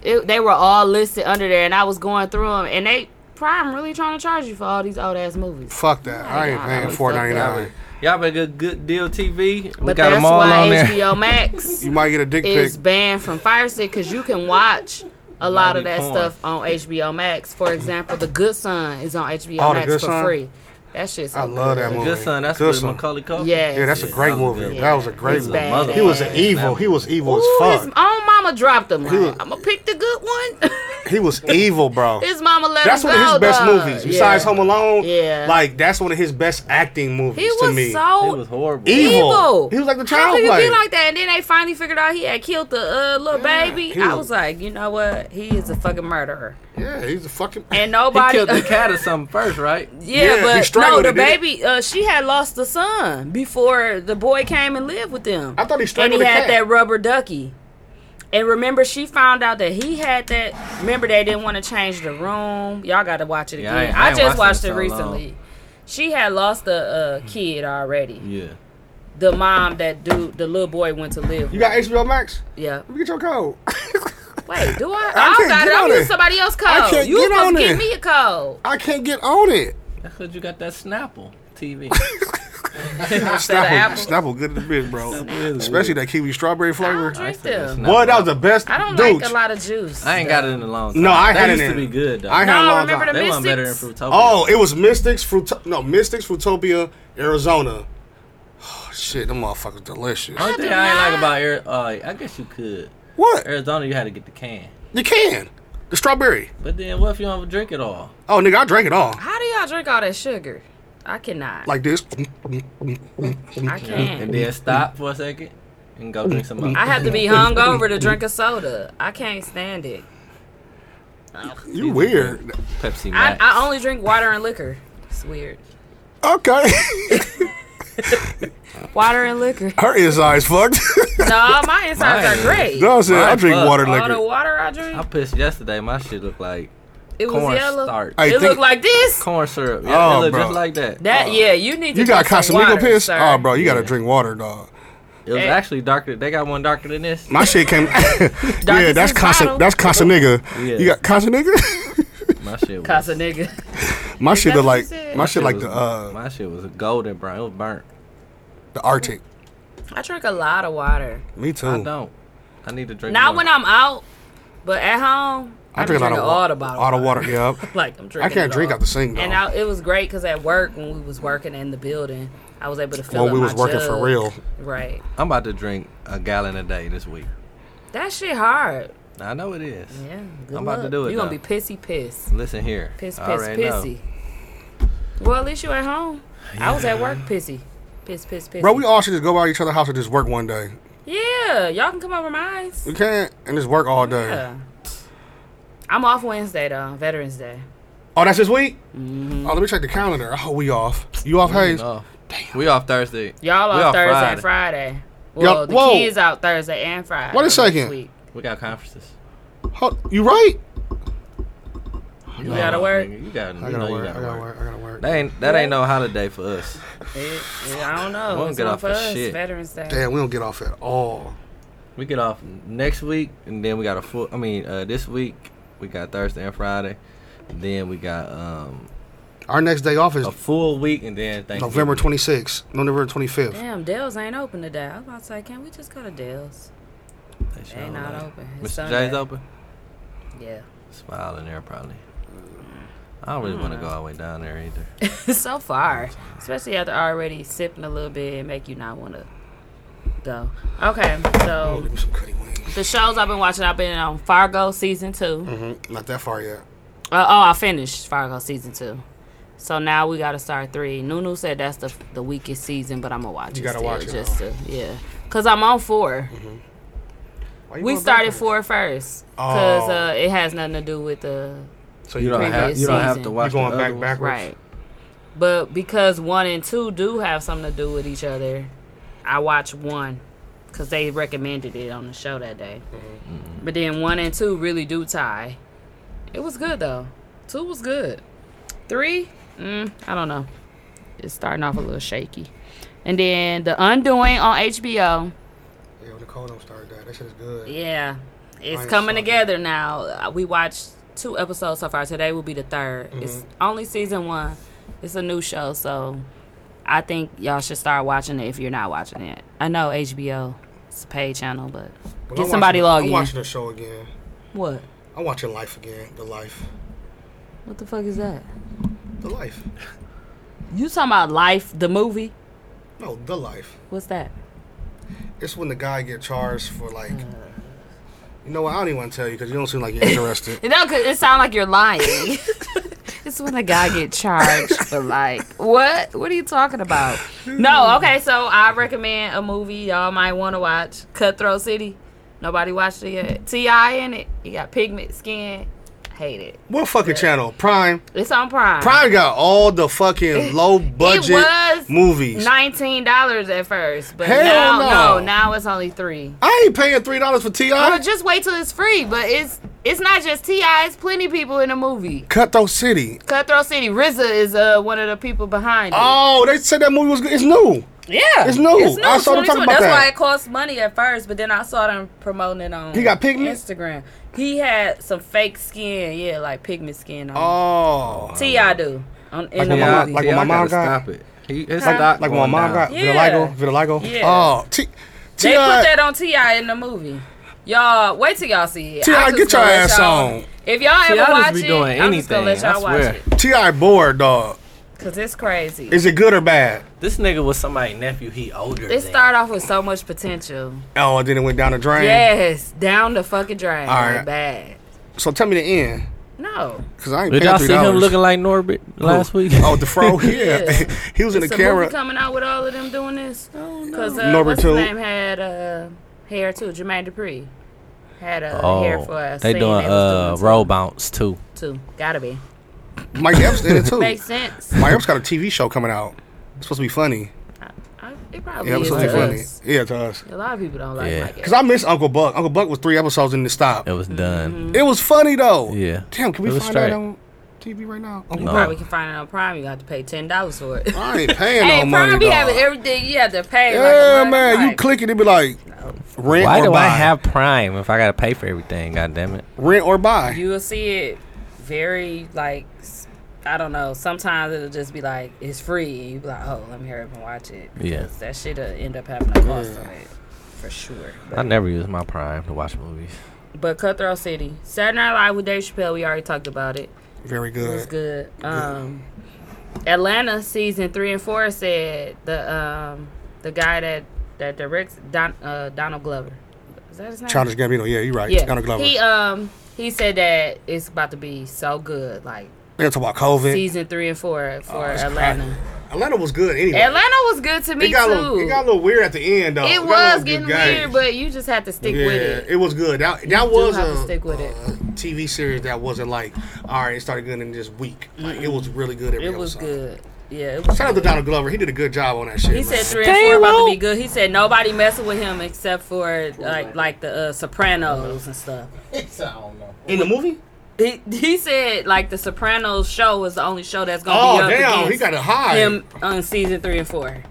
S7: it, they were all listed under there, and I was going through them, and they Prime really trying to charge you for all these old ass movies.
S4: Fuck that. I ain't
S7: God,
S4: paying
S7: I'm
S4: four
S7: fucked
S4: ninety
S7: up.
S4: nine.
S1: Y'all been good, good deal TV. We
S7: But
S1: got
S7: that's
S1: them all
S7: why
S1: on there.
S7: HBO Max
S4: You might get a dick pic.
S7: is banned from Firestick because you can watch a lot of
S1: Might
S7: that
S1: be porn.
S7: stuff on HBO Max. For example, The Good Son is on HBO
S4: Oh, The
S7: Max for
S4: Good Son?
S7: free. That shit's so
S4: I love that
S7: good.
S4: movie.
S1: Good son. That's
S4: Good
S1: with
S4: Son.
S1: Macaulay Culkin.
S7: Yes.
S4: Yeah, that's a
S1: Yeah,
S4: great
S1: that was
S4: movie.
S1: good.
S4: That was a great
S1: He's a
S4: movie.
S1: motherfucker.
S4: He was an
S7: badass.
S4: evil. He was evil
S7: Ooh,
S4: as
S7: his
S4: fuck.
S7: own mama dropped him. Like, I'm gonna pick the good one.
S4: He was evil, bro.
S7: his mama let
S4: That's
S7: him
S4: one
S7: go.
S4: of his best
S7: dog.
S4: movies. Besides
S7: Yeah.
S4: Home Alone,
S7: Yeah.
S4: like that's one of his best acting movies
S7: He
S4: to
S7: was
S4: me.
S7: so
S1: It was horrible.
S4: Evil.
S7: evil.
S4: He was like the
S7: How
S4: child
S7: could you
S4: play.
S7: be like that? And then they finally figured out he had killed the uh, little baby.
S4: he
S7: I
S4: was-
S7: was like, you know what? He is a fucking murderer.
S4: yeah, he's a fucking.
S7: And
S1: He
S7: nobody.
S1: killed the cat or something first, right?
S4: Yeah,
S7: yeah,
S4: he
S7: but no,
S4: strangled
S7: the
S4: it, didn't
S7: baby. Uh, she had lost the son before the boy came and lived with them.
S4: I thought he
S7: and
S4: strangled
S7: he
S4: the
S7: had
S4: cat.
S7: that rubber ducky. And remember, she found out that he had that. Remember, they didn't want to change the room. Y'all got to watch it
S1: Yeah,
S7: again.
S1: I ain't- I
S7: I,
S1: ain't
S7: just watched
S1: watched
S7: it
S1: it in so long.
S7: recently. She had lost a uh, kid already.
S1: Yeah.
S7: the mom that dude, the little boy went to live. with.
S4: You got HBO Max?
S7: yeah.
S4: Let me get your code.
S7: Wait, do I?
S4: I
S7: I
S4: can't
S7: don't got
S4: get
S7: it.
S4: on
S7: I'm
S4: it.
S7: using somebody else's code.
S4: I can't
S7: you
S4: get on
S7: supposed to
S4: it.
S7: give me a code.
S4: I can't get on it.
S1: That's because you got that Snapple TV.
S7: Instead of
S4: Snapple,
S7: apple.
S4: Snapple good in the bitch, bro.
S1: Especially.
S4: Especially that kiwi strawberry
S7: I
S4: flavor.
S7: don't drink
S1: said it's
S7: them.
S1: not-
S4: Boy, that was the best.
S7: I don't
S4: dude.
S7: like a lot of juice.
S1: I ain't got it in a long time.
S4: No, I
S1: that
S4: had it
S1: used
S4: in.
S1: to be good though.
S4: I had a
S7: No,
S4: long
S7: remember
S4: time.
S7: the
S1: they wasn't better than
S7: mystics.
S1: Fruitopia.
S4: Oh, it was Mystics, Fruit- no Mystics, Fruitopia, Arizona. Oh shit, them motherfuckers delicious.
S1: Only thing I ain't like about Ari- uh, I guess you could
S4: What?
S1: Arizona. You had to get the can.
S4: You can. The The strawberry.
S1: But then what if you don't drink it all?
S4: Oh, nigga, I drank it all.
S7: How do y'all drink all that sugar? I cannot.
S4: Like mm-hmm. this.
S7: I
S1: And
S7: can't.
S1: then stop for a second and go drink some more.
S7: I have to be
S4: Mm-hmm.
S7: hungover to drink a soda. I can't stand it.
S4: You weird.
S1: Pepsi
S7: I,
S1: Max.
S7: I only drink water and liquor. It's weird.
S4: Okay.
S7: Water and liquor.
S4: Her insides fucked.
S7: No, my insides
S1: Mine-
S7: are great.
S4: no, I'm saying I
S1: Mine
S4: drink
S1: fucked.
S4: water
S7: All the
S4: liquor.
S7: water I
S1: I
S7: drink,
S1: pissed yesterday. My shit looked like
S7: it was
S1: corn
S7: yellow.
S1: starch.
S4: Hey,
S7: It
S4: think-
S7: looked like this.
S1: corn syrup. Yeah,
S4: Oh,
S1: it looked
S4: bro.
S1: just like that.
S7: That yeah, you need to.
S4: You got
S7: drink some water,
S4: Casamigo piss?
S7: sir.
S4: Oh, bro, you gotta
S1: Yeah.
S4: drink water, dog.
S1: It was
S7: Hey.
S1: actually darker. They got one darker than this.
S4: My shit came. yeah,
S7: since
S4: that's Casa.
S7: bottle.
S4: That's Casa nigga.
S1: Yeah.
S4: You got Casa nigga.
S1: My shit was.
S7: Casa nigga.
S4: my shit
S7: that
S4: look
S7: what you
S4: like
S7: said?
S4: my shit like
S1: was-
S4: the uh
S1: My shit was a golden brown. It was burnt.
S4: the Arctic.
S7: I drink a lot of water.
S4: Me too.
S1: I don't. I need to drink.
S7: Not
S1: more.
S7: when I'm out, but at home, I,
S4: I drink a lot of
S7: all the
S4: water.
S7: bottle.
S4: All the water. Yeah.
S7: Like I'm drinking.
S4: I can't
S7: it
S4: drink
S7: all.
S4: out the sink
S7: And
S4: though.
S7: I, it was great because at work when we was working in the building, I was able to fill
S4: When
S7: up
S4: we
S7: my
S4: was working for
S7: jug.
S4: real.
S7: Right.
S1: I'm about to drink a gallon a day this week.
S7: That shit hard.
S1: I know it is.
S7: Yeah. Good
S1: I'm about to
S7: luck.
S1: do it
S7: You gonna
S1: now.
S7: be pissy piss.
S1: Listen here.
S7: Piss piss
S1: I already know.
S7: pissy. Well, at least you at home. I was at work pissy. Piss piss piss.
S4: Bro, we all should just go by each other's house and just work one day.
S7: Yeah, y'all can come over mine.
S4: We can't and just work all day.
S7: Yeah. I'm off Wednesday though, Veterans Day.
S4: Oh, that's this week. Oh, let me check the calendar. Oh, we off. You off, Hayes?
S1: No. Oh. We off Thursday.
S7: Y'all
S1: We off
S7: off Thursday
S1: Friday.
S7: and Friday. Well,
S4: Yup.
S7: the
S4: Whoa.
S7: kids out Thursday and Friday.
S4: Wait a
S7: this
S4: second.
S7: week.
S1: We got conferences.
S4: Ho- you right?
S7: You gotta work.
S1: Oh, Nigga, You gotta,
S4: I
S1: you
S4: gotta
S1: know
S4: work.
S1: you
S4: I
S1: gotta
S4: gotta
S1: work.
S4: work. I gotta work.
S1: That ain't that ain't no holiday for us.
S7: It- it- I don't know.
S1: We don't
S7: It's
S1: get
S7: on
S1: off
S7: for
S1: of
S7: us,
S1: shit.
S7: Veterans Day.
S4: Damn, we don't get off at all.
S1: We get off next week, and then we got a full. I mean, uh, this week we got Thursday and Friday. Then we got um,
S4: Our next day off is
S1: a full week, and then Thanksgiving.
S4: November 26th, November 25th.
S7: Damn, Dell's ain't open today. I was about to say, can we just go to Dell's?
S1: They sure
S7: They not
S1: like-
S7: open. It's
S1: Mr.
S7: Sunday.
S1: J's open.
S7: Yeah.
S1: Smiling there probably. I don't really want
S7: Mm.
S1: to go all the way down there either.
S7: so far. Especially after already sipping a little bit and make you not want to go. Okay, so
S4: Give me some cutty wings.
S7: the shows I've been watching, I've been on Fargo season 2
S4: Mm, Not that far yet.
S7: Uh, oh, I finished Fargo season two. So now we got to start three. Nunu said that's the the weakest season, but I'm gonna watch it.
S4: You gotta
S7: still,
S4: watch it,
S7: just to, yeah, cause I'm on 4
S4: Why you
S7: We
S4: going back
S7: started
S4: on
S7: four first, cause
S4: Oh.
S7: uh, it has nothing to do with the
S4: it? So
S1: You
S4: you
S1: don't
S4: don't.
S1: have
S7: Previous
S1: you don't have to
S7: season.
S1: watch.
S4: You going
S1: the
S4: back
S1: other
S4: backwards?
S1: ones.
S7: right. But because one and two do have something to do with each other, I watch one, cause they recommended it on the show that day. But then one and two really do tie. It was good though. Two was good. Three, mm, I don't know. It's starting off a little shaky. And then The Undoing on HBO.
S4: Yeah, when Nicole don't start that, that shit is good.
S7: Yeah,
S4: I
S7: it's
S4: ain't
S7: coming
S4: saw it.
S7: together now. Uh, We watched two episodes so far. Today will be the 3rd
S4: Mm-hmm.
S7: It's only season one. It's a new show, so I think y'all should start watching it if you're not watching it. I know HBO is a paid channel, but
S4: But
S7: get
S4: I'm
S7: somebody
S4: watching-
S7: log
S4: I'm
S7: in.
S4: watching the show again.
S7: What?
S4: I'm watching Life again. The Life.
S7: What the fuck is that?
S4: The Life.
S7: You talking about Life, the movie?
S4: No, The Life.
S7: What's that?
S4: It's when the guy get charged for like. You know what? I don't even want to tell you because you don't seem like you're interested.
S7: No, cause it sound like you're lying. it's when a guy get charged for like what? What are you talking about? No, okay. So I recommend a movie y'all might want to watch, Cutthroat City. Nobody watched it yet. Ti in it. You got pigment skin. Hate it.
S4: what fucking channel? Prime.
S7: It's on Prime.
S4: Prime got all the fucking low budget
S7: was
S4: movies.
S7: Nineteen dollars at first, but
S4: Hell
S7: now no,
S4: no.
S7: now it's only three.
S4: I ain't paying three dollars for Ti.
S7: But just wait till it's free. But it's it's not just Ti. It's plenty people in the movie.
S4: Cutthroat City.
S7: Cutthroat City. RZA is uh one of the people behind it.
S4: Oh, they said that movie was good. It's new.
S7: Yeah,
S4: It's new. I saw
S7: 22.
S4: them talking about
S7: That's
S4: that.
S7: why it cost money at first, but then I saw them promoting it on.
S4: He got pigment?
S7: Instagram. He had some fake skin, yeah, like pigment skin on.
S4: Oh.
S7: T I do on in the
S4: when my-
S7: movie.
S4: like when my
S1: I
S4: mom
S1: gotta
S4: got-
S1: Stop it. He, it's
S7: Huh?
S1: not
S4: Like when my mom got
S1: going
S7: Yeah.
S4: vitiligo. Vitiligo.
S7: Yeah.
S4: Oh, T.
S7: they put
S4: Ti.
S7: that on Ti in the movie. Y'all, wait till y'all see it.
S4: T.I.,
S7: I just
S4: get
S7: gonna
S4: your
S7: let
S4: ass
S7: y'all-
S4: on.
S7: If y'all ever
S1: T.I. just
S7: watch
S1: be
S7: it,
S1: doing
S7: I'm just gonna let
S1: anything, I
S7: y'all watch
S1: swear.
S7: it
S4: Ti bored dog.
S7: because it's crazy.
S4: Is it good or bad?
S1: down. This nigga was somebody's nephew. He older.
S7: they
S1: than.
S7: start off with so much potential.
S4: Oh, and then it went down the drain.
S7: Yes, down the fucking drain.
S4: All right.
S7: Like, bad.
S4: So tell me the end,
S7: No.
S4: cause I ain't
S1: Did
S4: paying
S1: y'all
S4: three
S1: see him
S4: dollars.
S1: looking like Norbit last week?
S4: Oh, with the fro. Yeah,
S7: Yeah.
S4: he was in the
S7: It's a
S4: camera.
S7: movie coming out with all of them doing this. Because uh,
S4: Norbert
S7: what's
S4: too.
S7: his name had uh, hair too. Jermaine Dupri had uh,
S4: Oh.
S7: hair for a
S1: Oh, they
S7: scene
S1: doing
S7: they
S1: uh
S7: was doing
S1: roll bounce too.
S7: too. too. Gotta be.
S4: Mike Epps did it too.
S7: Makes sense.
S4: Mike Epps got a TV show coming out. It's supposed to be funny.
S7: I, it probably
S4: Yeah, it was
S7: is
S4: supposed to
S7: to
S4: be funny.
S7: us.
S4: Yeah, to us.
S7: A lot of people don't like
S1: Yeah.
S7: yeah. Mike.
S4: Cause I miss Uncle Buck. Uncle Buck was three episodes and it stopped.
S1: It was
S7: Mm-hmm.
S1: done.
S4: It was funny though.
S1: Yeah.
S4: Damn, can we
S1: It
S4: find
S1: was straight.
S4: that on TV right now?
S1: No.
S4: Uncle Buck.
S7: Probably can find it on Prime. You have to pay ten dollars for it.
S4: I ain't paying
S7: hey, Prime
S4: no money.
S7: be
S4: dawg.
S7: having everything. You have to pay.
S4: yeah,
S7: like,
S4: man. You
S7: Like,
S4: click it, it be like rent
S1: Why
S4: or
S1: do
S4: buy.
S1: I have Prime if I gotta pay for everything? God damn it!
S4: rent or buy?
S7: you will see it very like s- I don't know. Sometimes it'll just be like it's free. and You be like, oh, let me hurry up and watch it.
S1: Yeah.
S7: Because that shit'll end up having a cost on it for sure.
S1: I never use my Prime to watch movies.
S7: But Cutthroat City, Saturday Night Live with Dave Chappelle. We already talked about it.
S4: Very
S7: It was
S4: good.
S7: good. Um, Atlanta season three and four said the um the guy that that directs Don uh, Donald Glover. Is that his name?
S4: Childish Gambino. Yeah, you're right.
S7: yeah.
S4: Donald Glover.
S7: He um he said that it's about to be so good. Like
S4: they talk about COVID.
S7: season three and four for
S4: it's
S7: Atlanta.
S4: Atlanta was good anyway.
S7: Atlanta was good to me
S4: it got
S7: too.
S4: a little, it got a little weird at the end though.
S7: It
S4: got a
S7: was
S4: little
S7: getting
S4: good game.
S7: weird, but you just had to stick
S4: yeah,
S7: with it.
S4: was good. That that
S7: do
S4: was
S7: have
S4: a
S7: to stick with it.
S4: uh, TV series that wasn't like all right. It started good in this week. Like it was really good. Every
S7: It was
S4: episode.
S7: good. Yeah, it was.
S4: Shout out to Donald Glover. He did a good job on that shit.
S7: He
S4: man.
S7: said three and four about to be good. He said nobody messing with him except for like like the uh, Sopranos and stuff.
S9: It's, I don't know.
S4: in the movie.
S7: He, he said like the Sopranos show was the only show that's gonna be
S4: Oh
S7: up
S4: damn,
S7: against
S4: he got a high.
S7: him on season three and four. This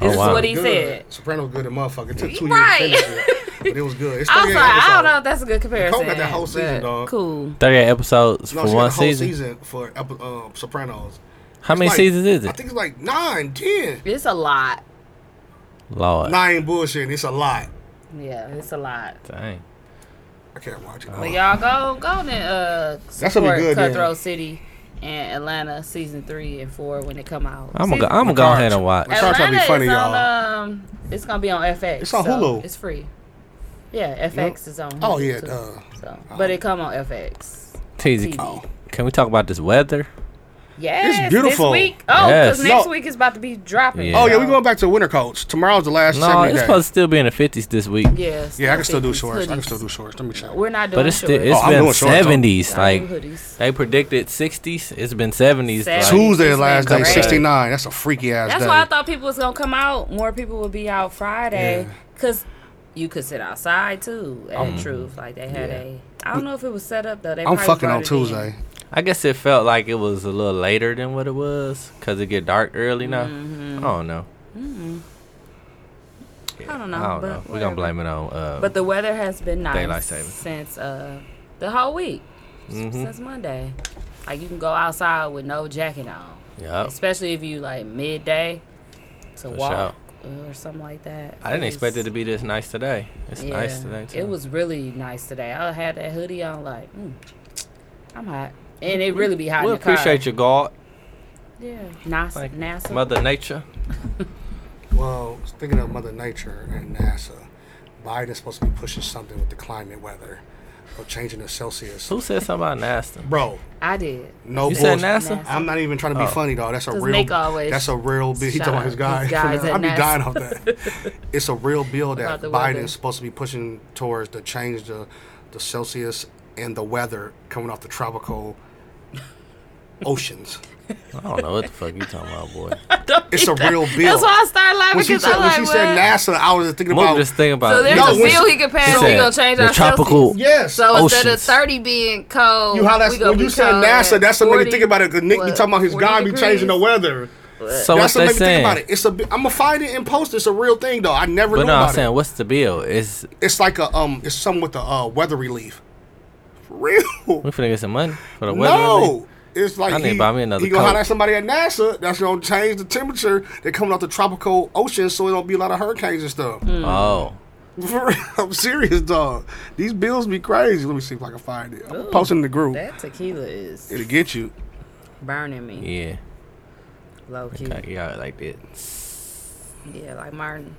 S1: Oh, wow.
S7: is what he
S4: good.
S7: said.
S4: Soprano good and motherfucker. It took two
S7: Right.
S4: years to finish it, but it was good. It's
S7: I was
S4: 38
S7: like, I don't
S4: episodes.
S7: know if that's a good comparison.
S4: got that whole season,
S7: but
S4: dog.
S7: Cool.
S1: Thirty-eight episodes
S4: No,
S1: for
S4: she
S1: one
S4: got a whole
S1: season.
S4: season, for epi- uh, Sopranos.
S1: How many
S4: Like,
S1: seasons is
S4: I
S1: it?
S4: think it's like nine, ten.
S7: It's a lot.
S1: Lord,
S4: Nine bullshit. It's a lot.
S7: Yeah, it's a lot.
S1: dang.
S4: I can't watch it. Oh.
S7: But y'all go go and uh
S4: That's gonna be
S7: support
S4: good, then.
S7: Cutthroat City and Atlanta season three and four when they come out.
S1: I'm
S7: Season-
S1: gonna I'm gonna go ahead and watch.
S4: It's trying to be
S7: Atlanta
S4: funny,
S7: is on,
S4: y'all.
S7: Um, it's gonna be on FX.
S4: It's on
S7: so
S4: Hulu.
S7: It's free. Yeah, FX is on.
S4: Oh,
S7: Hulu,
S4: yeah,
S7: too.
S4: duh. Oh.
S7: so, but it come on FX.
S1: Teasy,
S7: TV.
S1: can we talk about this weather?
S7: Yes,
S4: beautiful.
S7: This week. Oh, because
S1: Yes.
S7: next
S4: No.
S7: week is about to be dropping.
S1: Yeah.
S4: Oh yeah, we're going back to winter coats. Tomorrow's the last.
S1: No,
S4: segment
S1: it's
S4: day.
S1: supposed to still be in the fifties this week,
S7: Yes.
S4: Yeah, I can still do
S7: hoodies,
S4: shorts. I can
S7: hoodies.
S4: still do shorts. Let me check.
S7: We're not doing
S1: but it's still
S7: shorts.
S1: it's
S4: Oh, I'm
S1: been
S4: doing shorts, though.
S1: seventies.
S7: I
S1: Like
S7: do hoodies.
S1: they predicted sixties, it's been seventies.
S7: Seventies.
S1: Like,
S4: Tuesday
S7: It's
S4: is last
S7: been
S4: day,
S7: great.
S4: sixty nine. That's a freaky ass
S7: That's
S4: day.
S7: why I thought people was gonna come out. More people would be out Friday because you could sit outside too. At Truth, like they had a. I don't know if it was set up though. They
S4: I'm
S7: probably
S4: fucking on
S7: brought it in.
S4: Tuesday.
S1: I guess it felt like it was a little later than what it was because it get dark early now. I don't know.
S7: Mm-hmm. I don't know.
S1: I don't know. We're
S7: but whatever.
S1: gonna blame it on. Uh,
S7: But the weather has been nice
S1: Daylight savings.
S7: since uh, the whole week, s-
S4: Mm-hmm.
S7: since Monday. Like you can go outside with no jacket on,
S1: yup.
S7: especially if you like midday to walk or something like that.
S1: I didn't expect it to be this nice today. It's
S7: Yeah,
S1: nice today too.
S7: it was really nice today. I had that hoodie on, like mm, I'm hot, and it really be hot.
S1: We
S7: in the car.
S1: appreciate your God,
S7: Yeah, NASA,
S1: Thank you.
S7: NASA.
S1: Mother Nature.
S4: Well, speaking of Mother Nature and NASA, Biden's supposed to be pushing something with the climate weather or changing the Celsius.
S1: Who said something about nasty?
S4: Bro,
S7: I did.
S4: no
S1: You said
S4: bullshit.
S1: NASA?
S4: I'm not even trying to be
S1: Oh.
S4: funny, dog. That's a
S7: 'Cause
S4: real.
S7: Nick always
S4: that's a real. Bi- he
S7: shout
S4: talking about
S7: out
S4: his guy.
S7: his guys at
S4: I be
S7: NASA.
S4: dying off that. it's a real bill that
S7: About the weather.
S4: Biden's supposed to be pushing towards to change the the Celsius and the weather coming off the tropical oceans.
S1: I don't know what the fuck you talking about, boy.
S4: It's a real bill.
S7: That's why I started laughing
S4: when she
S7: because
S4: said,
S7: I
S4: when
S7: like
S4: she
S7: what.
S4: said NASA, I was thinking
S1: Move
S4: about
S1: this thing about.
S7: so there's
S4: No,
S7: a
S4: when
S7: bill
S4: she-
S7: he could pass.
S1: He
S7: We
S1: said
S7: gonna change
S1: the
S7: our
S1: tropical-
S7: Celsius.
S4: yes.
S7: So instead of
S1: Oceans.
S7: 30 being cold,
S4: You how that's
S7: we gonna
S4: when
S7: be
S4: you said
S7: cold
S4: NASA,
S7: at
S4: that's what made me
S7: 40
S4: think about it. Cause Nick be
S7: what,
S4: talking about his
S7: 40
S4: guy be changing the
S7: degrees?
S4: weather.
S1: so
S4: that's
S1: what's
S4: what
S1: they
S4: made me think
S1: saying?
S4: about it. It's a. bi- I'ma find it and post. it. It's a real thing though. I never
S1: But
S4: knew
S1: no,
S4: about
S1: I'm saying
S4: it.
S1: what's the bill? It's
S4: It's like a um. It's something with the uh, weather relief. For real?
S1: we finna get some money for the weather.
S4: no. It's like
S1: I need to
S4: he,
S1: buy me another
S4: he gonna
S1: coat.
S4: holler at somebody at NASA that's gonna change the temperature. They're coming out the tropical ocean, so it don't be a lot of hurricanes and stuff.
S7: Mm.
S1: relief? Oh,
S4: For real, I'm serious, dog. These bills be crazy. Let me see if I can find it. I'm posting in the group.
S7: That tequila is
S4: It'll get you.
S7: burning me.
S1: yeah.
S7: Low key.
S1: Like, yeah, like that.
S7: Yeah, like Martin.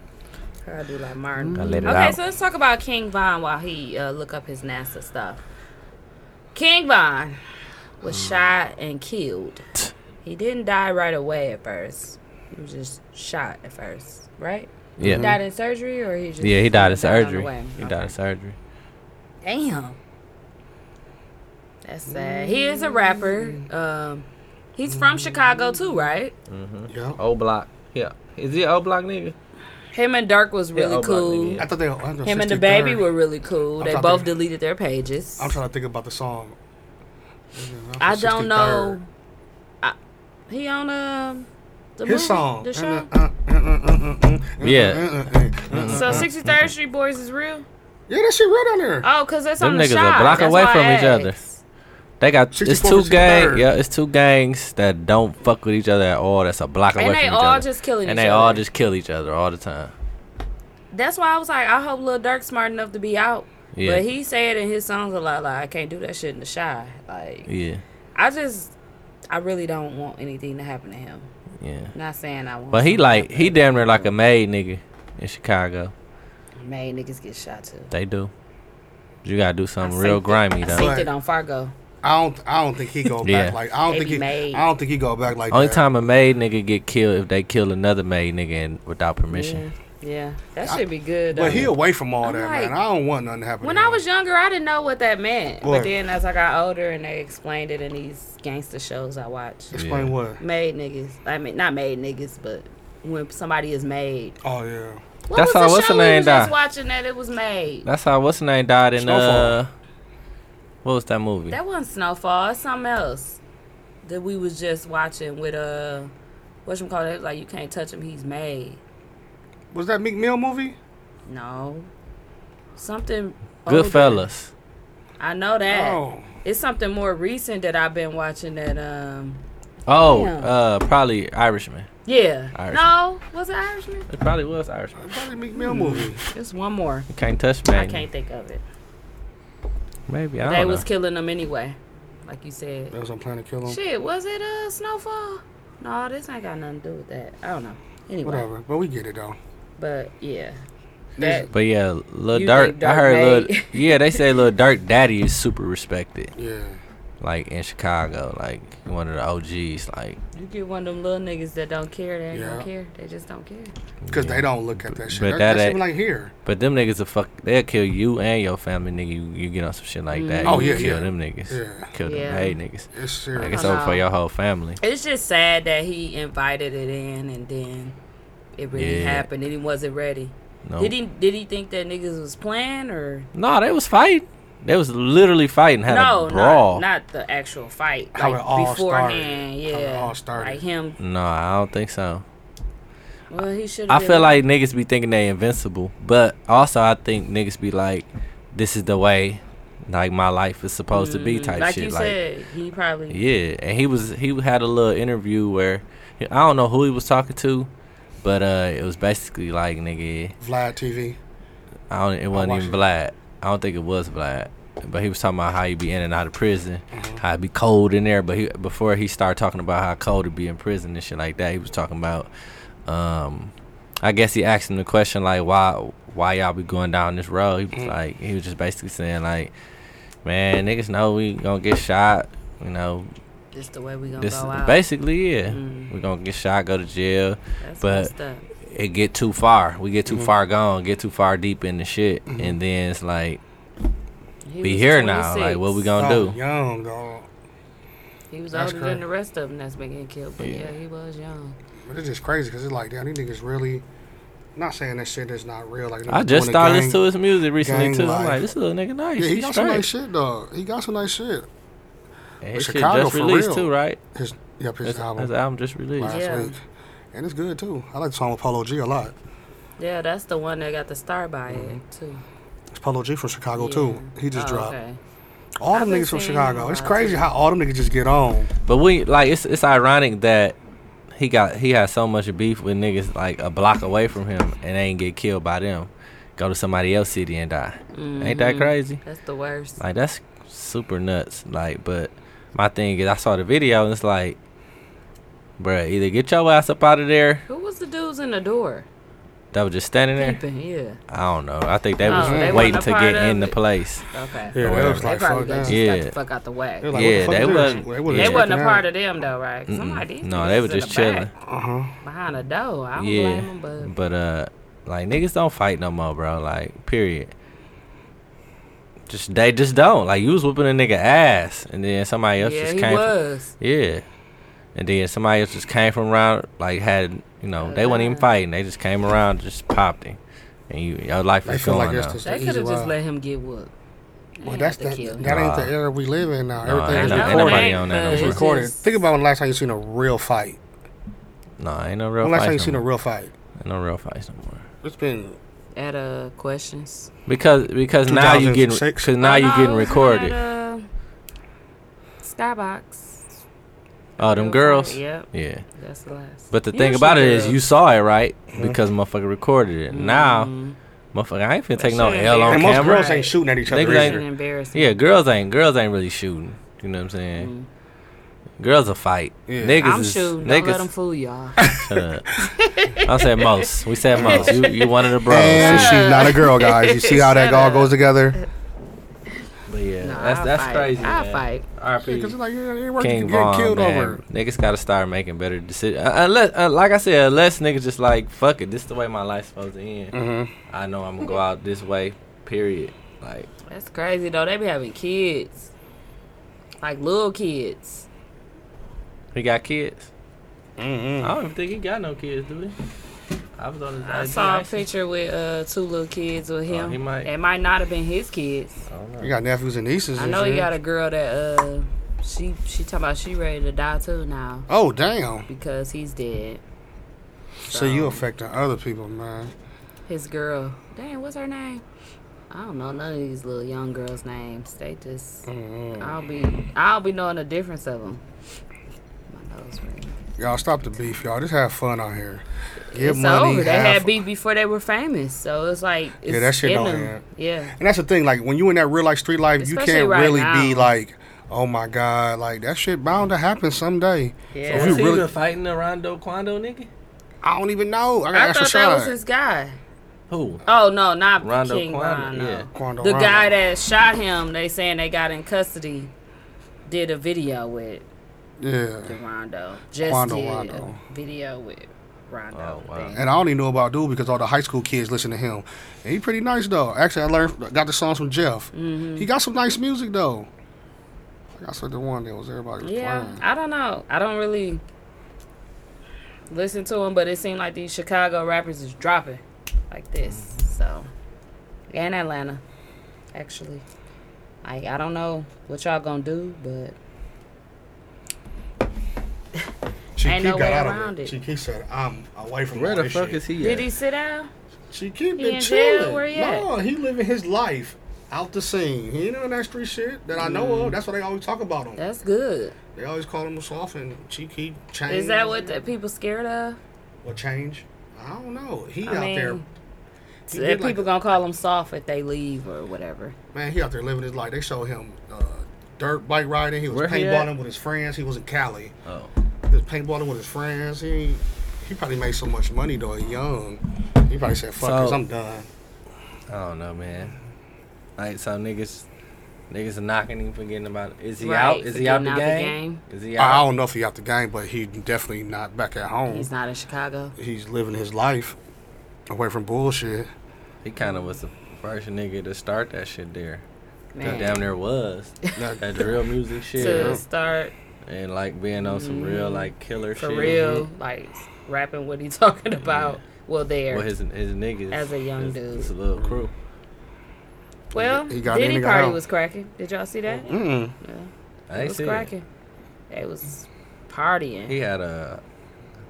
S7: I do like Martin.
S1: Gotta let it
S7: Okay,
S1: out.
S7: so let's talk about King Von while he uh, look up his NASA stuff. King Von was
S1: Mm.
S7: shot and killed. He didn't die right away at first. He was just shot at first, right?
S1: Yeah.
S7: He died in surgery, or he just
S1: Yeah, he died in
S7: on the
S1: surgery.
S7: way?
S1: He died in surgery.
S7: Damn. That's sad. He is
S1: Mm.
S7: a rapper. Um, he's from Chicago too, right?
S4: Yeah.
S1: O block. Yeah. Is he O block nigga?
S7: Him and Dirk was really
S1: Oblock,
S7: cool.
S1: nigga.
S4: I thought they. I know,
S7: Him and the
S4: 63rd.
S7: baby were really cool.
S4: I'm
S7: They
S4: trying to
S7: both
S4: think.
S7: delited their pages.
S4: I'm trying to think about the song.
S7: I don't know. I, he on um the
S4: His
S7: movie,
S4: song. Uh,
S7: the show.
S1: Yeah.
S7: so 63rd Street Boys is real.
S4: Yeah, that shit real down there.
S7: Oh, cause that's
S1: Them
S7: on the
S1: niggas a
S7: shop.
S1: block
S7: That's
S1: away
S7: why I
S1: from each other.
S7: asked.
S1: They got it's
S4: 64
S1: two
S4: for
S1: gang
S4: 63rd.
S1: yeah, it's two gangs that don't fuck with each other at all. That's a block away
S7: And
S1: from
S7: they
S1: each
S7: all
S1: other.
S7: just killing
S1: and
S7: each
S1: they all
S7: other.
S1: just kill each other all the time.
S7: That's why I was like, I hope Lil Durk's smart enough to be out.
S1: Yeah.
S7: But he said in his songs a lot, like, I can't do that shit in the shy. Like,
S1: Yeah.
S7: I just, I really don't want anything to happen to him.
S1: Yeah.
S7: Not saying I want.
S1: But he
S7: something
S1: like
S7: to
S1: he damn near like a maid nigga in Chicago.
S7: happen. made niggas get shot too.
S1: They do. You gotta do something
S7: I
S1: real
S7: synced it-
S1: grimy
S7: I
S1: though.
S7: synced it on Fargo.
S4: I don't. I don't think he go back.
S1: Yeah.
S4: Like I don't
S7: They
S4: think
S7: be
S4: he.
S7: made.
S4: I don't think he go back like
S1: Only
S4: that.
S1: time a maid nigga get killed if they kill another maid nigga and without permission.
S7: Yeah, that should be good. Though.
S4: But he away from all
S7: I'm
S4: that,
S7: like-
S4: man. I don't want nothing to happen.
S7: when
S4: to
S7: I
S4: him.
S7: was younger, I didn't know what that meant.
S4: What?
S7: But then as I got older and they explained it in these gangster shows I watch,
S4: explain
S1: Yeah.
S4: what?
S7: made niggas. I mean, not made niggas, but when somebody is made.
S4: Oh yeah.
S7: What
S1: That's
S7: was
S1: how-
S7: the
S1: what's
S7: show
S1: the
S7: we
S1: name
S7: was just
S1: die?
S7: watching that it was made?
S1: That's how what's the name died in uh
S4: Snowfall.
S1: what was that movie?
S7: That wasn't Snowfall. It's something else that we was just watching with uh, what you call it? Like you can't touch him. He's made.
S4: Was that Meek Mill movie?
S7: No, something. older.
S1: Goodfellas.
S7: I know that.
S4: Oh.
S7: It's something more recent that I've been watching. That um,
S1: Oh,
S7: Damn.
S1: uh probably Irishman.
S7: yeah.
S1: Irishman.
S7: No, was it Irishman?
S1: It probably was Irishman.
S4: Probably Meek Mill
S1: Mm-hmm.
S4: movie.
S7: It's one more.
S1: You can't touch
S7: I
S1: me.
S7: can't think of it.
S1: Maybe I
S7: They
S1: don't know. Oh.
S7: was killing them anyway, like you said.
S4: That was on Planet Kill 'Em.
S7: Shit, was it uh, Snowfall? No, this ain't got nothing to do with that. I don't know. Anyway,
S4: Whatever. But we get it though.
S7: but yeah,
S4: This-
S7: that
S1: but yeah, Lil
S7: You
S1: Durk.
S7: think
S1: I
S7: Durk
S1: heard Lil.
S7: made-
S1: Yeah, they say Lil Durk Daddy is super respected,
S4: Yeah.
S1: like in Chicago, like one of the OGs. Like
S7: You get one of them little niggas that don't care. They ain't
S4: Yeah.
S7: don't care. They just don't care.
S4: Because they don't look at that shit.
S1: But
S4: that,
S1: that
S4: that shit
S1: ain't-
S4: be like here.
S1: But them niggas will fuck. They'll kill you and your family, nigga. You, you get on some shit like that.
S4: Oh,
S1: you
S4: yeah,
S1: kill
S4: yeah.
S1: them niggas.
S4: Yeah.
S1: Kill them
S7: Mm-hmm. Yeah.
S1: hey niggas.
S4: It's
S1: Like
S4: serious.
S1: it's
S7: I
S1: over for
S7: know.
S1: your whole family.
S7: It's just sad that he invited it in and then it really
S1: Yeah.
S7: happened and he wasn't ready.
S1: No,
S7: Did he did he think that niggas was playing or
S1: no, they was fighting. They was literally fighting. Had
S7: no?
S1: a brawl.
S7: Not, not the actual fight.
S4: How
S7: like
S4: it all
S7: beforehand,
S4: started. How it
S7: yeah.
S4: all started.
S7: Like him.
S1: no, I don't think so.
S7: Well, he should.
S1: I feel like niggas be thinking they invincible, but also I think niggas be like, this is the way, like my life is supposed to be type
S7: Mm, like
S1: shit.
S7: you
S1: like
S7: said, he probably
S1: Yeah, and he was he had a little interview where I don't know who he was talking to, but uh it was basically like nigga,
S4: Vlad TV.
S1: I don't it wasn't
S4: watched
S1: even
S4: it.
S1: Vlad. I don't think it was Vlad. But he was talking about how he be in and out of prison, how it be cold in there. But he, before he started talking about how cold it be in prison and shit like that, he was talking about. Um, I guess he asked him the question like, "Why, why y'all be going down this road?" He was like, he was just basically saying like, "Man, niggas know we gonna get shot. You know,
S7: just the way we gonna
S1: this
S7: go out.
S1: basically yeah we're gonna get shot go to jail
S7: That's
S1: but-
S7: messed up.
S1: it get too far we get too far gone get too far deep in the shit and then it's like
S7: He
S1: be
S7: was
S1: here now like
S7: 26.
S1: what we gonna
S4: oh,
S1: do
S4: young dog.
S7: He was
S4: That's
S7: older
S4: crazy.
S7: than the rest of them that's been getting killed, but
S1: Yeah.
S7: yeah, he was young.
S4: But it's just crazy because it's like, damn, these niggas really. Not saying that shit is not real. Like
S1: I just started listening to his music recently
S4: gang
S1: too. I'm like,
S4: life.
S1: this little nigga nice.
S4: Yeah, he
S1: He's
S4: got
S1: straight.
S4: some nice shit, dog. He got some nice shit.
S1: And his
S4: Chicago
S1: shit just
S4: for
S1: released
S4: real.
S1: too, right?
S4: His yep, his
S1: His, his
S4: album
S1: album. just released.
S4: last
S7: Yeah.
S4: week, and it's good too. I like the song with Polo G a lot.
S7: Yeah, that's the one that got the star by
S1: Mm-hmm.
S7: it too.
S4: It's Polo G from Chicago
S7: Yeah.
S4: too. He just
S7: Oh,
S4: dropped.
S7: okay.
S4: All them
S7: I've been
S4: niggas from
S7: seeing
S4: Chicago.
S7: him uh,
S4: It's
S7: a lot,
S4: crazy
S7: too.
S4: how all them niggas just get on.
S1: But we like it's it's ironic that he got he had so much beef with niggas like a block away from him and they ain't get killed by them. Go to somebody else city and die. Ain't
S7: Mm-hmm.
S1: that crazy?
S7: That's the worst.
S1: Like that's super nuts. Like, but my thing is, I saw the video and it's like, bruh, either get your ass up out of there.
S7: Who was the dudes in the door?
S1: that was just standing there.
S7: Peeping, yeah.
S1: I don't know. I think they
S7: Oh,
S1: was
S7: they
S1: waiting
S7: wasn't
S1: to
S7: a
S1: get
S7: part of
S1: in the
S7: it.
S1: place.
S7: Okay.
S4: Yeah,
S1: Whatever.
S4: that was
S7: They
S4: like
S7: probably
S4: fuck
S7: got,
S4: that.
S7: just
S1: Yeah.
S7: got the fuck out the way.
S4: They're like,
S1: Yeah,
S4: what the fuck
S1: they
S4: is this?
S1: wasn't-
S4: They wasn't
S7: They
S1: Yeah.
S7: wasn't a
S4: expecting
S7: part
S4: that.
S7: of them though, right? 'Cause I'm like, these
S1: No, they
S7: niggas
S1: were
S7: in the
S1: just chilling.
S7: back, behind a door. I don't
S1: Yeah,
S7: blame them,
S1: but uh, like niggas don't fight no more, bro. Like period. Just they just don't. Like you was whooping a nigga ass, and then somebody
S7: but
S1: else
S7: yeah,
S1: just
S7: he
S1: came. From,
S7: was.
S1: yeah, and then somebody else just came from around. Like had you know they wasn't even
S7: Uh-huh.
S1: fighting. They just came around, just popped him, and you your life
S4: They
S1: is
S4: feel
S1: going
S4: like
S1: like
S4: it's just
S7: They
S4: an
S7: could
S4: easy
S7: have just
S4: ride.
S7: let him get whooped.
S4: Well, that's
S7: the
S4: that.
S7: kill.
S4: That ain't
S1: Nah.
S4: the era we live in now.
S1: No, ain't,
S4: Everything's
S1: no,
S7: Nah,
S1: ain't
S7: recorded.
S1: nobody on that.
S7: It's
S1: No,
S7: just-
S4: recorded. Think about when the last time you seen a real fight.
S1: nah, ain't no real
S4: When the last time you
S1: fights.
S4: seen
S1: No,
S4: a
S1: more.
S4: real fight?
S1: Ain't no real fights no more.
S4: It's been
S7: At uh questions.
S1: Because because now you getting
S4: 2006?
S1: because now you
S7: Oh,
S1: getting recorded.
S7: Skybox.
S1: Oh, them girls.
S7: Yep,
S1: Yeah.
S7: that's the last.
S1: But the
S7: Yeah,
S1: thing
S7: she
S1: about it is,
S7: did.
S1: you saw it right because motherfucker recorded it. Now,
S7: Mhm.
S1: motherfucker, I ain't finna take
S7: she
S1: no
S7: ain't
S1: L on
S4: and most
S1: camera.
S4: girls ain't shooting at each other.
S1: Niggas
S4: either.
S1: ain't-
S7: An embarrassment.
S1: yeah, girls ain't girls ain't really shooting. You know what I'm saying? Girls a fight.
S4: Yeah.
S1: Niggas
S7: Mm-hmm. I'm
S1: is
S7: shooting. Don't let them
S1: niggas.
S7: fool y'all.
S1: Shut up. I said most. We said most. You you one of the bros.
S4: And
S1: Yeah.
S4: she's not a girl, guys. You see how that all goes together?
S1: But yeah,
S7: Nah,
S1: that's
S7: I'll
S1: that's
S7: fight.
S1: crazy.
S7: I'll
S1: man.
S7: fight.
S1: R.P.
S4: Because like, yeah, ain't worth
S1: King
S4: getting
S1: Von,
S4: killed
S1: man.
S4: over.
S1: Niggas gotta start making better decisions. Uh, unless, uh, like I said, unless niggas just like, fuck it, this the way my life's supposed to end. I know I'm gonna go out this way. Period. Like,
S7: That's crazy though. They be having kids, like little kids.
S1: he got kids. I don't even think he got no kids, do he? I was on his.
S7: I
S1: IG
S7: saw a
S1: actually.
S7: picture with uh, two little kids with him.
S1: he might-
S7: It might not have been his kids.
S1: I don't know.
S4: You got nephews and nieces.
S7: I
S4: and
S7: know he
S4: shit.
S7: got a girl that uh, she she talking about she ready to die too now
S4: Oh damn!
S7: because he's dead.
S4: So you affecting other people, man.
S7: His girl, dang, what's her name? I don't know none of these little young girls' names. They just, I'll be, I'll be knowing the difference of them. My nose ring.
S4: Y'all stop the beef, y'all. Just have fun out here. Give
S7: it's
S4: money.
S7: over. They
S4: have
S7: had
S4: fun.
S7: beef before they were famous, so it's like it's
S4: that shit
S7: in
S4: don't
S7: them.
S4: end.
S7: Yeah,
S4: And that's the thing, like when you in that real life street life,
S7: Especially
S4: you can't
S7: right
S4: really
S7: now.
S4: be like, oh my god, like that shit bound to happen someday.
S7: yeah.
S4: So we
S1: Was he
S4: really-
S1: even fighting the Rondo Quando nigga?
S4: I don't even know. I
S7: I
S4: got
S7: thought
S4: extra
S7: that was
S4: shot.
S7: his guy.
S1: Who?
S7: Oh no, not
S1: Rondo
S7: King
S1: Quando,
S7: Rondo.
S1: yeah.
S4: Quando
S7: The
S4: Rondo.
S7: guy that shot him, they saying they got in custody, did a video with
S4: Yeah.
S7: Rondo. Just
S4: Quando
S7: did
S4: Rondo.
S7: a video with Rondo.
S1: Oh, wow.
S7: They-
S4: And I only knew about dude because all the high school kids listen to him. And he pretty nice though. Actually, I learned got the songs from Jeff.
S7: Mm-hmm.
S4: He got some nice music though. Like I said, the one that was everybody was
S7: Yeah,
S4: playing.
S7: I don't know. I don't really listen to him, but it seemed like these Chicago rappers is dropping like this. So, and Atlanta, actually. Like I don't know what y'all gonna do, but
S4: She
S7: Ain't
S4: keep
S7: no way around it.
S4: She keep said, "I'm away from
S1: Where
S4: all
S1: the
S4: this
S1: fuck
S4: shit."
S1: is he?
S7: did
S1: at?
S7: he sit down?
S4: She keep
S7: He
S4: been
S7: in jail?
S4: chilling.
S7: Where he at?
S4: no, he living his life out the scene. He ain't on that street shit that I know
S7: Mm-hmm.
S4: of. That's what they always talk about him.
S7: That's good.
S4: They always call him soft and she keep change.
S7: Is that what the people scared of?
S4: Or change? I don't know. He
S7: I
S4: out there,
S7: mean,
S4: He
S7: so that
S4: did like
S7: people
S4: a-
S7: gonna call him soft if they leave or whatever.
S4: man. He out there living his life. They show him uh, dirt bike riding. He was
S1: Where he
S4: paintballing
S1: at?
S4: with his friends. He was in Cali.
S1: Oh,
S4: He was paintballing with his friends. He he probably made so much money though. he Young. He probably said, "Fuck, this,
S1: So-
S4: I'm done."
S1: I don't know, man. Like, so niggas. Niggas are knocking him, forgetting about. Is he
S7: Right,
S1: out? Is he out the,
S7: forgetting out the
S1: game? Is he
S4: I
S1: out?
S4: don't know if he out the game, but he definitely not back at home.
S7: He's not in Chicago.
S4: he's living his life away from bullshit.
S1: He kind of was the first nigga to start that shit there. That
S7: Man.
S1: damn near was. That real music shit.
S7: To start
S1: And like being on some real like killer
S7: for
S1: shit.
S7: real, like rapping what he talking about. Well, there.
S1: With his his niggas.
S7: As a young
S1: his-
S7: dude.
S1: His little crew.
S7: well,
S4: He got in
S7: Diddy
S4: and got
S7: Party
S4: out.
S7: was cracking. Did y'all see that?
S4: Mm.
S1: I
S7: It
S1: ain't
S7: was
S1: see it.
S7: cracking. They was partying.
S1: He had a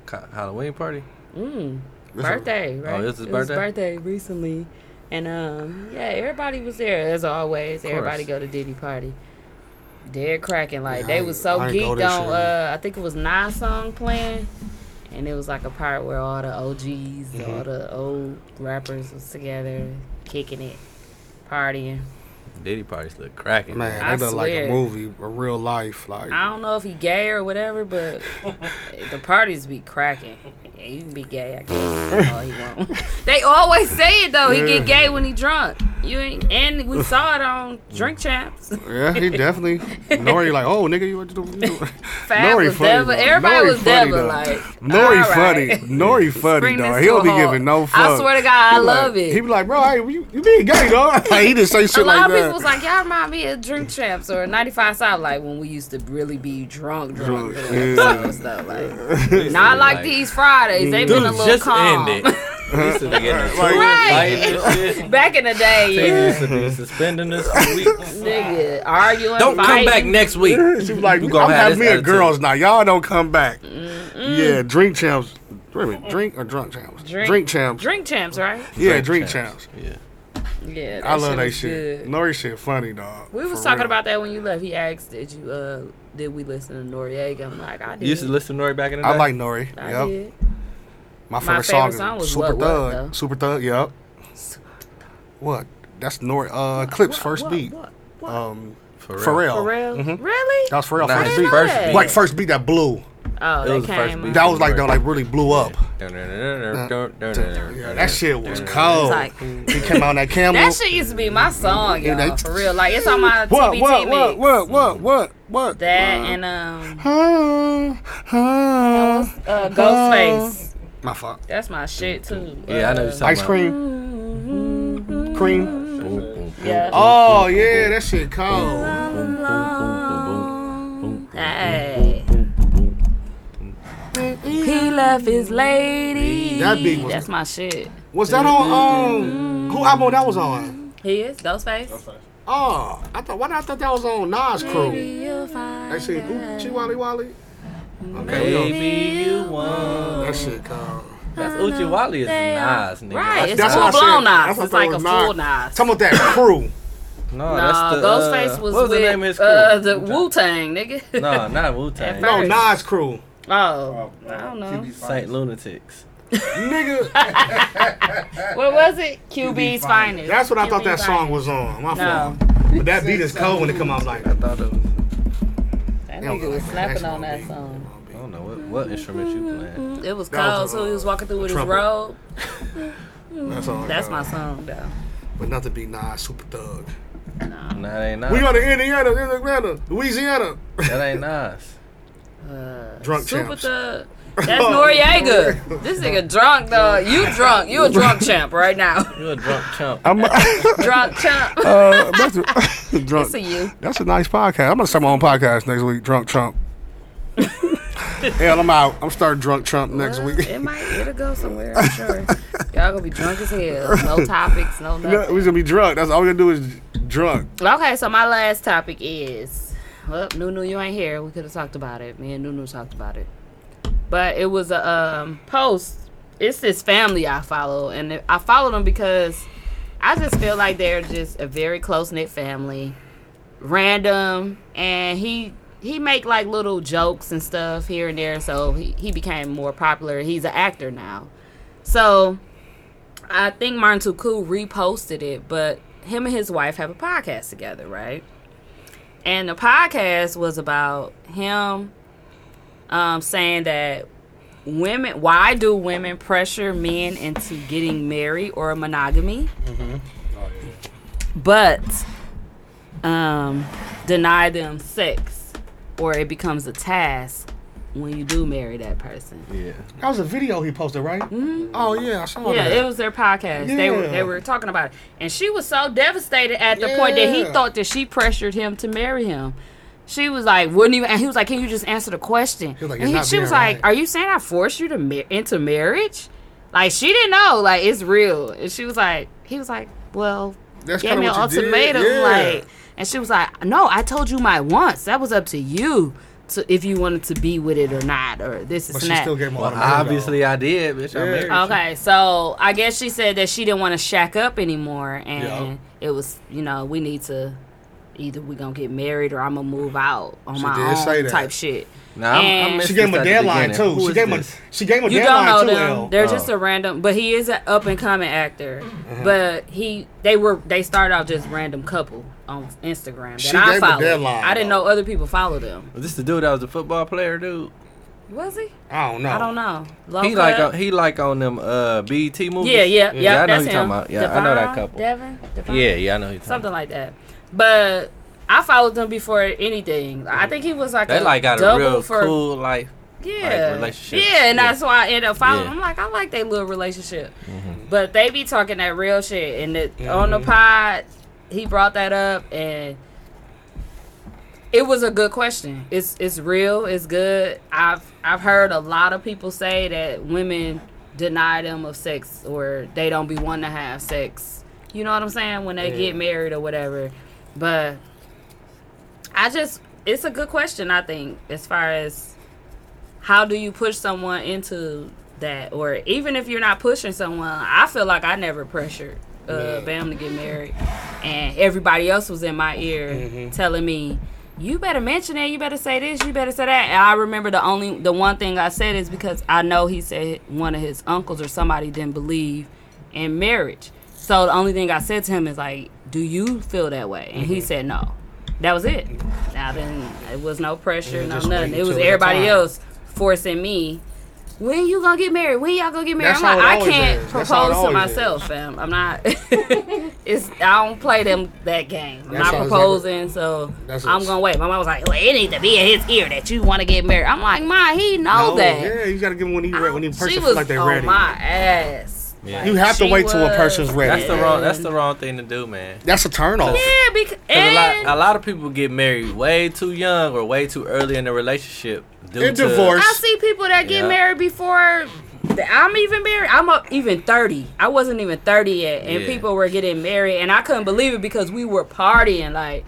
S1: co- Halloween party.
S7: Mm. Birthday, right?
S1: it was his
S7: It
S1: birthday?
S7: birthday recently, and um, yeah, everybody was there as always. Everybody go to Diddy party. Dead cracking, like
S4: Yeah, I
S7: they
S4: ain't-
S7: was so
S4: I ain't go
S7: geeked
S4: this
S7: on.
S4: year.
S7: Uh, I think it was nine song playing, and it was like a part where all the OGs, all the old rappers was together, kicking it, partying.
S1: Diddy parties look cracking.
S4: Man,
S7: I
S4: that look like a
S7: swear.
S4: movie, a real life. Like
S7: I don't know if he gay or whatever, but the parties be cracking. Yeah, you can be gay. I guess. all you want. They always say it though. He get gay when he drunk. You ain't, and we saw it on Drink Champs.
S4: Yeah, he definitely. Nori like, oh nigga, you what you doing?
S7: Fab
S4: Nori
S7: was devil.
S4: though.
S7: Everybody
S4: Nori
S7: was
S4: funny,
S7: devil.
S4: though.
S7: Like
S4: Nori
S7: all
S4: funny,
S7: right.
S4: Nori funny,
S7: Bring this
S4: dog.
S7: to
S4: He don't
S7: a
S4: be
S7: halt.
S4: giving no fuck.
S7: I swear to God, I
S4: He like-
S7: love it.
S4: He be like, bro, hey, you, you being gay, dog? Like, he didn't say shit
S7: a lot
S4: like
S7: of
S4: that.
S7: people was like, y'all remind me of Drink Champs or 95 South, like when we used to really be drunk, drunk,
S4: Drunk,
S7: doing
S4: yeah.
S7: episodes and stuff. Like, not like, these Fridays. They've been a little
S1: just
S7: calm.
S1: end it. Used to be getting a tour
S7: Right.
S1: light and shit.
S7: Back in the day,
S1: They used to be suspending us for weeks.
S7: nigga, arguing,
S1: Don't come
S7: fighting.
S1: back next week.
S4: She was like,
S1: You
S4: I'm
S1: gonna have
S4: not
S1: this
S4: me and
S1: attitude.
S4: girls now. Y'all don't come back. Yeah, drink champs. Wait a minute, drink or drunk champs? Drink, champs.
S7: Drink Champs, right?
S4: yeah, drink champs.
S1: Yeah.
S7: Yeah,
S4: I love that
S7: was
S4: shit.
S7: good.
S4: Nori shit funny, dog.
S7: We was
S4: For
S7: talking
S4: real.
S7: about that when you left. He asked, "Did you uh, did we listen to Noriega?" I'm like, "I did."
S1: You used to listen to Nori back in the day.
S4: I like Nori.
S7: I
S4: yep.
S7: did.
S4: My favorite, song,
S7: favorite song
S4: is
S7: was
S4: Super
S7: What What,
S4: Thug.
S7: though.
S4: Super Thug. Yep. What? That's Nori. Uh, Clips
S7: What,
S4: first
S7: what,
S4: beat.
S7: What?
S4: Um,
S1: Pharrell.
S4: Pharrell.
S7: For real?
S1: Mm-hmm.
S7: Really?
S4: That was Pharrell
S1: Nah,
S4: first
S1: his
S4: beat.
S1: first beat.
S4: Like first beat that blew.
S7: Oh,
S1: It
S7: they
S1: was the first
S7: came.
S1: beat.
S7: up.
S4: That was like that like really blew up. Yeah, that
S1: That
S4: shit was cold.
S7: like-
S4: He came out on that camel.
S7: That shit used to be my song,
S4: Yeah,
S7: y'all.
S4: they-
S7: for real, like it's on my
S4: what,
S7: TBT
S4: what, what, Uh-huh.
S7: mix.
S4: what, what, what, what?
S7: That and um,
S4: Huh, huh,
S7: uh, Ghostface.
S4: My fault.
S7: That's my shit too.
S1: Yeah, I know you're
S7: Uh, mm-hmm.
S1: talking
S4: Ice
S1: about.
S4: cream. Cream.
S1: Boom, boom, boom,
S7: Yeah.
S4: Oh yeah, that shit cold.
S1: boom, boom, boom, boom, boom,
S7: Hey. He left his lady.
S4: That beat was-
S7: That's my shit.
S4: Was that on um who album that was on?
S7: He is Ghostface.
S4: Oh, I thought why did I thought that was on Nas crew.
S7: You'll find
S4: That shit Gucci Wally Wally. Okay, we don't-
S1: Baby, you won.
S4: that shit cold.
S1: That's Uchi Wally is nice, nigga.
S7: Right, it's
S4: That's what I
S7: full
S4: said.
S7: blown Nas.
S4: That's what I
S7: It's
S4: thought
S7: like
S4: it
S7: a
S4: was
S7: full
S4: Nas.
S7: Nas.
S4: Talking about that crew.
S1: No,
S7: Nah,
S1: that's the,
S7: Ghostface
S1: uh,
S7: was
S1: what was
S7: with
S1: the name of his crew?
S7: uh, the Wu Tang nigga.
S1: no, not Wu Tang.
S4: No, Nas crew.
S7: Oh, I don't know.
S1: Saint Lunatics.
S4: Nigga,
S7: What was it? QB's finest.
S4: that's what I
S7: QB
S4: thought that
S7: finest.
S4: song was on. My
S7: No,
S4: fault. But that beat is cold when it come out. I'm like,
S1: I thought it was.
S7: that
S4: They don't
S7: nigga
S4: like
S7: was
S4: that.
S7: snapping
S4: That's
S7: on
S4: my
S7: that
S4: beat.
S7: song.
S1: I don't know what, what instrument you playing.
S7: It was
S4: That was
S7: cold,
S4: a-
S7: so he was walking through with his
S4: trumpet.
S7: robe.
S4: That's all. I
S7: That's
S4: got.
S7: my Uh, song, though.
S4: But not to be Nas Super Thug.
S1: Nah, that ain't nice.
S4: We go to Indiana, Indiana, Louisiana.
S1: that ain't nice.
S4: Drunk
S7: Uh, Super
S4: champs.
S7: Thug. That's Noriega. this nigga drunk, though. You drunk. You a drunk champ right now.
S1: You a drunk chump.
S4: I'm uh,
S7: drunk champ.
S4: that's a, drunk.
S7: It's a you.
S4: That's a nice podcast. I'm gonna start my own podcast next week. Drunk Trump. Hell, I'm out. I'm starting Drunk Trump next
S7: Well,
S4: week.
S7: Uh, It might it'll go somewhere, I'm sure. Y'all gonna be drunk as hell. No topics, no
S4: We're
S7: nothing.
S4: gonna be drunk. That's all we're gonna do is drunk.
S7: Okay, so my last topic is well, Nunu, you ain't here. We could have talked about it. Me and Nunu talked about it, but it was a um, post. It's this family I follow, and it- I follow them because I just feel like they're just a very close knit family. Random, and he he make like little jokes and stuff here and there. So he he became more popular. He's an actor now, so I think Martin Tuku reposted it, but him and his wife have a podcast together, right? And the podcast was about him um, saying that women, why do women pressure men into getting married or monogamy? But um, deny them sex, or it becomes a task when you do marry that person.
S1: Yeah.
S4: That was a video he posted, right? Mm-hmm. Oh yeah, I saw
S7: Yeah,
S4: that.
S7: it was their podcast. They were
S4: Yeah.
S7: they were talking about it, and she was so devastated at the point that he
S4: Yeah.
S7: thought that she pressured him to marry him. She was like, wouldn't even, and he was like, can you just answer the question?
S4: was like,
S7: and
S4: "You're
S7: he,
S4: not
S7: she was
S4: married,
S7: like,
S4: right?"
S7: are you saying I forced you to ma- into marriage? Like she didn't know, like it's real. And she was like, he was like, well,
S4: That's
S7: gave me
S4: kinda
S7: an
S4: what you did,
S7: ultimatum,
S4: yeah.
S7: like, and she was like, no, I told you my once. That was up to you. To, if you wanted to be with it or not, or this is and
S4: but she
S7: that.
S4: still gave him
S1: Well,
S4: all the money,
S1: obviously I did, bitch. I married you.
S7: Okay, so I guess she said that she didn't want to shack up anymore, and it was, you know, we need to either we gonna get married or I'm gonna move out on my
S4: did say
S7: own
S4: that.
S7: type shit.
S1: Nah, I'm-
S7: And-
S1: I missed
S4: She gave him
S1: this
S4: a
S1: at the
S4: deadline
S1: beginning.
S4: too.
S1: Who
S4: She
S1: is
S4: gave him a
S1: this?
S4: she gave him a
S7: You don't know
S4: deadline too.
S7: them;
S4: L.
S7: they're
S1: Oh.
S7: just a random. But he is an up and coming actor.
S4: Uh-huh.
S7: But he, they were, they started out just random couple on Instagram that
S4: She
S7: I
S4: gave a
S7: followed.
S4: deadline,
S7: I didn't
S4: though.
S7: know other people followed them.
S1: Was this the dude that was a football player, dude?
S7: Was he?
S4: I don't know.
S7: I don't know. Low
S1: He like
S7: cut.
S1: on, he like on them uh BET movies.
S7: yeah, yeah, yeah.
S1: I know
S7: that's
S1: who you
S7: him.
S1: talking about. Yeah, I know that
S7: Devon,
S1: couple.
S7: Devin, Devon?
S1: Yeah, yeah, I know who you talking.
S7: something
S1: about.
S7: like that. But I followed him before anything. I think he was like
S1: They
S7: a
S1: like got a
S7: double
S1: real
S7: for
S1: cool like
S7: yeah
S1: relationship.
S7: Yeah, and
S1: Yeah.
S7: that's why I ended up
S1: Yeah.
S7: following.
S1: Mm-hmm.
S7: I'm like, I like their little relationship, but they be talking that real shit. And it, on the pod, he brought that up, and it was a good question. It's it's real. It's good. I've I've heard a lot of people say that women deny them of sex or they don't be wanting to have sex. You know what I'm saying when they get married or whatever. But I just it's a good question. I think as far as how do you push someone into that or even if you're not pushing someone i feel like i never pressured uh, bam to get married and everybody else was in my ear telling me you better mention it you better say this you better say that and i remember the only the one thing i said is because i know he said one of his uncles or somebody didn't believe in marriage so the only thing i said to him is like do you feel that way and he said no that was it i didn't it was no pressure no nothing
S4: wait
S7: it was
S4: till the
S7: everybody
S4: time.
S7: else forcing me. When you gonna get married? When y'all gonna get married?
S4: That's
S7: I'm
S4: how it
S7: like, I
S4: always
S7: can't
S4: is. That's how
S7: propose
S4: it
S7: to
S4: always
S7: myself, fam. I'm not. it's I don't play them that game. I'm
S4: That's
S7: not
S4: how it's
S7: proposing, so
S4: That's
S7: I'm
S4: what's-
S7: gonna wait. My mom was like, well, it need to be in his ear that you want to get married. I'm like, ma, he know
S4: No,
S7: that.
S4: Yeah, you gotta give them when he re- when he person
S7: she
S4: feel
S7: was
S4: like they're
S7: on
S4: ready.
S7: my ass.
S1: Yeah.
S4: You have to
S7: She
S4: wait till a
S7: was-
S4: person's ready.
S1: That's
S4: That's,
S1: the wrong. That's the wrong thing to do, man.
S4: a turn off.
S7: Yeah, because
S1: 'Cause a lot,
S7: and
S1: a lot of people get married way too young or way too early in the relationship. Due
S4: They're
S1: to-
S4: divorced.
S7: I see people that get
S1: Yeah.
S7: married before th- I'm even married. I'm up even 30. I wasn't even 30 yet, and
S1: Yeah.
S7: people were getting married, and I couldn't believe it because we were partying, like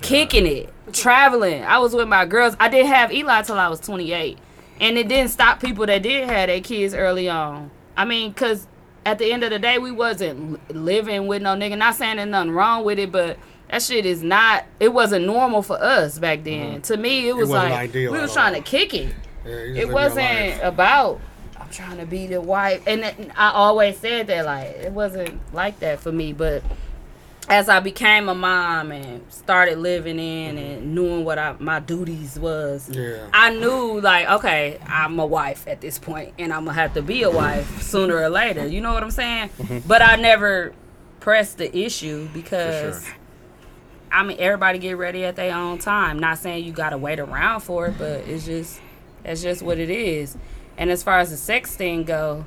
S7: kicking it, traveling. I was with my girls. I didn't have Eli till I was 28, and it didn't stop people that did have their kids early on. I mean, cause at the end of the day, we wasn't li- living with no nigga. Not saying there's nothing wrong with it, but. That shit is not. It wasn't normal for us back then. To me, it was
S4: wasn't
S7: like
S4: ideal
S7: we
S4: at
S7: was
S4: all.
S7: trying to kick it
S4: Yeah, you just
S7: it
S4: living your
S7: wasn't
S4: life.
S7: about I'm trying to be the wife, and that- I always said that like it wasn't like that for me. But as I became a mom and started living in and knowing what I, my duties was,
S4: Mm-hmm. Yeah.
S7: I knew like okay, I'm a wife at this point, and I'm gonna have to be a wife sooner or later. You know what I'm saying?
S4: Mm-hmm.
S7: But I never pressed the issue because. I mean, everybody get ready at their own time. Not saying you gotta wait around for it, but it's just that's just what it is. And as far as the sex thing go,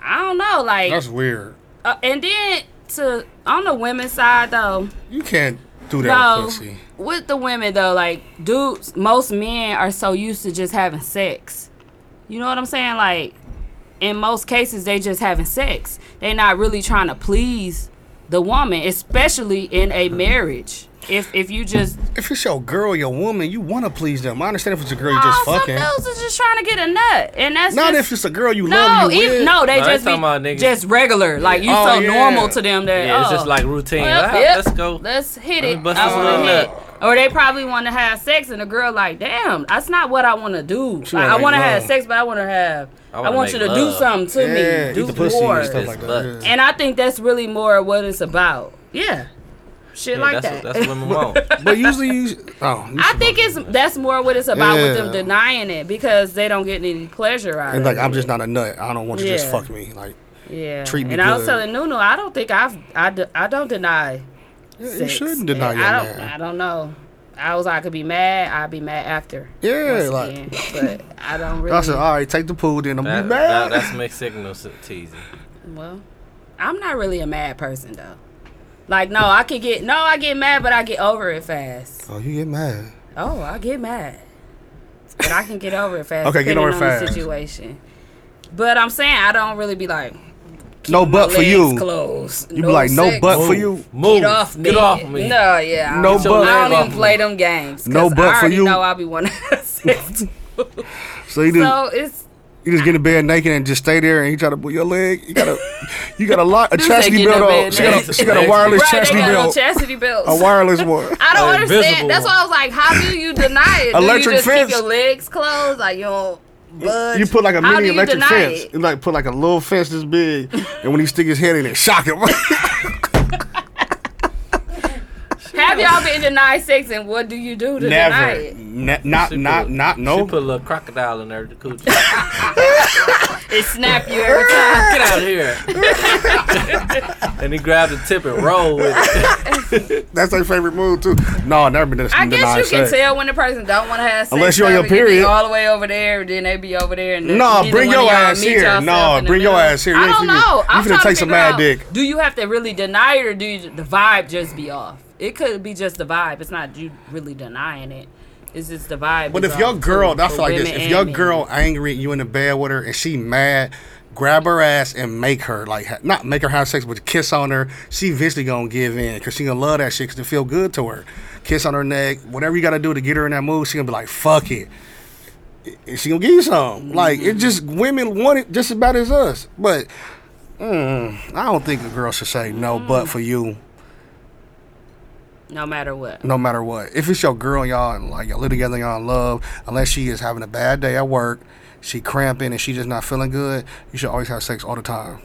S7: I don't know. Like,
S4: That's weird.
S7: uh, and then to on the women's side though,
S4: You can't do that
S7: no,
S4: with pussy.
S7: with the women though, like dudes, most men are so used to just having sex. You know what I'm saying? Like, in most cases, they just having sex. They not really trying to please the woman, especially in a marriage. If if you just
S4: If it's your girl, your woman, you want to please them. I understand if it's a girl you just
S7: Oh,
S4: fucking.
S7: Some dudes is just trying to get a nut, and that's
S4: Not
S7: just,
S4: if it's a girl you
S7: no,
S4: love. You
S7: even,
S4: with.
S7: no, they
S1: No, they
S7: just
S1: talking about
S7: be
S1: niggas.
S7: just regular. Like you
S4: Oh,
S7: so
S4: yeah.
S7: normal to them that
S1: Yeah, it's
S7: oh,
S1: just like routine.
S7: well,
S1: Ah,
S7: yep,
S1: Let's go.
S7: let's hit
S1: me
S7: it.
S1: bust
S7: I
S1: this
S7: wanna
S1: little
S7: hit.
S1: nut.
S7: Or they probably want to have sex, and the girl like, damn, that's not what I want to do. Like,
S4: wanna
S7: I
S4: make
S7: want to have
S4: love.
S7: sex, but I want to have. I,
S1: I wanna
S7: want you to
S1: make
S7: do
S1: love.
S7: something to
S4: yeah,
S7: me.
S4: eat
S7: Do
S4: the pussy
S7: more.
S4: and stuff like
S1: But-
S4: that. Yeah.
S7: And I think that's really more what it's about. Yeah, shit
S1: Yeah,
S7: like
S1: that's
S7: that.
S1: What, that's what women want.
S4: But usually you. Oh, you
S7: I think it's that's more what it's about with them
S4: Yeah.
S7: denying it because they don't get any pleasure out
S4: And
S7: of
S4: like
S7: it.
S4: I'm just not a nut. I don't want you to just
S7: Yeah.
S4: fuck me. Like
S7: yeah.
S4: treat me
S7: and I was
S4: good.
S7: telling Nunu, I don't think I've I, d- I don't deny.
S4: you
S7: sex.
S4: shouldn't deny
S7: And
S4: your
S7: I don't
S4: man.
S7: I don't know. I was I could be mad. I'd be mad after.
S4: Yeah,
S7: once
S4: like-
S7: again. but I don't really.
S4: I said, all right, take the pool. Then I'm
S1: That-
S4: be
S1: that-
S4: mad.
S1: that's mixed signals, teasing.
S7: Well, I'm not really a mad person though. Like no, I could get no, I get mad, but I get over it fast.
S4: oh, you get mad.
S7: Oh, I get mad, but I can get over it fast.
S4: Okay, get
S7: depending
S4: over it
S7: on the
S4: fast.
S7: Situation. But I'm saying I don't really be like.
S4: No butt for
S7: legs
S4: you.
S7: Closed.
S4: You be like no
S7: sex.
S4: butt for you.
S1: Move.
S7: Get off me.
S1: Get off me.
S7: No, yeah.
S4: No
S7: I don't,
S4: butt.
S1: Get
S7: I don't
S1: off
S7: even
S1: me.
S7: play them games. 'cause
S4: No butt for
S7: I already
S4: you.
S7: know I'll be one of six.
S4: So you just
S7: So it's
S4: you just get in bed naked and just stay there and you try to put your leg. You got a you got a lot a
S7: Dude said
S4: chastity
S7: get in
S4: belt on.
S7: bed
S4: She got a,
S1: naked.
S4: she got a wireless
S7: right. They
S4: chastity
S7: got no
S4: belt.
S7: chastity belts.
S4: A wireless one.
S7: I don't
S1: An
S7: understand.
S1: invisible
S7: That's why I was like, how do you deny it? do
S4: Electric
S7: you just
S4: fence.
S7: keep your legs closed? Like you don't budge?
S4: You put like a
S7: Uh, How do
S4: mini
S7: you
S4: electric
S7: deny
S4: fence.
S7: it?
S4: You like put like a little fence this big, and when you stick his head in it, shock him.
S7: Have Have y'all been denied sex and what do you do to deny it?
S4: Never. Ne- not, not, not,
S1: She
S4: no.
S1: put a little crocodile in there to coochie. Get
S7: It snap you every time.
S1: out of here. and he grabbed the tip and rolled with it.
S4: That's their favorite move, too. No, never been
S7: I
S4: denied
S7: guess you can
S4: sex.
S7: tell when the person don't want to have sex.
S4: Unless you're on your
S7: so we can be
S4: period.
S7: all the way over there, and then they be over there. And then
S4: No,
S7: either
S4: bring
S7: one of
S4: your
S7: y'all
S4: ass
S7: meet
S4: here.
S7: yourself
S4: No,
S7: in the
S4: bring your
S7: middle.
S4: ass here.
S7: I
S4: You
S7: don't
S4: finna-
S7: know.
S4: you
S7: I'm
S4: finna
S7: trying
S4: take
S7: to
S4: some
S7: figure
S4: mad
S7: out,
S4: dick.
S7: Do you have to really deny it, or do you, the vibe just be off? It could be just the vibe. It's not you really denying it. It's just the vibe.
S4: But
S7: is
S4: if your
S7: off,
S4: girl,
S7: too,
S4: that's
S7: for
S4: like this.
S7: women
S4: If
S7: and
S4: your
S7: men.
S4: girl angry, you in the bed with her, and she mad, grab her ass and make her like ha- not make her have sex, but kiss on her. She eventually gonna give in because she gonna love that shit because it feel good to her. Kiss on her neck, whatever you gotta do to get her in that mood. She gonna be like, fuck it. And she gonna give you some. Like it just
S7: Mm-hmm.
S4: women want it just as bad as us. But mm, I don't think a girl should say no. But
S7: Mm.
S4: for you,
S7: no matter what.
S4: no matter what. If it's your girl, and y'all and like y'all live together, and y'all in love. Unless she is having a bad day at work, she cramping and she just not feeling good. You should always have sex all the time.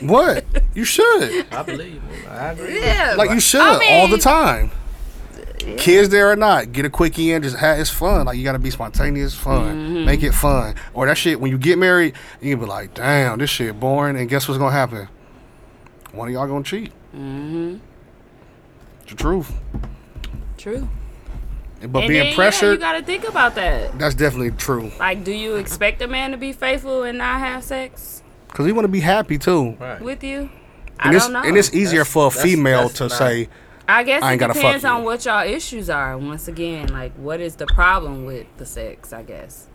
S4: what? You should.
S1: I believe it. I agree.
S7: Yeah,
S4: Like you should
S7: I
S4: all the
S7: mean-
S4: time. Kids there or not, get a quickie in. Just have it's fun. Like you gotta be spontaneous, fun.
S7: Mm-hmm.
S4: Make it fun. Or that shit when you get married, you can be like, damn, this shit boring. And guess what's gonna happen? One of y'all gonna cheat. Mm-hmm. It's the truth.
S7: True.
S4: But
S7: And
S4: being
S7: then, yeah, you
S4: pressured,
S7: gotta think about that.
S4: that's definitely true.
S7: Like, do you expect a man to be faithful and not have sex
S4: Cause we want to be happy too.
S1: Right.
S7: with you? I
S4: And it's,
S7: don't know.
S4: and it's easier
S1: That's-
S4: for a
S1: that's-
S4: female
S1: that's
S4: to
S1: not-
S4: say,
S7: I guess it
S4: I ain't gotta
S7: depends
S4: fuck you.
S7: on what y'all issues are. Once again, like what is the problem with the sex? I guess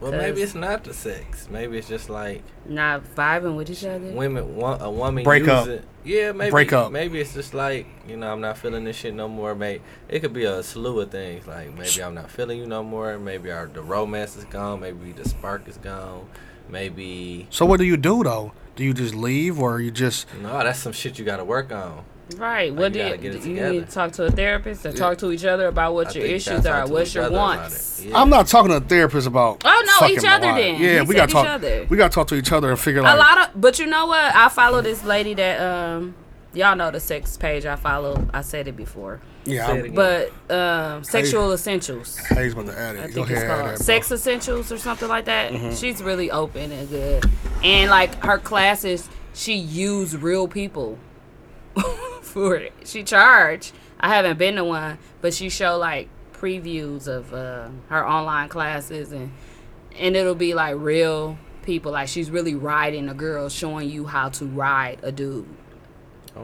S1: Well, maybe it's not the sex. Maybe it's just like
S7: not vibing with each other.
S1: women want a woman
S4: Break
S1: use
S4: up.
S1: it. Yeah, maybe
S4: Break up.
S1: Maybe it's just like you know I'm not feeling this shit no more. Maybe it could be a slew of things like maybe I'm not feeling you no more. Maybe our the romance is gone. Maybe the spark is gone. Maybe
S4: "So what do you do though? Do you just leave, or you just
S1: no, that's some shit you got to work on.
S7: Right. What do
S1: you gotta
S7: you,
S1: get it
S7: do you
S1: together.
S7: need to talk to a therapist and talk to each other about what
S1: I
S7: your
S1: think you
S7: issues
S1: gotta talk
S7: are,
S1: to
S7: what's
S1: each
S7: your
S1: other about
S7: wants.
S1: it. Yeah.
S4: I'm not talking to a therapist about.
S7: Oh, no,
S4: fucking
S7: each
S4: my
S7: other
S4: wife.
S7: then.
S4: Yeah,
S7: He
S4: we
S7: said
S4: gotta
S7: each
S4: talk.
S7: other.
S4: We gotta talk to each other and figure
S7: A
S4: out.
S7: lot of, but you know what? I follow this lady that um, y'all know the sex page I follow. I said it before,
S4: yeah,
S1: Say it
S4: I'm,
S1: again.
S7: but um, sexual essentials.
S4: Hayes about to add
S7: I
S4: it. Go
S7: think it's
S4: ahead, add
S7: called
S4: that, bro. Mm-hmm.
S7: Sex Essentials or something like that. She's really open and good. And like her classes, she used real people for it. She charged. I haven't been to one, but she show like previews of uh, her online classes and and it'll be like real people. Like she's really riding a girl, showing you how to ride a dude.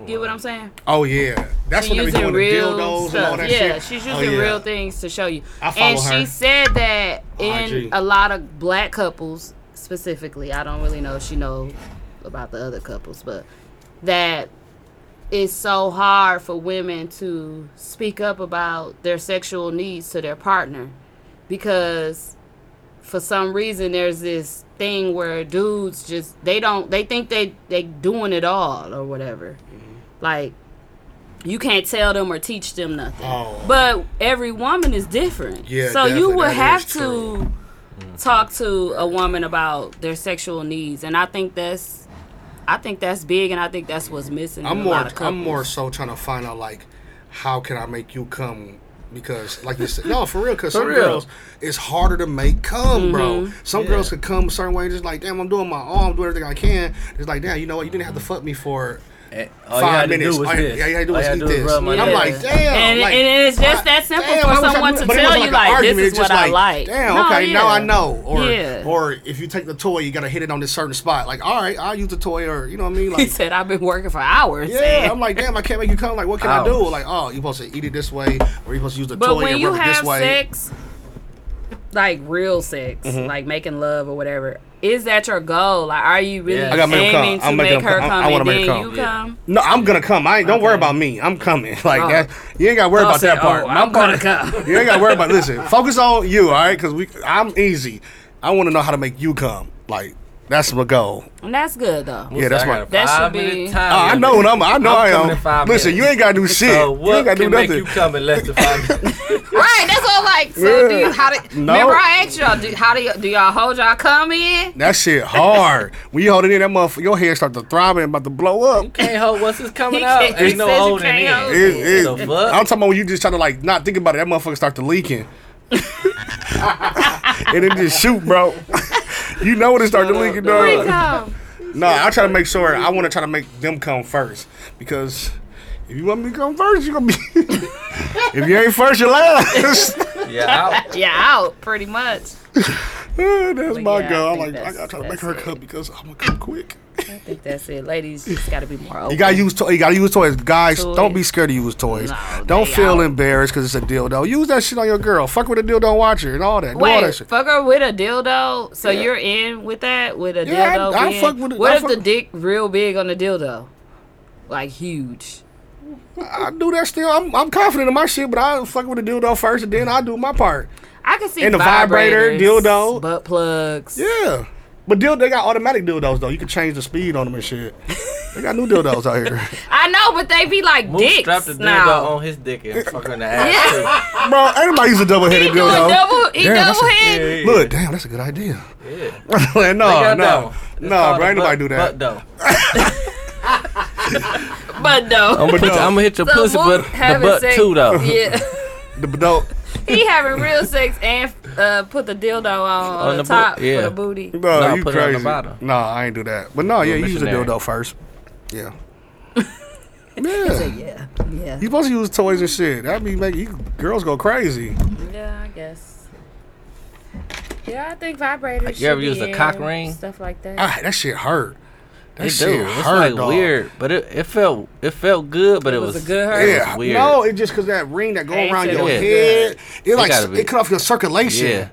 S7: Get what I'm saying?
S4: Oh yeah, that's
S7: She's
S4: when they be
S7: using
S4: doing the
S7: real
S4: dildos and all
S7: stuff.
S4: that
S7: yeah,
S4: shit.
S7: she's
S4: Oh,
S7: using
S4: yeah.
S7: real things to show you.
S4: I follow
S7: and
S4: her.
S7: she said that
S4: IG.
S7: in a lot of black couples specifically. I don't really know if she knows about the other couples, but that it's so hard for women to speak up about their sexual needs to their partner because for some reason there's this thing where dudes just they don't they think they they doing it all or whatever
S4: Mm-hmm.
S7: like you can't tell them or teach them nothing
S4: Oh.
S7: but every woman is different
S4: Yeah,
S7: so you
S4: definitely.
S7: would
S4: That
S7: have
S4: is
S7: to
S4: true. Mm.
S7: talk to a woman about their sexual needs and i think that's i think that's big and i think that's what's missing in
S4: I'm
S7: a
S4: more.
S7: lot of
S4: I'm more
S7: couples.
S4: so trying to find out like, how can I make you come? Because like you said, no, for real. Because some
S1: real. Mm-hmm.
S4: girls, it's harder to make come, bro. Some
S1: Yeah.
S4: girls could come a certain way, just like, damn, I'm doing my all, I'm doing everything I can. It's like, damn, you know what? You didn't have to fuck me for.
S1: Eh, all you
S4: Five
S1: had to
S4: minutes.
S1: do was
S4: All you-
S1: this.
S4: Yeah, you had to do
S1: All
S4: was
S1: you had
S4: eat
S1: to do was
S4: this.
S1: rub my
S4: And I'm
S1: dick.
S4: like, damn.
S7: And-
S4: like,
S7: and it's just
S4: I-
S7: that simple
S4: damn,
S7: for
S4: I wish I
S7: someone
S4: knew-
S7: to
S4: but it
S7: tell
S4: wasn't
S7: you,
S4: like
S7: like,
S4: an
S7: this
S4: argument.
S7: is
S4: It's just
S7: what I like.
S4: Damn,
S7: No,
S4: okay, now
S7: yeah.
S4: I know. Or
S7: Yeah.
S4: or if you take the toy, you gotta hit it on this certain spot. Like, all right, I'll use the toy, or you know what I mean?
S7: he
S4: Like,
S7: said i've been working for hours
S4: yeah, I'm like, damn, I can't make you come. Like, what can I do?
S1: Ouch.
S4: Like, oh, you supposed to eat it this way, or you supposed to use the
S7: But
S4: toy
S7: when
S4: and
S7: you
S4: rub it this
S7: have
S4: way.
S7: sex, like real sex,
S4: Mm-hmm.
S7: like making love or whatever, is that your goal? Like, are you really
S1: Yeah. I gotta
S4: make 'em
S7: aiming
S4: come. I'm
S7: to
S4: making
S7: make
S4: 'em
S7: her
S4: come. I-
S7: come,
S4: I wanna
S7: and
S4: make
S7: then
S4: 'em
S7: you
S4: come.
S7: come?
S4: No, I'm gonna come. I ain't, don't worry about me. I'm coming. Like
S7: Oh.
S4: that, you ain't gotta worry
S7: Oh,
S4: about
S7: say,
S4: that part.
S7: oh,
S4: My
S7: I'm
S4: part-
S7: gonna come.
S4: you ain't gotta worry about. Listen, focus on you, all right? Because we, I'm easy. I want to know how to make you come. Like That's my goal.
S7: And that's good though.
S4: Yeah, that's my.
S7: That should be-
S4: Oh, I know what I'm. I
S1: I'm
S4: know i
S1: coming in
S4: am.
S1: five
S4: Listen,
S1: minutes.
S4: you ain't gotta do shit.
S1: So
S4: you ain't
S1: what
S4: gotta do
S1: can make you
S4: nothing.
S1: come in less than five minutes?
S7: Right, that's what I'm like. So do you, how do,
S4: No.
S7: remember I asked y'all, do, how do, y- do y'all hold y'all come in?
S4: That shit hard. when you hold it in, that motherfucker, your head start to throb and about to blow up.
S1: Can't hold what's is coming
S7: He
S1: out.
S7: can't-
S1: Ain't
S7: he
S1: no
S7: says you
S1: holding in.
S7: can't hold
S4: It- it-
S1: The fuck?
S4: I'm talking about when you just trying to like not think about it. That motherfucker start to leaking, and it just shoot, bro. you know when it start to leaking, dog.
S7: Come.
S4: No, I try to make sure I want to try to make them come first because if you want me to come first, you gonna be. if you ain't first, you last.
S1: Yeah, out.
S7: Yeah, out pretty much.
S4: That's my
S7: yeah, I
S4: goal. I'm
S7: think
S4: like, I
S7: that's-
S4: gotta try to make
S7: that's
S4: her
S7: it.
S4: come because I'm gonna come quick.
S7: I think that's it. Ladies just gotta be more
S4: You
S7: open.
S4: gotta use to- you gotta use toys, guys.
S7: Toys.
S4: Don't be scared to use toys.
S7: No,
S4: don't
S7: they out.
S4: feel embarrassed because it's a dildo. Use that shit on your girl. Fuck with a dildo watcher and all that. Do all
S7: Wait,
S4: that shit.
S7: fuck her with a dildo. So you're in with that with a
S4: Yeah, I-
S7: dildo.
S4: I
S7: being-
S4: fuck with it.
S7: What
S4: I
S7: if
S4: fuck-
S7: the dick real big on the dildo, like huge?
S4: I do that still. I'm, I'm confident in my shit, but I fuck with a dildo first and then I do my part.
S7: I can see
S4: And the vibrator,
S7: vibrators,
S4: dildo.
S7: butt plugs.
S4: Yeah. But dildo, they got automatic dildos though. You can change the speed on them and shit. they got new dildos out here,
S7: I know, but they be like
S1: Moose
S7: dicks
S1: strapped the dildo
S7: now.
S1: on his dick and fuck her in the ass.
S4: bro. Anybody use a double
S7: he
S4: headed
S7: doing
S4: dildo?
S7: double. He
S4: Damn, that's
S7: double
S4: a-
S7: head.
S1: yeah.
S4: Look, damn, that's a good idea.
S1: Yeah.
S4: no,
S1: Got that
S4: no,
S1: one. It's
S4: no,
S1: called
S4: bro.
S1: a
S4: Ain't nobody do
S1: butt- Butt
S4: that.
S1: though.
S7: But
S1: I'm
S7: no.
S1: gonna, put, I'm gonna hit your
S7: So
S1: pussy,
S7: Moose
S1: but the
S7: having
S1: butt
S7: sex-
S1: too though.
S7: Yeah.
S4: The no,
S7: he having real sex and uh, put the dildo on, on,
S1: On
S7: the,
S1: the bo-
S7: top
S1: yeah.
S7: for the booty.
S4: no,
S1: No,
S4: you
S1: put it on the
S4: crazy.
S1: bottom.
S4: No, I ain't do that. But no, yeah, you use a
S1: missionary.
S4: dildo first. Yeah. yeah.
S7: Yeah. Yeah.
S4: You supposed to use toys and shit. That be make you girls go crazy.
S7: Yeah, I guess. Yeah, I think vibrators.
S1: you ever
S7: should
S1: use
S7: be
S1: a cock
S7: in,
S1: ring?
S7: Stuff like that.
S4: Ah, that shit hurt. That
S1: It
S4: shit
S1: do.
S4: hurt,
S1: It's like
S4: dog.
S1: weird, but it, it felt it felt good, but it,
S7: was a good hurt?
S1: It
S4: Yeah,
S1: was weird.
S4: no, it just cause that ring that go
S7: Ain't
S4: around
S7: it
S4: your
S1: good?
S4: head, it like
S1: gotta be-
S4: it cut off your circulation.
S1: yeah,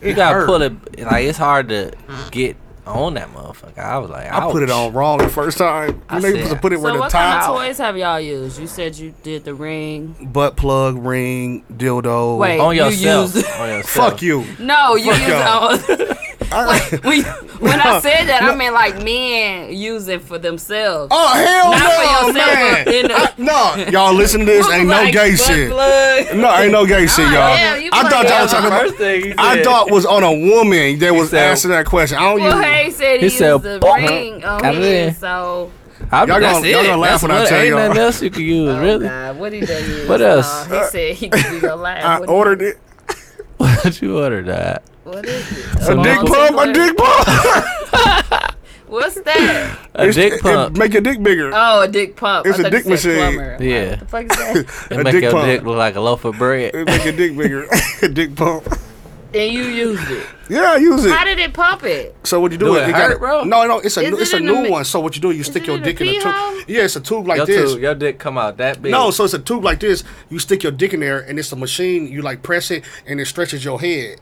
S4: It
S1: you gotta
S4: hurt.
S1: pull it. Like it's hard to get on that motherfucker. I was like,
S4: I put it
S1: ouch.
S4: on wrong the first time.
S1: I
S4: You know you
S1: said-
S4: supposed to put it where
S7: so
S4: the
S7: what kind
S4: top
S7: of toys have y'all used? You said you did the ring.
S4: butt plug ring dildo.
S7: Wait.
S1: on
S7: You
S1: yourself.
S7: used-
S1: on yourself.
S4: fuck you.
S7: No, you
S4: Fuck
S7: used
S4: y'all.
S7: on.
S4: I-
S7: when, when I said that, I meant like men use it for themselves.
S4: oh hell
S7: Not for
S4: no, Oh, man.
S7: yourself, in the-
S4: I- no, y'all listen to this.
S7: Look
S4: Ain't no
S7: like
S4: gay
S7: butt
S4: shit.
S7: plug.
S4: No, ain't no gay shit, y'all.
S7: yeah, you
S4: I thought
S7: play
S4: y'all
S7: that
S4: was talking about.
S1: First thing he said,
S4: I thought was on a woman that was
S1: said-
S4: asking that question. I don't
S7: Well,
S4: use.
S7: Hayes said
S1: He
S7: he,
S1: said,
S7: used the
S1: "Boop."
S7: ring on
S1: Got it in.
S7: his, so.
S1: I,
S4: Y'all
S1: that's
S4: gonna-
S1: it.
S4: y'all gonna laugh
S1: That's
S4: when I
S1: what-
S4: tell
S1: ain't
S4: y'all.
S1: nothing else you can use, really.
S7: oh, God, what did they use?
S1: What
S7: Uh,
S1: else?
S7: he said he could be the
S4: I
S7: last. What-
S4: ordered it.
S1: What you ordered that?
S7: What is it?
S4: A dick pump. A dick pump.
S7: What's that?
S1: A
S4: It's-
S1: dick
S4: it-
S1: pump.
S4: It make your dick bigger.
S7: Oh, a dick pump. I
S4: It's a
S7: thought you
S4: dick
S7: said
S4: machine.
S7: plumber.
S1: Yeah.
S7: What the fuck is that?
S1: It make
S4: dick
S1: your
S4: pump.
S1: dick look like a loaf of bread.
S4: It make your dick bigger. A dick pump.
S7: and you used it.
S4: Yeah, I use it.
S7: How did it pump it?
S4: So what you do,
S1: Do
S4: is
S1: it
S4: you gotta-
S1: hurt, bro?
S4: No, no, it's a
S7: Is
S4: new,
S7: it
S4: it's a
S7: in
S4: new
S7: the-
S4: one. So what you do, you stick
S7: it
S4: your
S7: in a
S4: dick in a tube.
S7: keyhole?
S4: Yeah, it's a tube like
S1: your
S4: this.
S1: tube, your dick come out that big.
S4: No, so it's a tube like this. You stick your dick in there, and it's a machine. You like press it, and it stretches your head.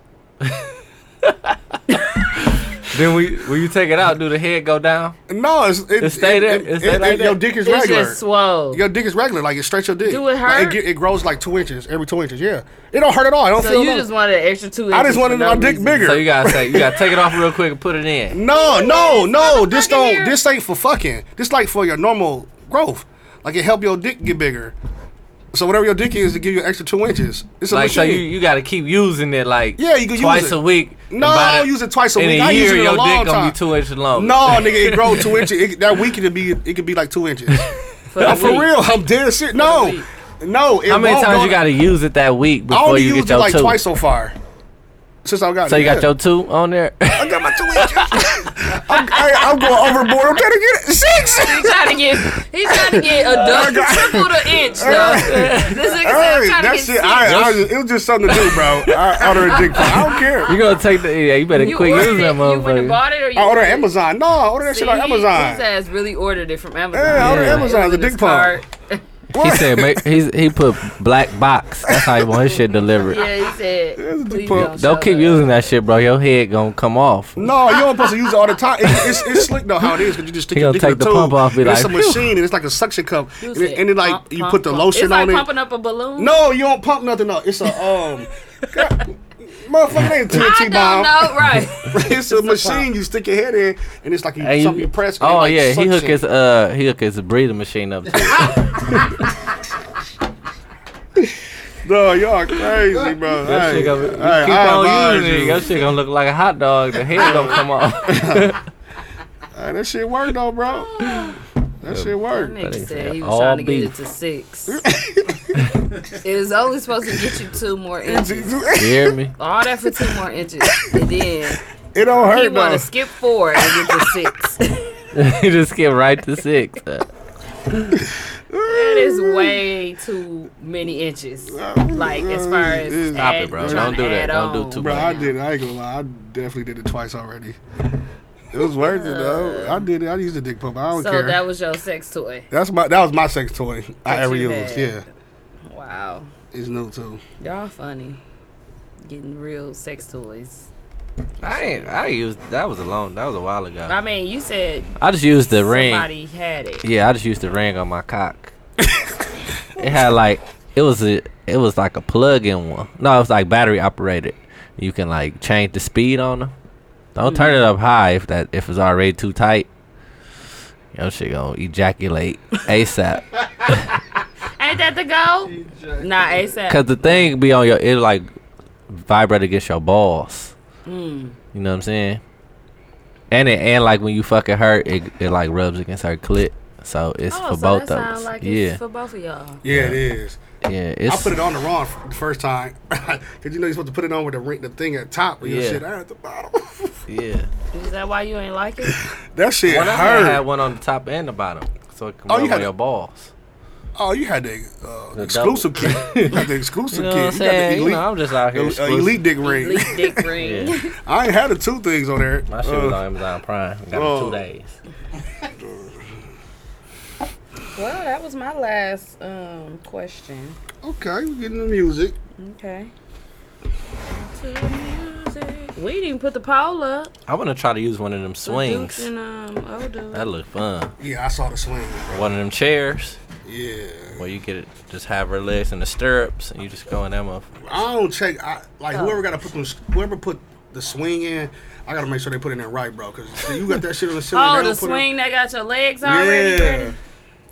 S1: then we when you take it out, do the head go down?
S4: No, it's, it,
S1: It stay there? It stay like that?
S4: Your dick is
S7: It's
S4: regular.
S7: just swole.
S4: your dick is regular. Like it stretch your dick.
S7: Do it
S4: Like,
S7: hurt?
S4: get- it grows like two inches every two inches. Yeah, it don't hurt at all. I don't
S7: so
S4: feel.
S7: you
S4: no-
S7: just wanted an extra two.
S4: I just
S7: inches
S4: wanted
S7: for no
S4: my dick
S7: reason.
S4: bigger.
S1: So you gotta say you gotta take it off real quick and put it in.
S4: No, no, no. This
S7: motherfucker
S4: don't.
S7: here.
S4: This ain't for fucking. This like for your normal growth. Like it help your dick get bigger. So whatever your dick is, it give you an extra two inches. It's a
S1: Like so
S4: machine.
S1: you, you gotta keep using it like
S4: Yeah, you can use
S1: twice
S4: it.
S1: a week.
S4: No,
S1: And by
S4: I
S1: the-
S4: don't use it twice a
S1: in
S4: week.
S1: A
S4: I
S1: year,
S4: use it in a
S1: your
S4: long
S1: dick gonna
S4: time.
S1: be two inches long.
S4: no, nigga, it grow two inches. It, that week it be it could be like two inches.
S7: the
S4: I'm for
S7: week.
S4: real. I'm dead shit. No,
S7: week.
S4: no. It
S1: How many
S4: won't
S1: times
S4: go-
S1: you gotta use it that week
S4: I
S1: before
S4: only
S1: you
S4: used
S1: get
S4: it
S1: your
S4: like
S1: two?
S4: twice so far. Since I got
S1: so
S4: it,
S1: you got
S4: yeah.
S1: your two on there.
S4: I got my two inches. I'm, I, I'm going overboard. I'm trying to get it six.
S7: He's trying to get. He's trying to get a double, triple the inch. Though. This nigga said I'm
S4: Hey,
S7: trying to
S4: that
S7: get
S4: shit.
S7: six.
S4: I, I was just, it was just something to do, bro. I ordered a dick. pic. I don't care.
S1: you gonna take the yeah? You better
S7: you
S1: quick
S7: ordered
S1: use
S7: it.
S1: that
S7: You went and
S1: motherfucker.
S7: bought it, or you
S4: I ordered
S7: didn't?
S4: Amazon. No, I ordered that shit on
S7: See, he- His
S4: Amazon.
S7: ass really ordered it from Amazon.
S4: Yeah, I ordered
S1: Yeah.
S4: Amazon. The
S7: With his
S4: dick pump.
S7: card.
S1: He said make, he's, he put black box. That's how he want his shit delivered.
S7: Yeah, he said.
S4: a dick
S7: Please
S4: pump.
S7: don't,
S1: Don't
S7: show
S1: keep
S7: that."
S1: using that shit, bro. Your head gonna come off.
S4: No, you don't supposed to use it all the time. It, it's, it's slick though how it is because you just stick
S1: He
S4: your
S1: gonna
S4: dick in
S1: take
S4: the
S1: the
S4: tube.
S1: pump off, be
S4: and it's a
S1: like, "Phew."
S4: machine and it's like a suction cup, and
S7: Use
S4: it,
S7: it.
S4: and it like
S7: Pump,
S4: you
S7: pump,
S4: put the
S7: pump.
S4: lotion
S7: it's like
S4: on it.
S7: pumping up a balloon.
S4: No, you don't pump nothing up. It's a um. God, Motherfucker, they
S7: I
S4: TNT
S7: don't
S4: bomb.
S7: know, right?
S4: it's a machine you stick your head in, and it's like you,
S1: Hey, you-
S4: something you press. and it,
S1: oh
S4: like,
S1: yeah, he
S4: sucks
S1: hook
S4: it.
S1: his uh he hook his breathing machine up. too.
S4: No, y'all crazy, bro.
S1: That shit gonna,
S4: Hey,
S1: you
S4: hey,
S1: keep
S4: I
S1: on
S4: advise
S1: using it.
S4: you.
S1: That shit gonna look like a hot dog. The head don't come off.
S4: Hey, that shit worked though, bro. That shit worked.
S7: Nigga said he was
S1: all
S7: trying to get
S1: beef.
S7: it to six. it is only supposed to get you two more inches.
S1: You
S4: it
S1: hear me?
S7: All that for two more inches, and then
S4: don't
S7: he
S4: hurt
S7: want
S4: though.
S7: to skip forward and get to six.
S1: you just get right to six.
S7: that is way too many inches. Like as far as
S4: Stop
S1: it,
S7: add-
S1: bro.
S7: trying
S1: Don't
S7: to
S1: do that.
S7: add
S1: Don't do
S7: on.
S1: too
S4: Bro, I did. it. I ain't gonna lie. I definitely did it twice already. It was worth it though. I did it. I used a dick pump. I don't
S7: So
S4: care.
S7: that was your sex toy.
S4: That's my. That was my sex toy I
S7: That
S4: ever
S7: you
S4: used.
S7: had.
S4: Yeah,
S7: Wow,
S4: it's new too.
S7: y'all funny. Getting real sex toys.
S1: I ain't. I used that was a long. That was a while
S7: I
S1: ago.
S7: mean, you said
S1: I just used the ring.
S7: somebody had it.
S1: Yeah, I just used the ring on my cock. it had like it was a it was like a plug-in one. No, it was like battery operated. You can like change the speed on them. Don't turn it up high if that if it's already too tight. Your shit gonna ejaculate ASAP.
S7: Ain't that the goal? Nah, ASAP.
S1: Cause the thing be on your it like vibrate against your balls. You know what I'm saying? And it and like when you fucking hurt, it it like rubs against her clit. So it's
S7: Oh,
S1: for
S7: so
S1: both
S7: that
S1: of
S7: sound
S1: us.
S7: Like
S1: yeah,
S7: It's for both of y'all.
S4: Yeah, it is.
S1: yeah.
S4: I
S1: It's
S4: put it on the wrong f- the first time because you know you're supposed to put it on with the ring, the thing at top with your
S1: Yeah.
S4: shit at the bottom.
S1: yeah.
S7: Is that why you ain't like it?
S4: that shit
S1: One I
S4: hurt.
S1: had one on the top and the bottom, so it can
S4: Oh,
S1: rub
S4: you
S1: on
S4: had
S1: your
S4: a-
S1: balls.
S4: oh, you had the, uh,
S1: The
S4: exclusive kit. You had the exclusive
S1: You know what I'm
S4: kit. You had the
S1: saying? You
S4: elite,
S1: know, I'm just out here.
S4: the, uh,
S1: exclusive.
S4: elite dick ring.
S7: Leak dick ring.
S1: Yeah.
S4: I ain't had the two things on there.
S1: My shit
S4: Uh,
S1: was on Amazon Prime. Got it
S4: oh.
S1: two days.
S7: Well, that was my last um question.
S4: Okay, we're getting the music.
S7: Okay. We didn't even put the poll up.
S1: I want to try to use one of them
S7: for Dukes
S1: swings.
S7: And, um, Odo.
S1: That look fun.
S4: Yeah, I saw the swing.
S1: One of them chairs.
S4: Yeah,
S1: Where you get it, just have her legs in the stirrups, and you just go in that motherfucker.
S4: I don't check. I like whoever got to put them. Whoever put the swing in, I gotta make sure they put it in right, bro. Because you got that shit on the ceiling.
S7: Oh,
S4: they
S7: the
S4: don't put it-
S7: swing that got your legs already
S4: Yeah,
S7: ready.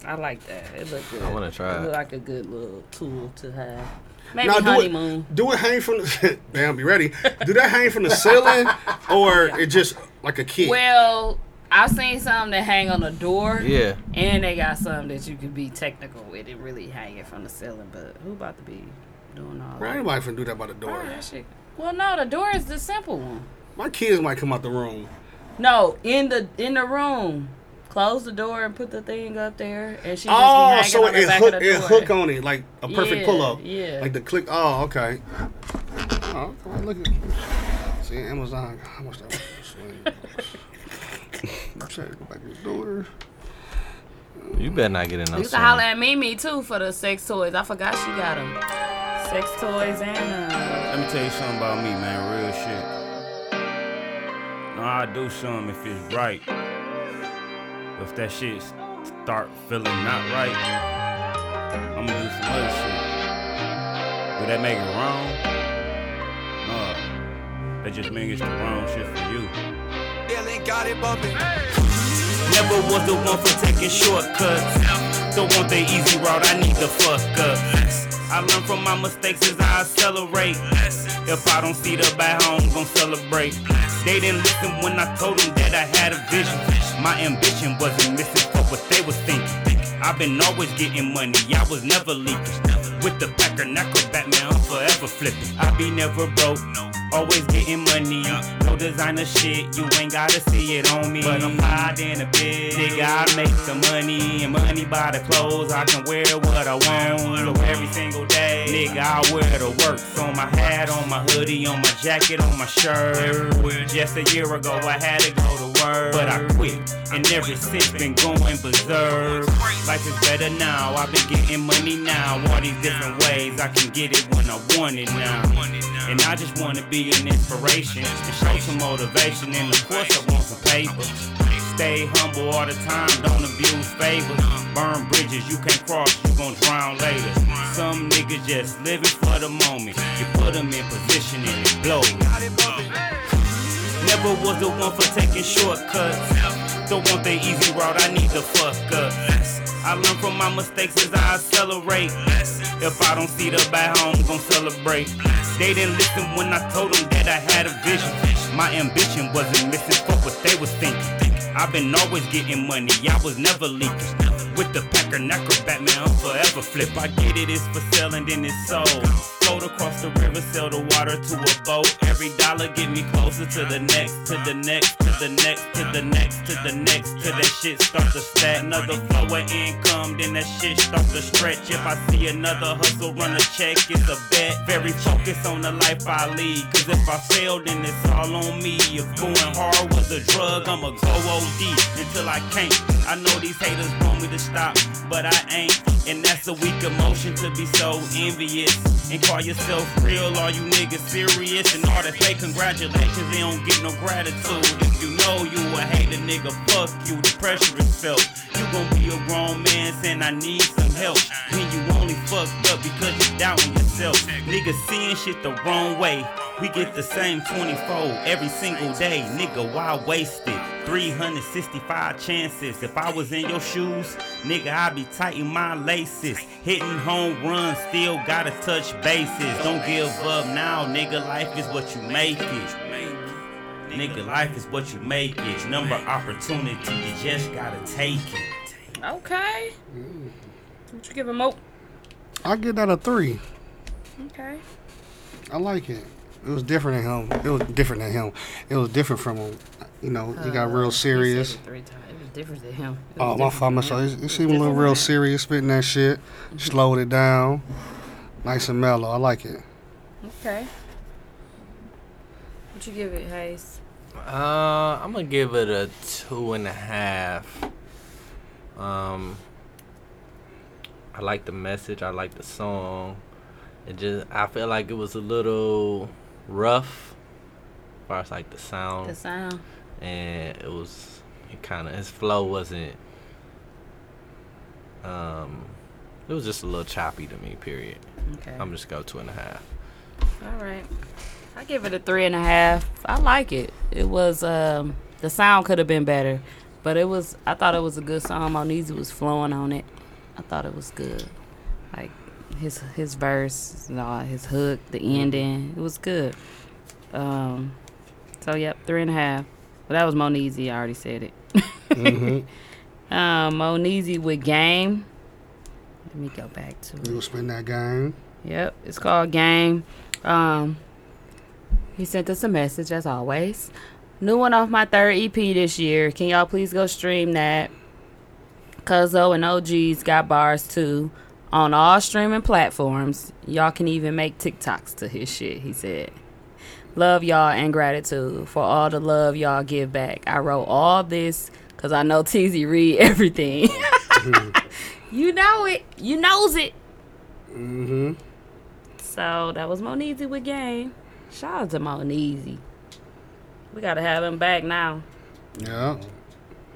S7: I like that. It looked good.
S1: I wanna try
S7: It
S1: it.
S7: looked like a good little tool to have. Maybe
S4: Now, do
S7: honeymoon.
S4: it, do it hang from the damn be ready. Do that hang from the ceiling or it just like a kid?
S7: Well, I seen some that hang on the door.
S1: Yeah.
S7: And they got some that you could be technical with and really hang it from the ceiling. But who about to be doing all
S4: Bro,
S7: that?
S4: anybody finna do that by the
S7: All
S4: door.
S7: that shit. Well, no, the door is the simple one.
S4: My kids might come out the room.
S7: No, in the in the room, close the door and put the thing up there, and she just be
S4: Oh,
S7: hanging
S4: so
S7: on the
S4: it
S7: back
S4: hook
S7: of the
S4: it
S7: door.
S4: hook on it like a perfect
S7: Yeah,
S4: pull up.
S7: yeah.
S4: Like the click. Oh, okay. Oh, come on, look at see Amazon. How much that was? I'm trying to go back to the door.
S1: You better not get in no
S7: You can holler at Mimi too for the sex toys. I forgot she got them. Sex toys and uh,
S10: Let me tell you something about me, man. Real shit. No, I do something if it's right. But if that shit s- start feeling not right, I'ma do some other shit. Do that make it wrong? No. That just means it's the wrong shit for you. Never was the one for taking shortcuts. Don't want the easy route, I need the fuck up. I learn from my mistakes as I accelerate. If I don't see the bad home, gon' celebrate. They didn't listen when I told them that I had a vision. My ambition wasn't missing for what they was thinking. I've been always getting money, I was never leaking. With the Packer Knuckle Batman, I'm forever flipping. I be never broke, always getting money. uh. No designer shit, you ain't gotta see it on me. But I'm high in a bit. Nigga, I make the money, and money by the clothes. I can wear what I want every single day. Nigga, I wear the works on my hat, on my hoodie, on my jacket, on my shirt. Everywhere. Just a year ago, I had to go to work. But I quit, and ever since been going berserk. Life is better now, I've been getting money now. All these different ways, I can get it when I want it now. And I just wanna be an inspiration and show some motivation. And of course, I want some paper. Stay humble all the time, don't abuse favors. Burn bridges you can't cross, you gon' drown later. Some niggas just living for the moment. You put them in position and it blows. Never was the one for taking shortcuts. Don't want the easy route, I need the fuck up. I learn from my mistakes as I accelerate. If I don't see the back home, gon' celebrate. They didn't listen when I told them that I had a vision. My ambition wasn't missing for what they was thinking. I've been always getting money, I was never leaking. With the packer, knacker, Batman, I'm forever flip. I get it, it's for sale and then it's sold. Float across the river, sell the water to a boat. Every dollar get me closer to the next, to the next, to the next, to the next, to the next, till that shit start to stack. Another flow of income, then that shit start to stretch. If I see another hustle, run a check, it's a bet. Very focused on the life I lead, cause if I fail, then it's all on me. If going hard was a drug, I'ma go OD until I can't. I know these haters want me to stop, but I ain't. And that's a weak emotion to be so envious. And call yourself real, all you niggas serious. And all that fake congratulations, they don't get no gratitude. If you know you a hater, nigga, fuck you, the pressure is felt. You gon' be a grown man saying I need some help. Then you only fucked up because you doubting yourself. Niggas seeing shit the wrong way. We get the same 24 every single day. Nigga, why waste it? 365 chances. If I was in your shoes, nigga, I'd be tightening my laces. Hitting home runs, still gotta touch bases. Don't give up now, nigga. Life is what you make it. Nigga, life is what you make it. Number opportunity, you just gotta take it.
S7: uh, Okay.
S4: Mm.
S7: What you give him up?
S4: I get that a three.
S7: Okay.
S4: I like it. It was different than him. It was different than him. It was different from him. You know, he got real serious.
S7: Three times. Uh, It was different than him. It
S4: Oh,
S7: was different
S4: my
S7: Mm-hmm.
S4: fault,
S7: than
S4: my soul.
S7: him.
S4: It, it seemed a little real serious, spitting that shit. Slowed it down. Nice and mellow. I like it.
S7: Okay. What you give it, Hayes?
S1: Uh, I'm gonna give it a two and a half. Um, I like the message. I like the song. It just I feel like it was a little rough, as far as like the sound,
S7: The sound.
S1: and it was it kind of his flow wasn't. Um, it was just a little choppy to me. Period.
S7: Okay.
S1: I'm just go two and a half.
S7: All right. I give it a three and a half. I like it. It was um the sound could have been better, but it was I thought it was a good song. Monizy was flowing on it. I thought it was good. Like his his verse, and all, his hook, the ending. It was good. Um so yep, three and a half. But that was Monizy, I already said it. um Monizy with game. Let me go back to
S4: You was spitting that game.
S7: Yep, it's called Game. Um, he sent us a message as always. New one off my third EP this year. Can y'all please go stream that? Cuzzo and OG's got bars too on all streaming platforms. Y'all can even make TikToks to his shit, he said. Love y'all and gratitude for all the love y'all give back. I wrote all this because I know TZ read everything. you know it. You knows it.
S4: Mm-hmm.
S7: So that was Monizy with Game. Shout out to Monizy. We gotta have him back now.
S4: Yeah.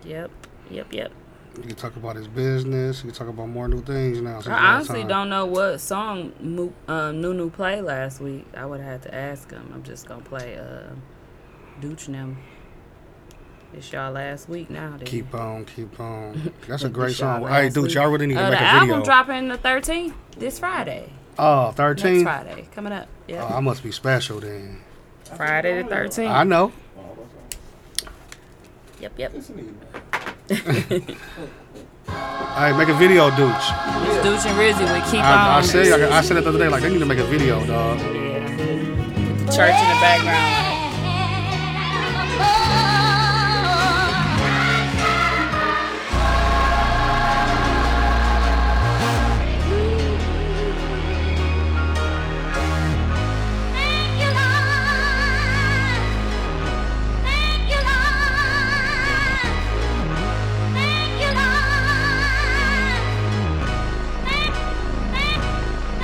S7: Yep, yep, yep.
S4: You can talk about his business. You can talk about more new things now. since
S7: I
S4: last
S7: honestly
S4: time.
S7: don't know what song Mu- um, Nunu played last week. I would have had to ask him. I'm just gonna play uh, Dooch them. It's y'all last week now. Then.
S4: Keep on, keep on. That's a
S7: Like
S4: great
S7: this y'all
S4: song.
S7: last
S4: Hey, dude,
S7: week.
S4: y'all really need to
S7: Uh,
S4: make
S7: the
S4: a video.
S7: album dropping the 13th this Friday.
S4: oh,
S7: Next
S4: 13?
S7: Friday coming up.
S4: Oh,
S7: Yeah,
S4: I must be special then.
S7: Friday the 13th.
S4: I know.
S7: Yep, yep.
S4: Hey, make a video, dudes.
S7: It's Dooch and Rizzy with Keep
S4: I, I
S7: On.
S4: said I, I said it the other day. Like they need to make a video, dog.
S7: Church in the background.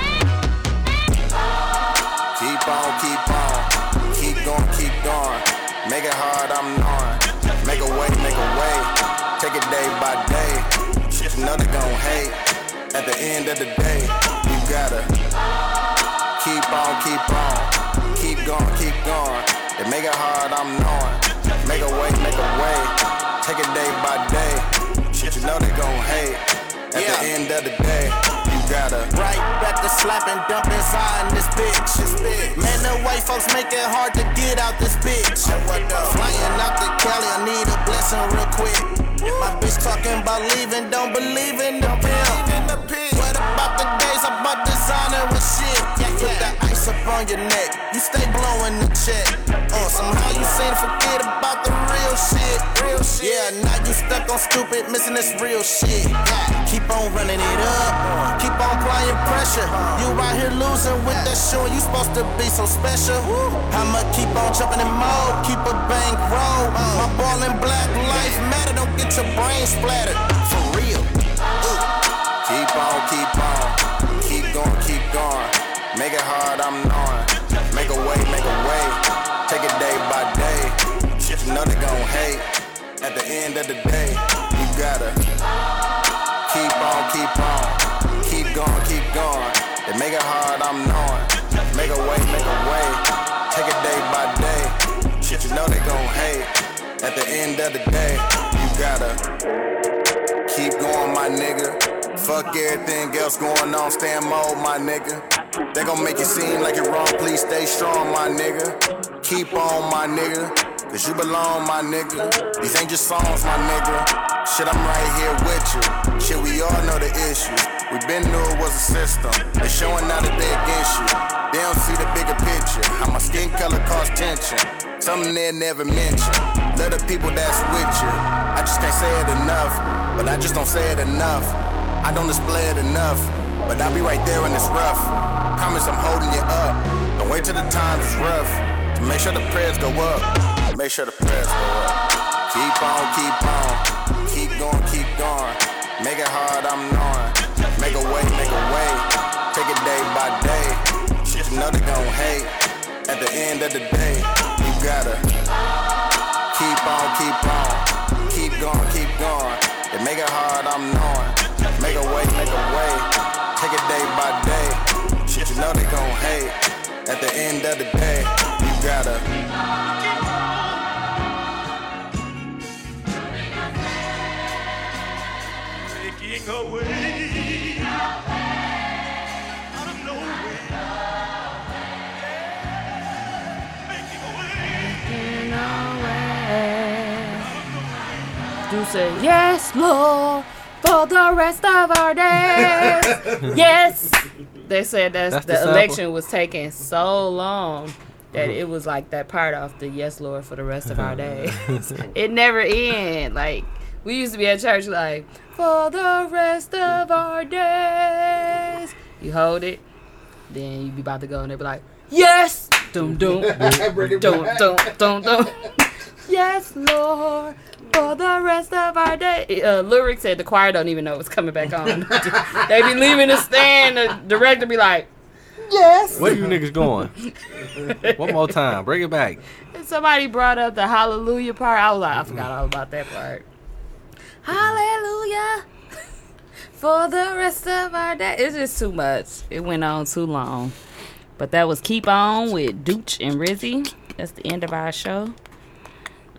S11: Keep on, keep on, keep going, keep going. Make it hard, I'm gnawing. Make a way way, make a way. Take it day by day. Shit, you know they gon' hate. At the end of the day, you gotta keep on, keep on, keep going, keep going. They make it hard, I'm knowing. Make a way, make a way. Take it day by day. Shit, you know they gon' hate. At the end of the day, you gotta
S5: Right back to slapping, dumping, sign this bitch. Man, the white folks make it hard to get out this bitch. Flying out to Cali, I need a blessing real quick. My bitch talking about leaving, don't believe in the pimp. What about the days I bought designer with shit? Put the ice up on your neck, you stay blowing the check. Oh, somehow you seem to forget about the real shit. Real shit. Yeah, now you stuck on stupid, missing this real shit. Yeah, Keep on running it up, keep on applying pressure. You out here losing with that shoe, and you supposed to be so special. I'ma keep on jumping in mode, keep a bank roll. My ball in black life matter, don't get your brain splattered. For real.
S11: Keep on, keep on, keep going, keep going. Make it hard, I'm knowing. Make a way, make a way. Take it day by day. Shit, you know they gon' hate. At the end of the day, you gotta keep on, keep on, keep going, keep going. They make it hard, I'm knowing. Make a way, make a way. Take it day by day. Shit, you know they gon' hate. At the end of the day, you gotta keep going, my nigga. Fuck everything else going on, stand mode, my nigga. They gon' make you seem like you're wrong, please stay strong, my nigga. Keep on, my nigga, cause you belong, my nigga. These ain't just songs, my nigga. Shit, I'm right here with you. Shit, we all know the issue. We been knew it was a system. They showing out that they against you. They don't see the bigger picture. How my skin color cause tension. Something they never mention. Love the people that's with you. I just can't say it enough, but I just don't say it enough. I don't display it enough, but I'll be right there when it's rough. Promise I'm holding you up. Don't wait till the times is rough. To make sure the prayers go up. Make sure the prayers go up. Keep on, keep on. Keep going, keep going. Make it hard, I'm knowing. Make a way, make a way. Take it day by day. Shit, you know they gon' hate. At the end of the day, you gotta keep on, keep on. Keep going, keep going. They make it hard, I'm knowing. Make a way, make a way. Take it day by day. Shit, you know they gon' hate. At the end of the day, you gotta.
S10: Making a way. Out of nowhere.
S7: Do say yes, Lord, for the rest of our days. yes. They said that's,
S1: That's
S7: the,
S1: the sample? Uh-huh.
S7: election was taking so long that it was like that part off the yes, Lord, for the rest of our days. it never end. Like we used to be at church, like for the rest of our days. You hold it, then you be about to go, and they be like, yes, dum dum
S9: Bring
S7: dum
S9: it
S7: dum
S9: back.
S7: dum dum. Yes, Lord, for the rest of our day. Uh, Lyric said the choir don't even know it's coming back on. they be leaving the stand. The director be like, yes.
S1: Where you niggas going? One more time, bring it back.
S7: And somebody brought up the hallelujah part. I was like, I forgot all about that part. Hallelujah for the rest of our day. It's just too much. It went on too long. But that was Keep On with Dooch and Rizzy. That's the end of our show.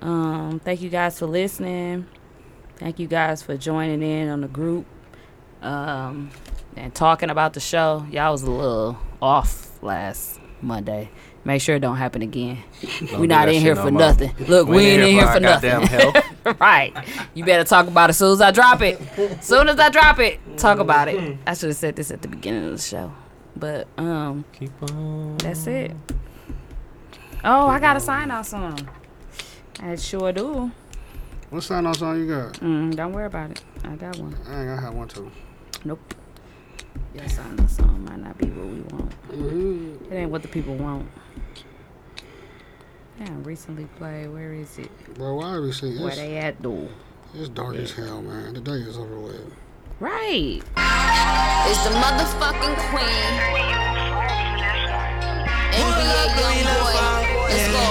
S7: Um, thank you guys for listening. Thank you guys for joining in on the group um, and talking about the show. Y'all was a little off last Monday. Make sure it don't happen again.
S1: Don't do
S7: we not
S1: that shit
S7: in here
S1: no
S7: for
S1: more.
S7: nothing. Look, we, ain't in here for,
S1: our goddamn
S7: nothing. right. You better talk about it as soon as I drop it. soon as I drop it, talk about it. I should have said this at the beginning of the show. But um
S1: keep on
S7: that's it. Oh, I gotta sign off song. I sure do.
S4: What sign off song you got?
S7: Mm, don't worry about it. I got one.
S4: I ain't gonna have one too.
S7: Nope. Your sign off song might not be what we want. It ain't what the people want. Yeah, I recently played. Where is it?
S4: Bro, why are we seeing
S7: Where they at though?
S4: It's dark as hell, man. The day is over with.
S7: Right.
S2: It's the motherfucking queen. NBA young boy. Let's go.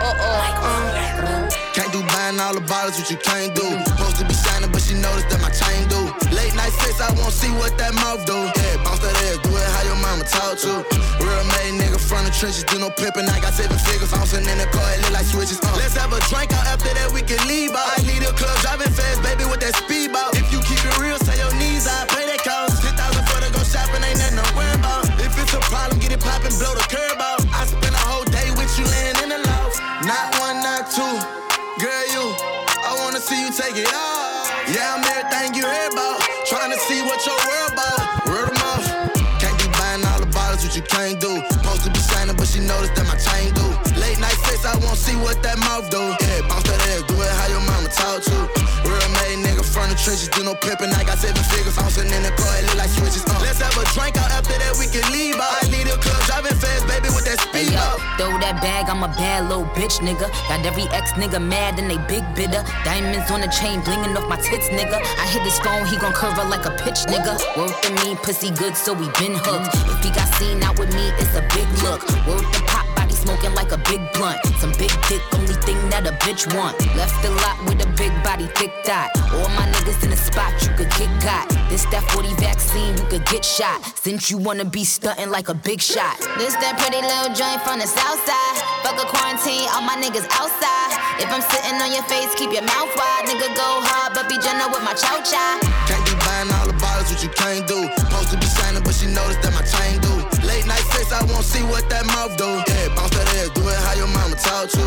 S2: Uh oh.
S5: Can't do buying all the bottles that's what you can't do. Supposed to be shining, but she noticed that my chain do. Late night fits, I won't see what that mouth do. Yeah, bounce that ass, do it how your mama talk to. Real made nigga from the trenches, do no pimping. I got seven figures, I'm sitting in the car, it look like switches. Uh, let's have a drink out after that, we can leave out. I lead a club driving fast, baby, with that speedboat. If you keep it real, say your knees, I pay that cost. 10,000 for the go shopping, ain't nothing to worry about. If it's a problem, get it poppin', blow the curb out. I spend a whole day with you laying in the loft. Not one, not two. Girl, you, I wanna see you take it off. Yeah, I'm everything you hear about. Trying to see what your world about. Word of mouth. Can't be buying all the bottles, what you can't do. Supposed to be shining, but she noticed that my chain do. Late night sex, I won't see what that mouth do. Yeah, bounce that ass, do it how your mama talk to. Real made nigga from the trenches, do no pimping. I got seven figures, I'm sitting in the car, it look like switches. Uh, let's have a drink out after that, we can leave out. I need a club driving fast, baby, with that
S2: Hey,
S5: speed
S2: yo,
S5: up.
S2: throw that bag, I'm a bad little bitch, nigga. Got every ex nigga mad and they big bitter. Diamonds on the chain, blingin' off my tits, nigga. I hit his phone, he gon' curve her like a pitch, nigga. Word for me, pussy good, so we been hooked. If he got seen out with me, it's a big look. Word for pop, body smoking like a big blunt. Some big dick, only thing that a bitch want. Left the lot with a big body, thick dot. All my niggas in the spot, you could get got. This that 40 vaccine, you could get shot. Since you wanna be stunting like a big shot.
S12: This that pretty little joint from the south side. Fuck a quarantine, all my niggas outside. If I'm sitting on your face, keep your mouth wide. Nigga go hard, but be gentle with my chow chow.
S5: Can't be buying all the bottles, what you can't do. Supposed to be shining, but she noticed that my chain do. Late night sex, I won't see what that mouth do. Yeah, bounce that ass, do it how your mama talk to.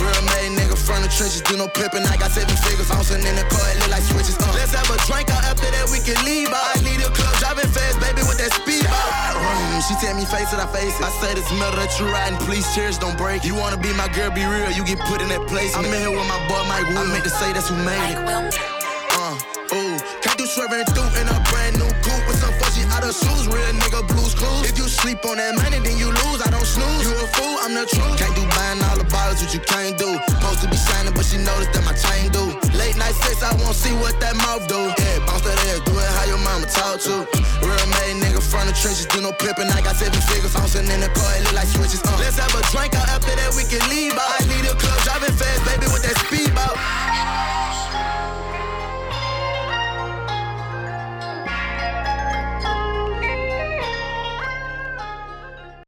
S5: Real made nigga from the trenches, do no pimping. I got seven figures, I'm sitting in the car, it look like switches. Uh, let's have a drink out after that, we can leave out. I need a club driving fast, baby, with that speed out. Mm, she tell me face it, I face it. I say this metal that you riding, please cheers, don't break. it. You wanna be my girl, be real, you get put in that place. I'm in here with my boy Mike Will. I meant to say that's who made it. Uh, ooh. Can't do swerving through in a brand new coupe with some fuzzy outer shoes. Real nigga blues clues. If you sleep on that money, then you lose. I don't snooze. You a fool, I'm the truth. Can't do buying all the bottles, what you can't do. Supposed to be shining, but she noticed that my chain do. Late night sex, I won't see what that mouth do. Yeah, bounce that ass, do it how your mama talk to. Real made nigga from the trenches, do no pimping. I got seven figures, I'm sitting in the car, it look like switches. Uh, let's have a drink out after that, we can leave out. I